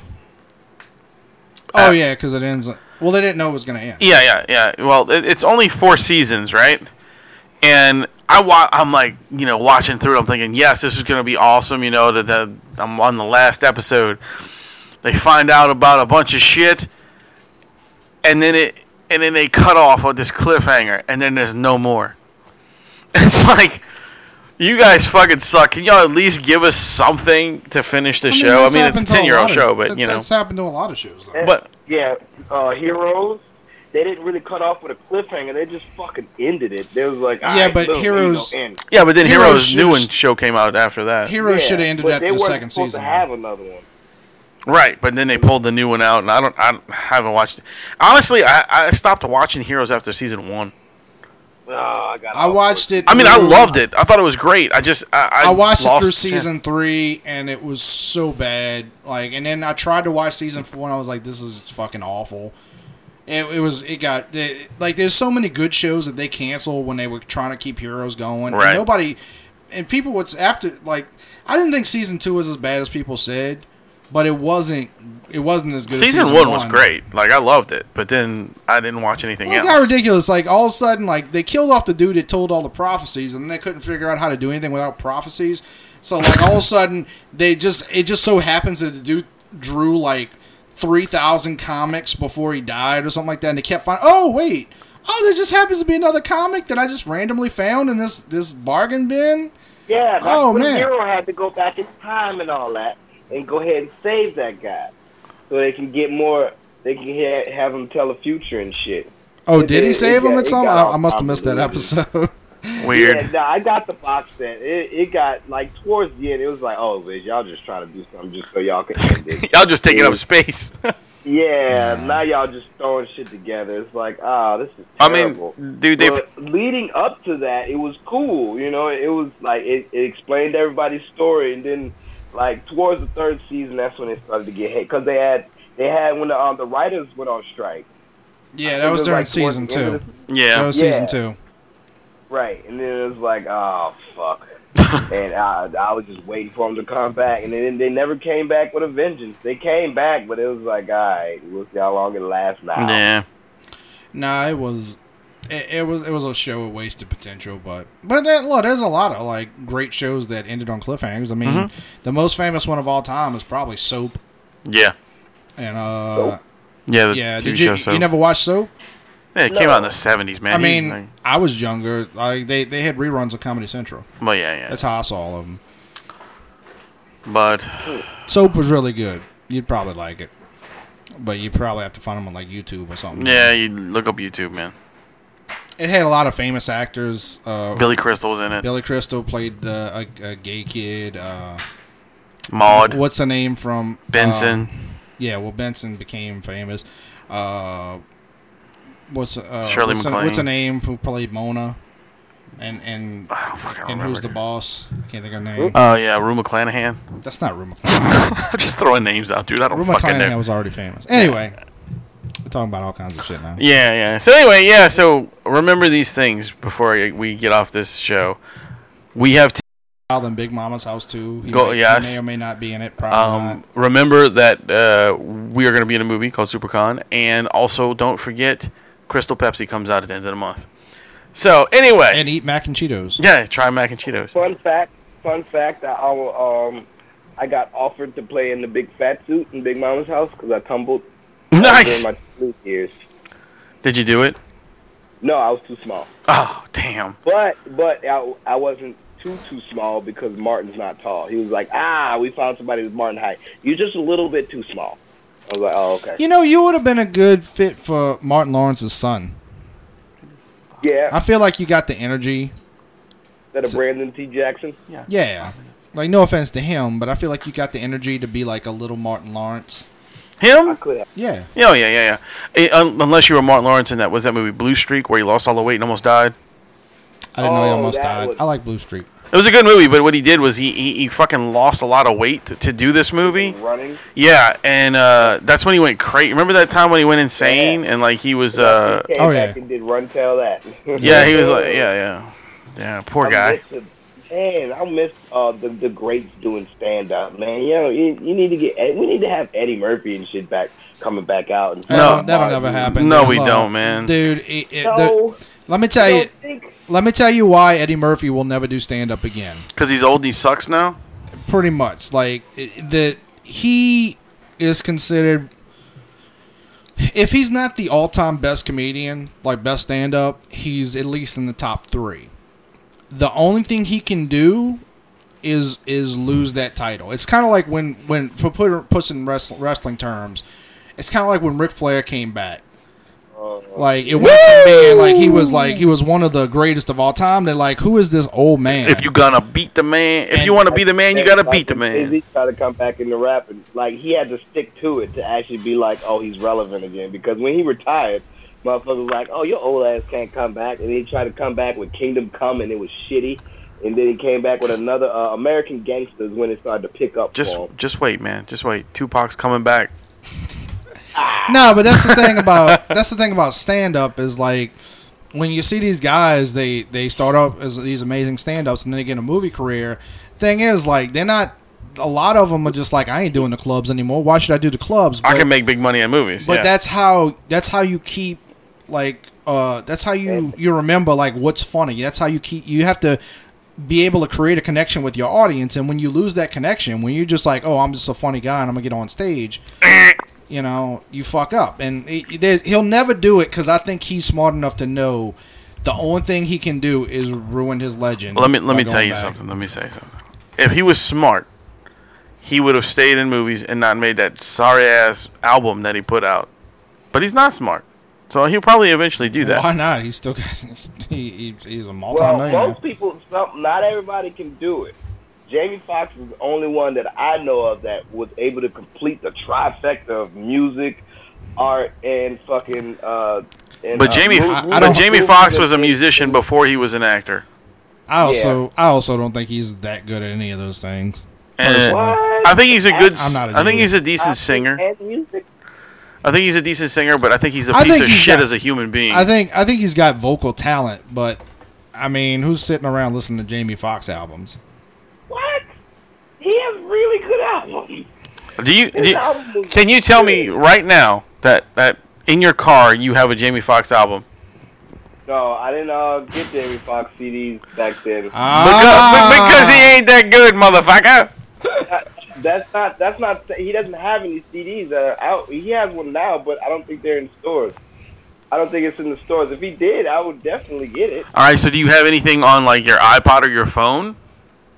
[SPEAKER 2] Uh,
[SPEAKER 3] Oh yeah, because it ends. Well, they didn't know it was going to end.
[SPEAKER 2] Yeah, yeah, yeah. Well, it, it's only four seasons, right? And I wa- I'm like, you know, watching through. it, I'm thinking, yes, this is gonna be awesome. You know, that that I'm on the last episode. They find out about a bunch of shit, and then it and then they cut off with this cliffhanger, and then there's no more. It's like. You guys fucking suck. Can y'all at least give us something to finish the show? I
[SPEAKER 3] that's
[SPEAKER 2] mean, it's a
[SPEAKER 3] happened to
[SPEAKER 2] ten year old
[SPEAKER 3] lot of-
[SPEAKER 2] show, but
[SPEAKER 3] that-
[SPEAKER 2] you know.
[SPEAKER 3] that's happened to a lot of shows. Though.
[SPEAKER 2] But
[SPEAKER 4] yeah, uh, Heroes. They didn't really cut off with a cliffhanger. They just fucking ended it. They was like,
[SPEAKER 3] Yeah,
[SPEAKER 4] "Alright,
[SPEAKER 3] but
[SPEAKER 4] boom, there you
[SPEAKER 3] Heroes-
[SPEAKER 4] go, end."
[SPEAKER 2] yeah, but then
[SPEAKER 3] Heroes
[SPEAKER 2] Heroes, new
[SPEAKER 3] should-
[SPEAKER 2] one show came out after that.
[SPEAKER 3] Heroes
[SPEAKER 4] Yeah,
[SPEAKER 3] should have ended
[SPEAKER 4] but
[SPEAKER 3] after
[SPEAKER 4] they
[SPEAKER 3] the
[SPEAKER 4] weren't
[SPEAKER 3] second
[SPEAKER 4] supposed
[SPEAKER 3] season.
[SPEAKER 4] To have another one.
[SPEAKER 2] Right, but then they pulled the new one out, and I don't, I haven't watched it. Honestly, I, I stopped watching Heroes after season one.
[SPEAKER 4] Oh, I, got
[SPEAKER 3] I watched it.
[SPEAKER 2] I mean, I
[SPEAKER 3] through-
[SPEAKER 2] loved it. I thought it was great. I just, I, I,
[SPEAKER 3] I watched it
[SPEAKER 2] lost-
[SPEAKER 3] through season three, and it was so bad. Like, and then I tried to watch season four, and I was like, "This is fucking awful." It, it was. It got it, like there's so many good shows that they canceled when they were trying to keep heroes going.
[SPEAKER 2] Right.
[SPEAKER 3] And nobody and people. What's after? Like, I didn't think season two was as bad as people said, but it wasn't. It wasn't as good.
[SPEAKER 2] Season,
[SPEAKER 3] as season
[SPEAKER 2] one was great. Like I loved it, but then I didn't watch anything
[SPEAKER 3] Well, it got
[SPEAKER 2] else.
[SPEAKER 3] ridiculous. Like all of a sudden, like they killed off the dude that told all the prophecies, and then they couldn't figure out how to do anything without prophecies. So like all of a sudden, they just it just so happens that the dude drew like three thousand comics before he died or something like that, and they kept finding. Oh wait, oh there just happens to be another comic that I just randomly found in this this bargain bin.
[SPEAKER 4] Yeah, that's
[SPEAKER 3] Oh,
[SPEAKER 4] when
[SPEAKER 3] man.
[SPEAKER 4] Hero had to go back in time and all that, and go ahead and save that guy, so they can get more. They can ha- have him tell the future and shit.
[SPEAKER 3] Oh,
[SPEAKER 4] It
[SPEAKER 3] did he
[SPEAKER 4] did.
[SPEAKER 3] save
[SPEAKER 4] It
[SPEAKER 3] him
[SPEAKER 4] got-
[SPEAKER 3] at
[SPEAKER 4] it
[SPEAKER 3] some?
[SPEAKER 4] got
[SPEAKER 3] I,
[SPEAKER 4] all
[SPEAKER 3] I must have missed that
[SPEAKER 4] convoluted.
[SPEAKER 3] episode.
[SPEAKER 2] Weird.
[SPEAKER 4] Yeah, no, I got the box set. It, it got like towards the end. It was like, oh, bitch, y'all just trying to do something just so y'all can end it.
[SPEAKER 2] Y'all just taking up
[SPEAKER 4] Yeah.
[SPEAKER 2] space.
[SPEAKER 4] yeah, now y'all just throwing shit together. It's like, ah, this is
[SPEAKER 2] I
[SPEAKER 4] terrible.
[SPEAKER 2] mean, dude, they
[SPEAKER 4] But leading up to that, it was cool. You know, it was like it, it explained everybody's story, and then like towards the third season, that's when it started to get hit because they had they had when the um, the writers went on strike.
[SPEAKER 3] Yeah, that was
[SPEAKER 4] It
[SPEAKER 3] during
[SPEAKER 4] like, towards
[SPEAKER 3] season
[SPEAKER 4] the end
[SPEAKER 3] two.
[SPEAKER 4] of the-
[SPEAKER 3] That
[SPEAKER 2] yeah.
[SPEAKER 3] was
[SPEAKER 4] Yeah.
[SPEAKER 3] season two.
[SPEAKER 4] Right, and then it was like, oh fuck, and I, I was just waiting for them to come back, and then they never came back with a vengeance. They came back, but it was like, all right, we'll see how long it lasts now.
[SPEAKER 2] Yeah.
[SPEAKER 3] Nah, it was. It, it was it was a show with wasted potential, but but that, look, there's a lot of like great shows that ended on cliffhangers. I mean, the most famous one of all time is probably Soap,
[SPEAKER 2] Yeah.
[SPEAKER 3] and uh,
[SPEAKER 2] Yeah, the
[SPEAKER 3] yeah,
[SPEAKER 2] TV
[SPEAKER 3] did
[SPEAKER 2] show.
[SPEAKER 3] you
[SPEAKER 2] So
[SPEAKER 3] you never watched Soap?
[SPEAKER 2] yeah, it came out in the seventies, man.
[SPEAKER 3] I
[SPEAKER 2] You-
[SPEAKER 3] mean,
[SPEAKER 2] like-
[SPEAKER 3] I was younger. Like they they had reruns of Comedy Central.
[SPEAKER 2] well, yeah, yeah.
[SPEAKER 3] That's how I saw all of them.
[SPEAKER 2] But
[SPEAKER 3] Soap was really good. You'd probably like it, but you probably have to find them on like YouTube or something.
[SPEAKER 2] yeah, you look up YouTube, man.
[SPEAKER 3] it had a lot of famous actors. Uh,
[SPEAKER 2] Billy Crystal's in it.
[SPEAKER 3] Billy Crystal played the a, a gay kid. Uh,
[SPEAKER 2] Maud
[SPEAKER 3] what's the name from uh,
[SPEAKER 2] Benson.
[SPEAKER 3] yeah, well Benson became famous. Uh, what's uh,
[SPEAKER 2] Shirley
[SPEAKER 3] what's, her- what's
[SPEAKER 2] MacLaine.
[SPEAKER 3] her name who played Mona? And and
[SPEAKER 2] I don't fucking
[SPEAKER 3] and
[SPEAKER 2] remember.
[SPEAKER 3] who's the
[SPEAKER 2] dude.
[SPEAKER 3] boss? I can't think of her name.
[SPEAKER 2] Oh yeah, Rue McClanahan.
[SPEAKER 3] That's not Rue McClanahan.
[SPEAKER 2] I'm just throwing names out, dude. I don't
[SPEAKER 3] Rue
[SPEAKER 2] fucking know.
[SPEAKER 3] McClanahan was already famous. Anyway, we're talking about all kinds of shit now.
[SPEAKER 2] Yeah, yeah. So anyway, yeah. So remember these things before y- we get off this show. We have. T-
[SPEAKER 3] Child in Big Mama's house too. He
[SPEAKER 2] Go-
[SPEAKER 3] may, he
[SPEAKER 2] yes.
[SPEAKER 3] may or may not be in it. Probably
[SPEAKER 2] um,
[SPEAKER 3] not.
[SPEAKER 2] remember that uh, we are going to be in a movie called SuperCon, and also don't forget Crystal Pepsi comes out at the end of the month. So anyway,
[SPEAKER 3] And eat mac and Cheetos.
[SPEAKER 2] yeah, try mac and Cheetos.
[SPEAKER 4] Fun fact, fun fact, I I, um I got offered to play in the big fat suit in Big Mama's house because I tumbled
[SPEAKER 2] Nice.
[SPEAKER 4] during my youth years.
[SPEAKER 2] Did you do it?
[SPEAKER 4] No, I was too small,
[SPEAKER 2] Oh damn.
[SPEAKER 4] but but I, I wasn't too too small because Martin's not tall. He was like, ah, we found somebody with Martin height. You're just a little bit too small. I was like, oh okay,
[SPEAKER 3] You know, you would have been a good fit for Martin Lawrence's son.
[SPEAKER 4] yeah,
[SPEAKER 3] I feel like you got the energy.
[SPEAKER 4] instead of Brandon T. Jackson.
[SPEAKER 3] Yeah. Like no offense to him, but I feel like you got the energy to be like a little Martin Lawrence.
[SPEAKER 4] I
[SPEAKER 2] Him?
[SPEAKER 4] could have.
[SPEAKER 3] Yeah.
[SPEAKER 2] Yeah, oh, yeah, yeah, yeah. Eh, un- unless you were Martin Lawrence in that was that movie Blue Streak where he lost all the weight and almost died.
[SPEAKER 3] I didn't know he
[SPEAKER 4] Oh,
[SPEAKER 3] almost
[SPEAKER 4] that
[SPEAKER 3] died.
[SPEAKER 4] was-
[SPEAKER 3] I like Blue Streak.
[SPEAKER 2] It was a good movie, but what he did was he he, he fucking lost a lot of weight to, to do this movie.
[SPEAKER 4] Running,
[SPEAKER 2] Yeah, and uh, that's when he went crazy. Remember that time when he went insane and like he was uh
[SPEAKER 4] He came
[SPEAKER 3] oh,
[SPEAKER 4] back
[SPEAKER 3] yeah.
[SPEAKER 4] and did run tell that.
[SPEAKER 2] yeah he was like yeah yeah yeah poor
[SPEAKER 4] I
[SPEAKER 2] guy.
[SPEAKER 4] miss the- Man, I miss uh, the the greats doing stand up. Man, you know, you, you need to get Ed- we need to have Eddie Murphy and shit back coming back out. And
[SPEAKER 3] That'll, that'll never happen.
[SPEAKER 2] No,
[SPEAKER 3] dude.
[SPEAKER 2] we
[SPEAKER 3] Look,
[SPEAKER 2] don't, man.
[SPEAKER 3] Dude, it, it,
[SPEAKER 4] No,
[SPEAKER 3] the- let me tell
[SPEAKER 4] I
[SPEAKER 3] you.
[SPEAKER 4] don't think
[SPEAKER 3] Let me tell you why Eddie Murphy will never do stand up again.
[SPEAKER 2] Because he's old and he sucks now.
[SPEAKER 3] pretty much like it- the he is considered if he's not the all-time best comedian like best stand-up he's at least in the top three the only thing he can do is is lose that title it's kind of like when when for put, puts in wrestling, wrestling terms it's kind of like when Ric Flair came back like it went from being like he was like he was one of the greatest of all time. They're like, who is this old man?
[SPEAKER 2] If you gonna beat the man, if
[SPEAKER 3] And-
[SPEAKER 2] you want to be the man, you gotta beat the man.
[SPEAKER 4] Jay-Z tried to come back in the rap, and like he had to stick to it to actually be like, oh, he's relevant again. Because when he retired, motherfuckers was like, oh, your old ass can't come back. And then he tried to come back with Kingdom Come, and it was shitty. And then he came back with another uh, American Gangsters when it started to pick up.
[SPEAKER 2] Just
[SPEAKER 4] for him.
[SPEAKER 2] just wait, man. Just wait. Tupac's coming back.
[SPEAKER 3] No, but that's the thing about that's the thing about stand up is like when you see these guys, they they start up as these amazing stand ups and then they get a movie career. Thing is, like they're not. A lot of them are just like, I ain't doing the clubs anymore. Why should I do the clubs?
[SPEAKER 2] I can make big money at movies.
[SPEAKER 3] but
[SPEAKER 2] yeah.
[SPEAKER 3] that's how that's how you keep like uh that's how you you remember like what's funny that's how you keep you have to be able to create a connection with your audience and when you lose that connection when you're just like oh i'm just a funny guy and i'm gonna get on stage you know you fuck up and it, it- there's, he'll never do it because i think he's smart enough to know the only thing he can do is ruin his legend
[SPEAKER 2] let me let
[SPEAKER 3] by
[SPEAKER 2] me
[SPEAKER 3] going
[SPEAKER 2] tell you
[SPEAKER 3] back.
[SPEAKER 2] something. Let me say something. If he was smart, he would have stayed in movies and not made that sorry ass album that he put out. But he's not smart, So he'll probably eventually do that.
[SPEAKER 3] Why not? He's still got. He, he, he's a
[SPEAKER 4] Well,
[SPEAKER 3] multi-millionaire.
[SPEAKER 4] most people, some, not everybody can do it. Jamie Foxx is the only one that I know of that was able to complete the trifecta of music, art, and fucking. Uh, and,
[SPEAKER 2] But
[SPEAKER 4] uh,
[SPEAKER 2] Jamie,
[SPEAKER 4] mo-
[SPEAKER 3] I- I
[SPEAKER 4] mo-
[SPEAKER 2] but
[SPEAKER 3] don't-
[SPEAKER 2] Jamie
[SPEAKER 4] movies
[SPEAKER 2] Foxx was a
[SPEAKER 4] and-
[SPEAKER 2] musician before he was an actor.
[SPEAKER 3] I also, I also don't think he's that good at any of those things.
[SPEAKER 2] And
[SPEAKER 4] What?
[SPEAKER 2] I think he's a good.
[SPEAKER 3] I'm not a
[SPEAKER 2] I think
[SPEAKER 3] dude.
[SPEAKER 2] he's a decent
[SPEAKER 4] Acting
[SPEAKER 2] singer.
[SPEAKER 4] And music.
[SPEAKER 2] I think he's a decent singer, but I think he's a
[SPEAKER 3] I
[SPEAKER 2] piece
[SPEAKER 3] think
[SPEAKER 2] of
[SPEAKER 3] he's
[SPEAKER 2] shit
[SPEAKER 3] got-
[SPEAKER 2] as a human being.
[SPEAKER 3] I think, I think he's got vocal talent, but I mean, who's sitting around listening to Jamie Foxx albums?
[SPEAKER 4] What? He has really good albums.
[SPEAKER 2] do you, do you-
[SPEAKER 4] album was
[SPEAKER 2] Can you tell me right now that that in your car you have a Jamie Foxx album?
[SPEAKER 4] No, I didn't uh, get Jamie Foxx CDs back then.
[SPEAKER 2] Because,
[SPEAKER 3] Ah!
[SPEAKER 2] because he ain't that good, motherfucker.
[SPEAKER 4] That's not. That's not. He doesn't have any CDs that are out. He has one now, but I don't think they're in stores. I don't think it's in the stores. If he did, I would definitely get it.
[SPEAKER 2] All right. So do you have anything on like your iPod or your phone?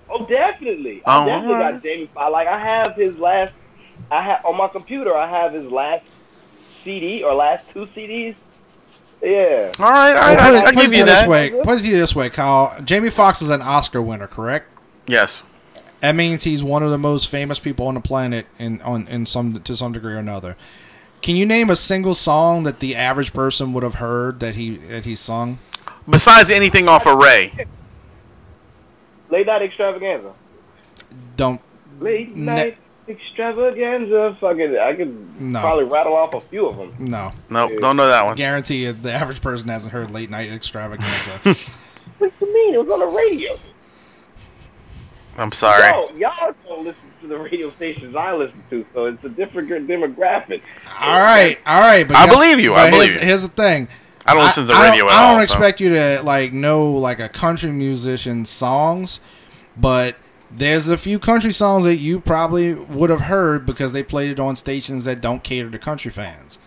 [SPEAKER 4] Oh, definitely.
[SPEAKER 2] Oh,
[SPEAKER 4] I definitely
[SPEAKER 2] alright.
[SPEAKER 4] got Jamie Foxx. Like I have his last. I have on my computer. I have his last CD or last two CDs. Yeah.
[SPEAKER 2] All right. All right.
[SPEAKER 3] Well,
[SPEAKER 2] I,
[SPEAKER 3] put
[SPEAKER 2] I'll
[SPEAKER 3] it, put it
[SPEAKER 2] give
[SPEAKER 3] to you
[SPEAKER 2] you
[SPEAKER 3] this
[SPEAKER 2] that.
[SPEAKER 3] way. Put it to you this way, Kyle. Jamie Foxx is an Oscar winner, correct?
[SPEAKER 2] Yes.
[SPEAKER 3] That means he's one of the most famous people on the planet, in on in some to some degree or another. Can you name a single song that the average person would have heard that he that he sung?
[SPEAKER 2] Besides anything off of Ray.
[SPEAKER 4] Late night extravaganza.
[SPEAKER 3] Don't
[SPEAKER 4] Late
[SPEAKER 3] Ne-
[SPEAKER 4] night extravaganza. Fucking. I could
[SPEAKER 3] No.
[SPEAKER 4] probably rattle off a few of them.
[SPEAKER 3] no.
[SPEAKER 2] Nope. Don't know that one.
[SPEAKER 3] Guarantee you, the average person hasn't heard "Late Night Extravaganza."
[SPEAKER 4] What you mean? It was on the radio.
[SPEAKER 2] I'm sorry.
[SPEAKER 4] No, y'all don't listen to the radio stations I listen to, so it's a different demographic.
[SPEAKER 3] all right, all right. But
[SPEAKER 2] I
[SPEAKER 3] guess-
[SPEAKER 2] believe you,
[SPEAKER 3] but
[SPEAKER 2] I believe
[SPEAKER 3] here's,
[SPEAKER 2] you.
[SPEAKER 3] Here's the thing.
[SPEAKER 2] I don't listen to
[SPEAKER 3] I- I
[SPEAKER 2] radio
[SPEAKER 3] don't-
[SPEAKER 2] at
[SPEAKER 3] I
[SPEAKER 2] all.
[SPEAKER 3] don't
[SPEAKER 2] so-
[SPEAKER 3] expect you to like know like a country musician's songs, but there's a few country songs that you probably would have heard because they played it on stations that don't cater to country fans.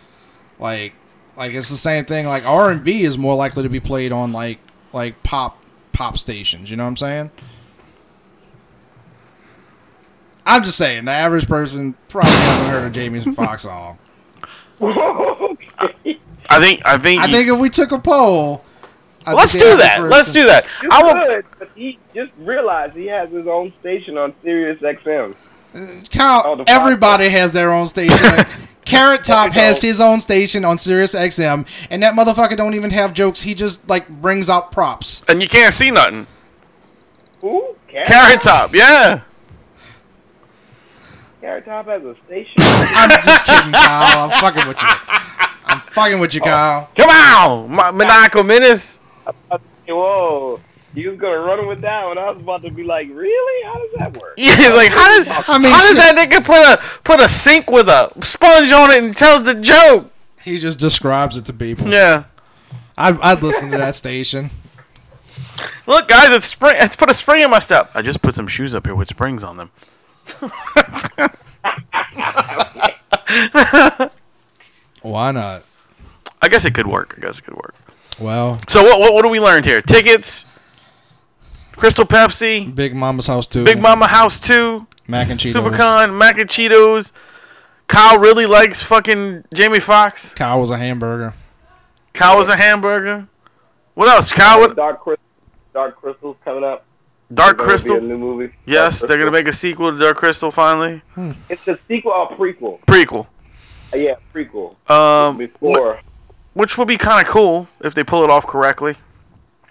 [SPEAKER 3] Like like it's the same thing. Like R and B is more likely to be played on like like pop pop stations. You know what I'm saying? I'm just saying the average person probably hasn't heard a Jamie Foxx song.
[SPEAKER 4] Okay.
[SPEAKER 2] I think. I think.
[SPEAKER 3] I
[SPEAKER 2] you-
[SPEAKER 3] think if we took a poll, I
[SPEAKER 2] Let's
[SPEAKER 3] think the
[SPEAKER 2] do
[SPEAKER 3] average
[SPEAKER 2] that. Let's
[SPEAKER 3] person-
[SPEAKER 2] do that.
[SPEAKER 4] You
[SPEAKER 2] I will.
[SPEAKER 4] could, but he just realized he has his own station on Sirius XM.
[SPEAKER 3] Kyle,
[SPEAKER 4] Oh, the podcast.
[SPEAKER 3] everybody has their own station. Carrot Top has his own station on Sirius XM, and that motherfucker don't even have jokes. He just like brings out props.
[SPEAKER 2] And you can't see nothing.
[SPEAKER 4] Who? Carrot,
[SPEAKER 2] Carrot Top. Yeah.
[SPEAKER 4] Carrot Top has a station.
[SPEAKER 3] I'm just kidding, Kyle. I'm fucking with you. I'm fucking
[SPEAKER 2] Oh.
[SPEAKER 3] with you, Kyle.
[SPEAKER 2] Come on, my maniacal menace.
[SPEAKER 4] Whoa. You was gonna run with that one. I was about to be like, really? How does that work?
[SPEAKER 2] Yeah, he's like, how does
[SPEAKER 3] I mean,
[SPEAKER 2] how does
[SPEAKER 3] shit.
[SPEAKER 2] that nigga put a put a sink with a sponge on it and tells the joke?
[SPEAKER 3] He just describes it to people.
[SPEAKER 2] Yeah.
[SPEAKER 3] I've, I'd listen to that station.
[SPEAKER 2] Look, guys, it's spring. Let's put a spring in my step. I just put some shoes up here with springs on them.
[SPEAKER 3] Why not?
[SPEAKER 2] I guess it could work. I guess it could work.
[SPEAKER 3] Well,
[SPEAKER 2] So what what, what do we learned here? Tickets, Crystal Pepsi,
[SPEAKER 3] Big Mama's house too.
[SPEAKER 2] Big Mama House Two,
[SPEAKER 3] Mac and Cheetos.
[SPEAKER 2] Supercon, Mac and Cheetos. Kyle really likes fucking Jamie Foxx.
[SPEAKER 3] Kyle was a hamburger.
[SPEAKER 2] Kyle was a hamburger. What else? Kyle, what,
[SPEAKER 4] Dark Crystal, Dark Crystal's coming up.
[SPEAKER 2] Dark
[SPEAKER 4] There's gonna
[SPEAKER 2] Crystal.
[SPEAKER 4] be a new movie. Dark
[SPEAKER 2] Yes, they're gonna
[SPEAKER 4] Crystal.
[SPEAKER 2] make a sequel to Dark Crystal finally.
[SPEAKER 4] It's a sequel or prequel?
[SPEAKER 2] Prequel.
[SPEAKER 4] Uh, Yeah, prequel.
[SPEAKER 2] Um, wh-
[SPEAKER 4] Before.
[SPEAKER 2] which will be kind of cool if they pull it off correctly.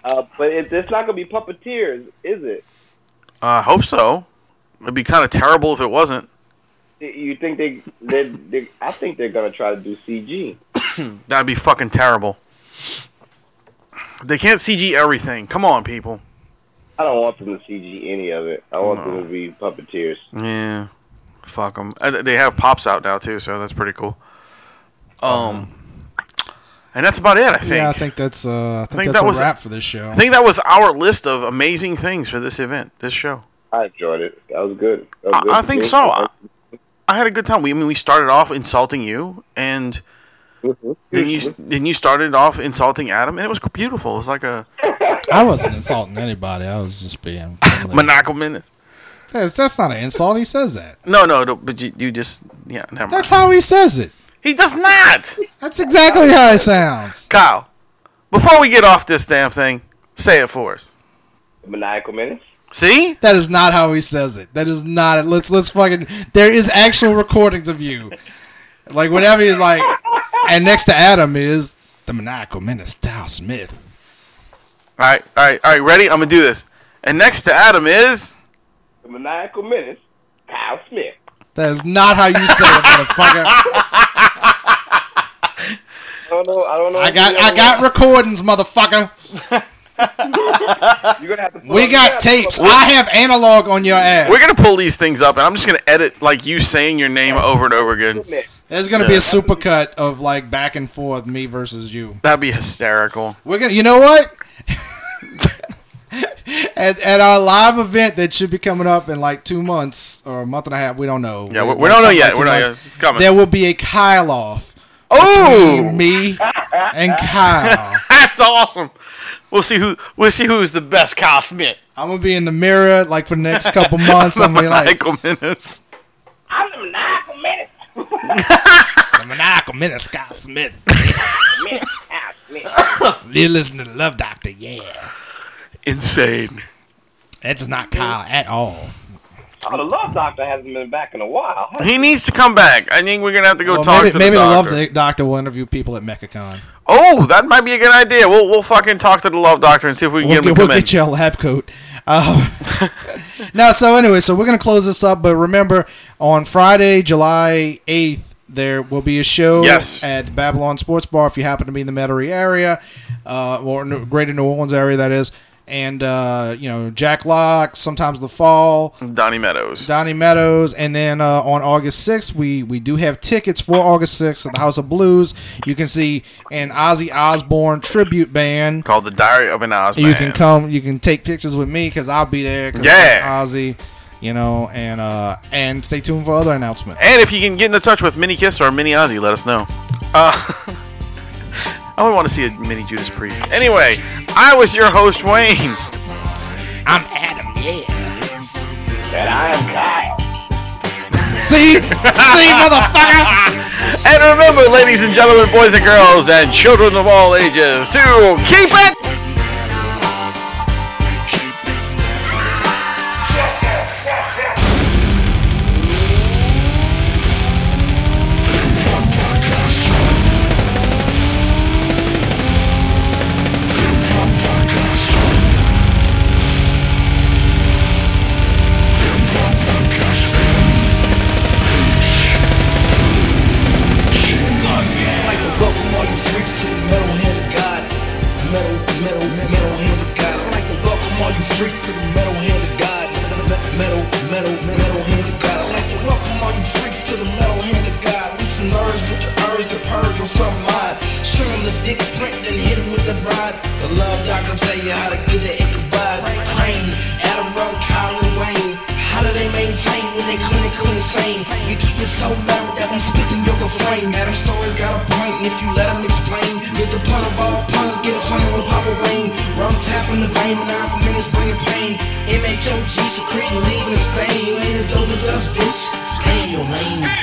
[SPEAKER 4] Uh, but it, it's not gonna be puppeteers, is it?
[SPEAKER 2] I hope so. It'd be kind of terrible if it wasn't.
[SPEAKER 4] You think they? They? they I think they're gonna try to do CG.
[SPEAKER 2] That'd be fucking terrible. They can't CG everything. Come on, people.
[SPEAKER 4] I don't want them to CG any of it. I want them to be puppeteers.
[SPEAKER 2] Yeah, fuck them. They have pops out now too, so that's pretty cool. Um, and that's about it. I think.
[SPEAKER 3] Yeah, I think that's uh, I think,
[SPEAKER 2] think
[SPEAKER 3] that's
[SPEAKER 2] that
[SPEAKER 3] a
[SPEAKER 2] was-
[SPEAKER 3] wrap for this show.
[SPEAKER 2] I think that was our list of amazing things for this event, this show.
[SPEAKER 4] I enjoyed it. That was good. That was
[SPEAKER 2] I,
[SPEAKER 4] good
[SPEAKER 2] I
[SPEAKER 4] to
[SPEAKER 2] think
[SPEAKER 4] me.
[SPEAKER 2] so. I, I had a good time. We, I mean, we started off insulting you, and
[SPEAKER 4] Mhm.
[SPEAKER 2] then you then you started off insulting Adam, and it was beautiful. It was like a
[SPEAKER 3] I wasn't insulting anybody. I was just being.
[SPEAKER 2] monocle menace.
[SPEAKER 3] that's, that's not an insult. He says that.
[SPEAKER 2] No, no, no but you, you just yeah, never mind.
[SPEAKER 3] That's how he says it.
[SPEAKER 2] He does not.
[SPEAKER 3] That's exactly how it sounds.
[SPEAKER 2] Kyle, before we get off this damn thing, say it for us.
[SPEAKER 4] Maniacal minutes.
[SPEAKER 2] See?
[SPEAKER 3] That is not how he says it. That is not. Let's let's fucking. There is actual recordings of you, like whenever he's like, and next to Adam is the maniacal menace, Dow Smith.
[SPEAKER 2] All right, all right, all right. Ready? I'm gonna do this. And next to Adam is
[SPEAKER 4] The maniacal minutes. Kyle Smith.
[SPEAKER 3] That is not how you say it, motherfucker.
[SPEAKER 4] I don't know. I don't know.
[SPEAKER 3] I
[SPEAKER 4] if
[SPEAKER 3] got
[SPEAKER 4] you
[SPEAKER 3] I
[SPEAKER 4] know
[SPEAKER 3] got
[SPEAKER 4] what-
[SPEAKER 3] recordings, motherfucker.
[SPEAKER 4] You're gonna have to. pull
[SPEAKER 3] We
[SPEAKER 4] up- you're gonna
[SPEAKER 3] got
[SPEAKER 4] have to pull up-
[SPEAKER 3] tapes. I have analog on your ass.
[SPEAKER 2] we're gonna pull these things up, and I'm just gonna edit like you saying your name over and over again.
[SPEAKER 3] There's gonna be a supercut of like back and forth, me versus you.
[SPEAKER 2] That'd be hysterical.
[SPEAKER 3] We're gonna. You know what? at, at our live event that should be coming up in like two months or a month and a half, we don't know.
[SPEAKER 2] Yeah, we,
[SPEAKER 3] Like,
[SPEAKER 2] we don't know
[SPEAKER 3] something
[SPEAKER 2] yet.
[SPEAKER 3] like two
[SPEAKER 2] We're not yet.
[SPEAKER 3] months.
[SPEAKER 2] It's coming.
[SPEAKER 3] There will be a Kyle off between
[SPEAKER 2] oh,
[SPEAKER 3] me and Kyle.
[SPEAKER 2] that's awesome. We'll see who we'll see who's the best Kyle Smith.
[SPEAKER 3] I'm gonna be in the mirror like for the next couple months. I'm gonna be like
[SPEAKER 2] Michael Menace.
[SPEAKER 4] I'm the maniacal minutes.
[SPEAKER 3] the maniacal menace, Kyle Smith.
[SPEAKER 4] Minutes. Kyle Smith.
[SPEAKER 3] You listen to the Love Doctor, yeah.
[SPEAKER 2] Insane.
[SPEAKER 3] That's not Kyle at all.
[SPEAKER 4] Oh, the Love Doctor hasn't been back in a while.
[SPEAKER 2] He needs to come back. I think we're gonna have to go
[SPEAKER 3] Well,
[SPEAKER 2] talk
[SPEAKER 3] maybe
[SPEAKER 2] to
[SPEAKER 3] maybe
[SPEAKER 2] the
[SPEAKER 3] the
[SPEAKER 2] doctor.
[SPEAKER 3] Love Doctor will interview people at MechaCon.
[SPEAKER 2] oh, that might be a good idea. We'll we'll fucking talk to the love doctor and see if we can
[SPEAKER 3] We'll,
[SPEAKER 2] get him
[SPEAKER 3] get,
[SPEAKER 2] to
[SPEAKER 3] we'll
[SPEAKER 2] come in.
[SPEAKER 3] get you a lab coat. Um, now, so anyway, so we're gonna close this up, but remember, on Friday, July eighth, there will be a show
[SPEAKER 2] Yes.
[SPEAKER 3] at the Babylon Sports Bar. If you happen to be in the Metairie area, uh, or New- Greater New Orleans area, that is, and uh, you know Jack Locke, sometimes the Fall.
[SPEAKER 2] Donnie Meadows.
[SPEAKER 3] Donnie Meadows, and then uh, on August 6th, we we do have tickets for August 6th at the House of Blues. You can see an Ozzy Osbourne tribute band.
[SPEAKER 2] called The Diary of an Oz
[SPEAKER 3] You
[SPEAKER 2] Man.
[SPEAKER 3] can come, you can take pictures with me because I'll be there. 'cause
[SPEAKER 2] Yeah.
[SPEAKER 3] I'm Ozzy, you know, and uh, and stay tuned for other announcements.
[SPEAKER 2] And if you can get in touch with Mini Kiss or Mini Ozzy, let us know. Uh, I would want to see a mini Judas Priest. Anyway, I was your host, Wayne.
[SPEAKER 3] I'm Adam.
[SPEAKER 4] And I am Kyle.
[SPEAKER 3] See, see, motherfucker.
[SPEAKER 2] And remember, ladies and gentlemen, boys and girls, and children of all ages, to keep it
[SPEAKER 1] like to welcome all you freaks to the metal hand of God. Metal, metal, metal hand of God. I'd like to welcome all you freaks to the metal hand of God. Metal, metal, metal hand of God. I'd like to welcome all you freaks to the metal hand of God. We some nerds with the urge to purge on some mind. Show 'em the dick print and hit 'em with the rod. The love doctor tell you how to get the Ichabod. Crane, Adam Rowe, Colin Wayne. How do they maintain when they clinically insane? You keep it so mellow that we spitting your refrain. Adam Story got a point, and if you let him explain, it's the pun of all puns. Get a plan with Papa Wayne. Rum tapping the vein, nine for minutes bringing pain. MHOG secreting, leaving a stain. You ain't as dope as us, bitch. Stay in your lane.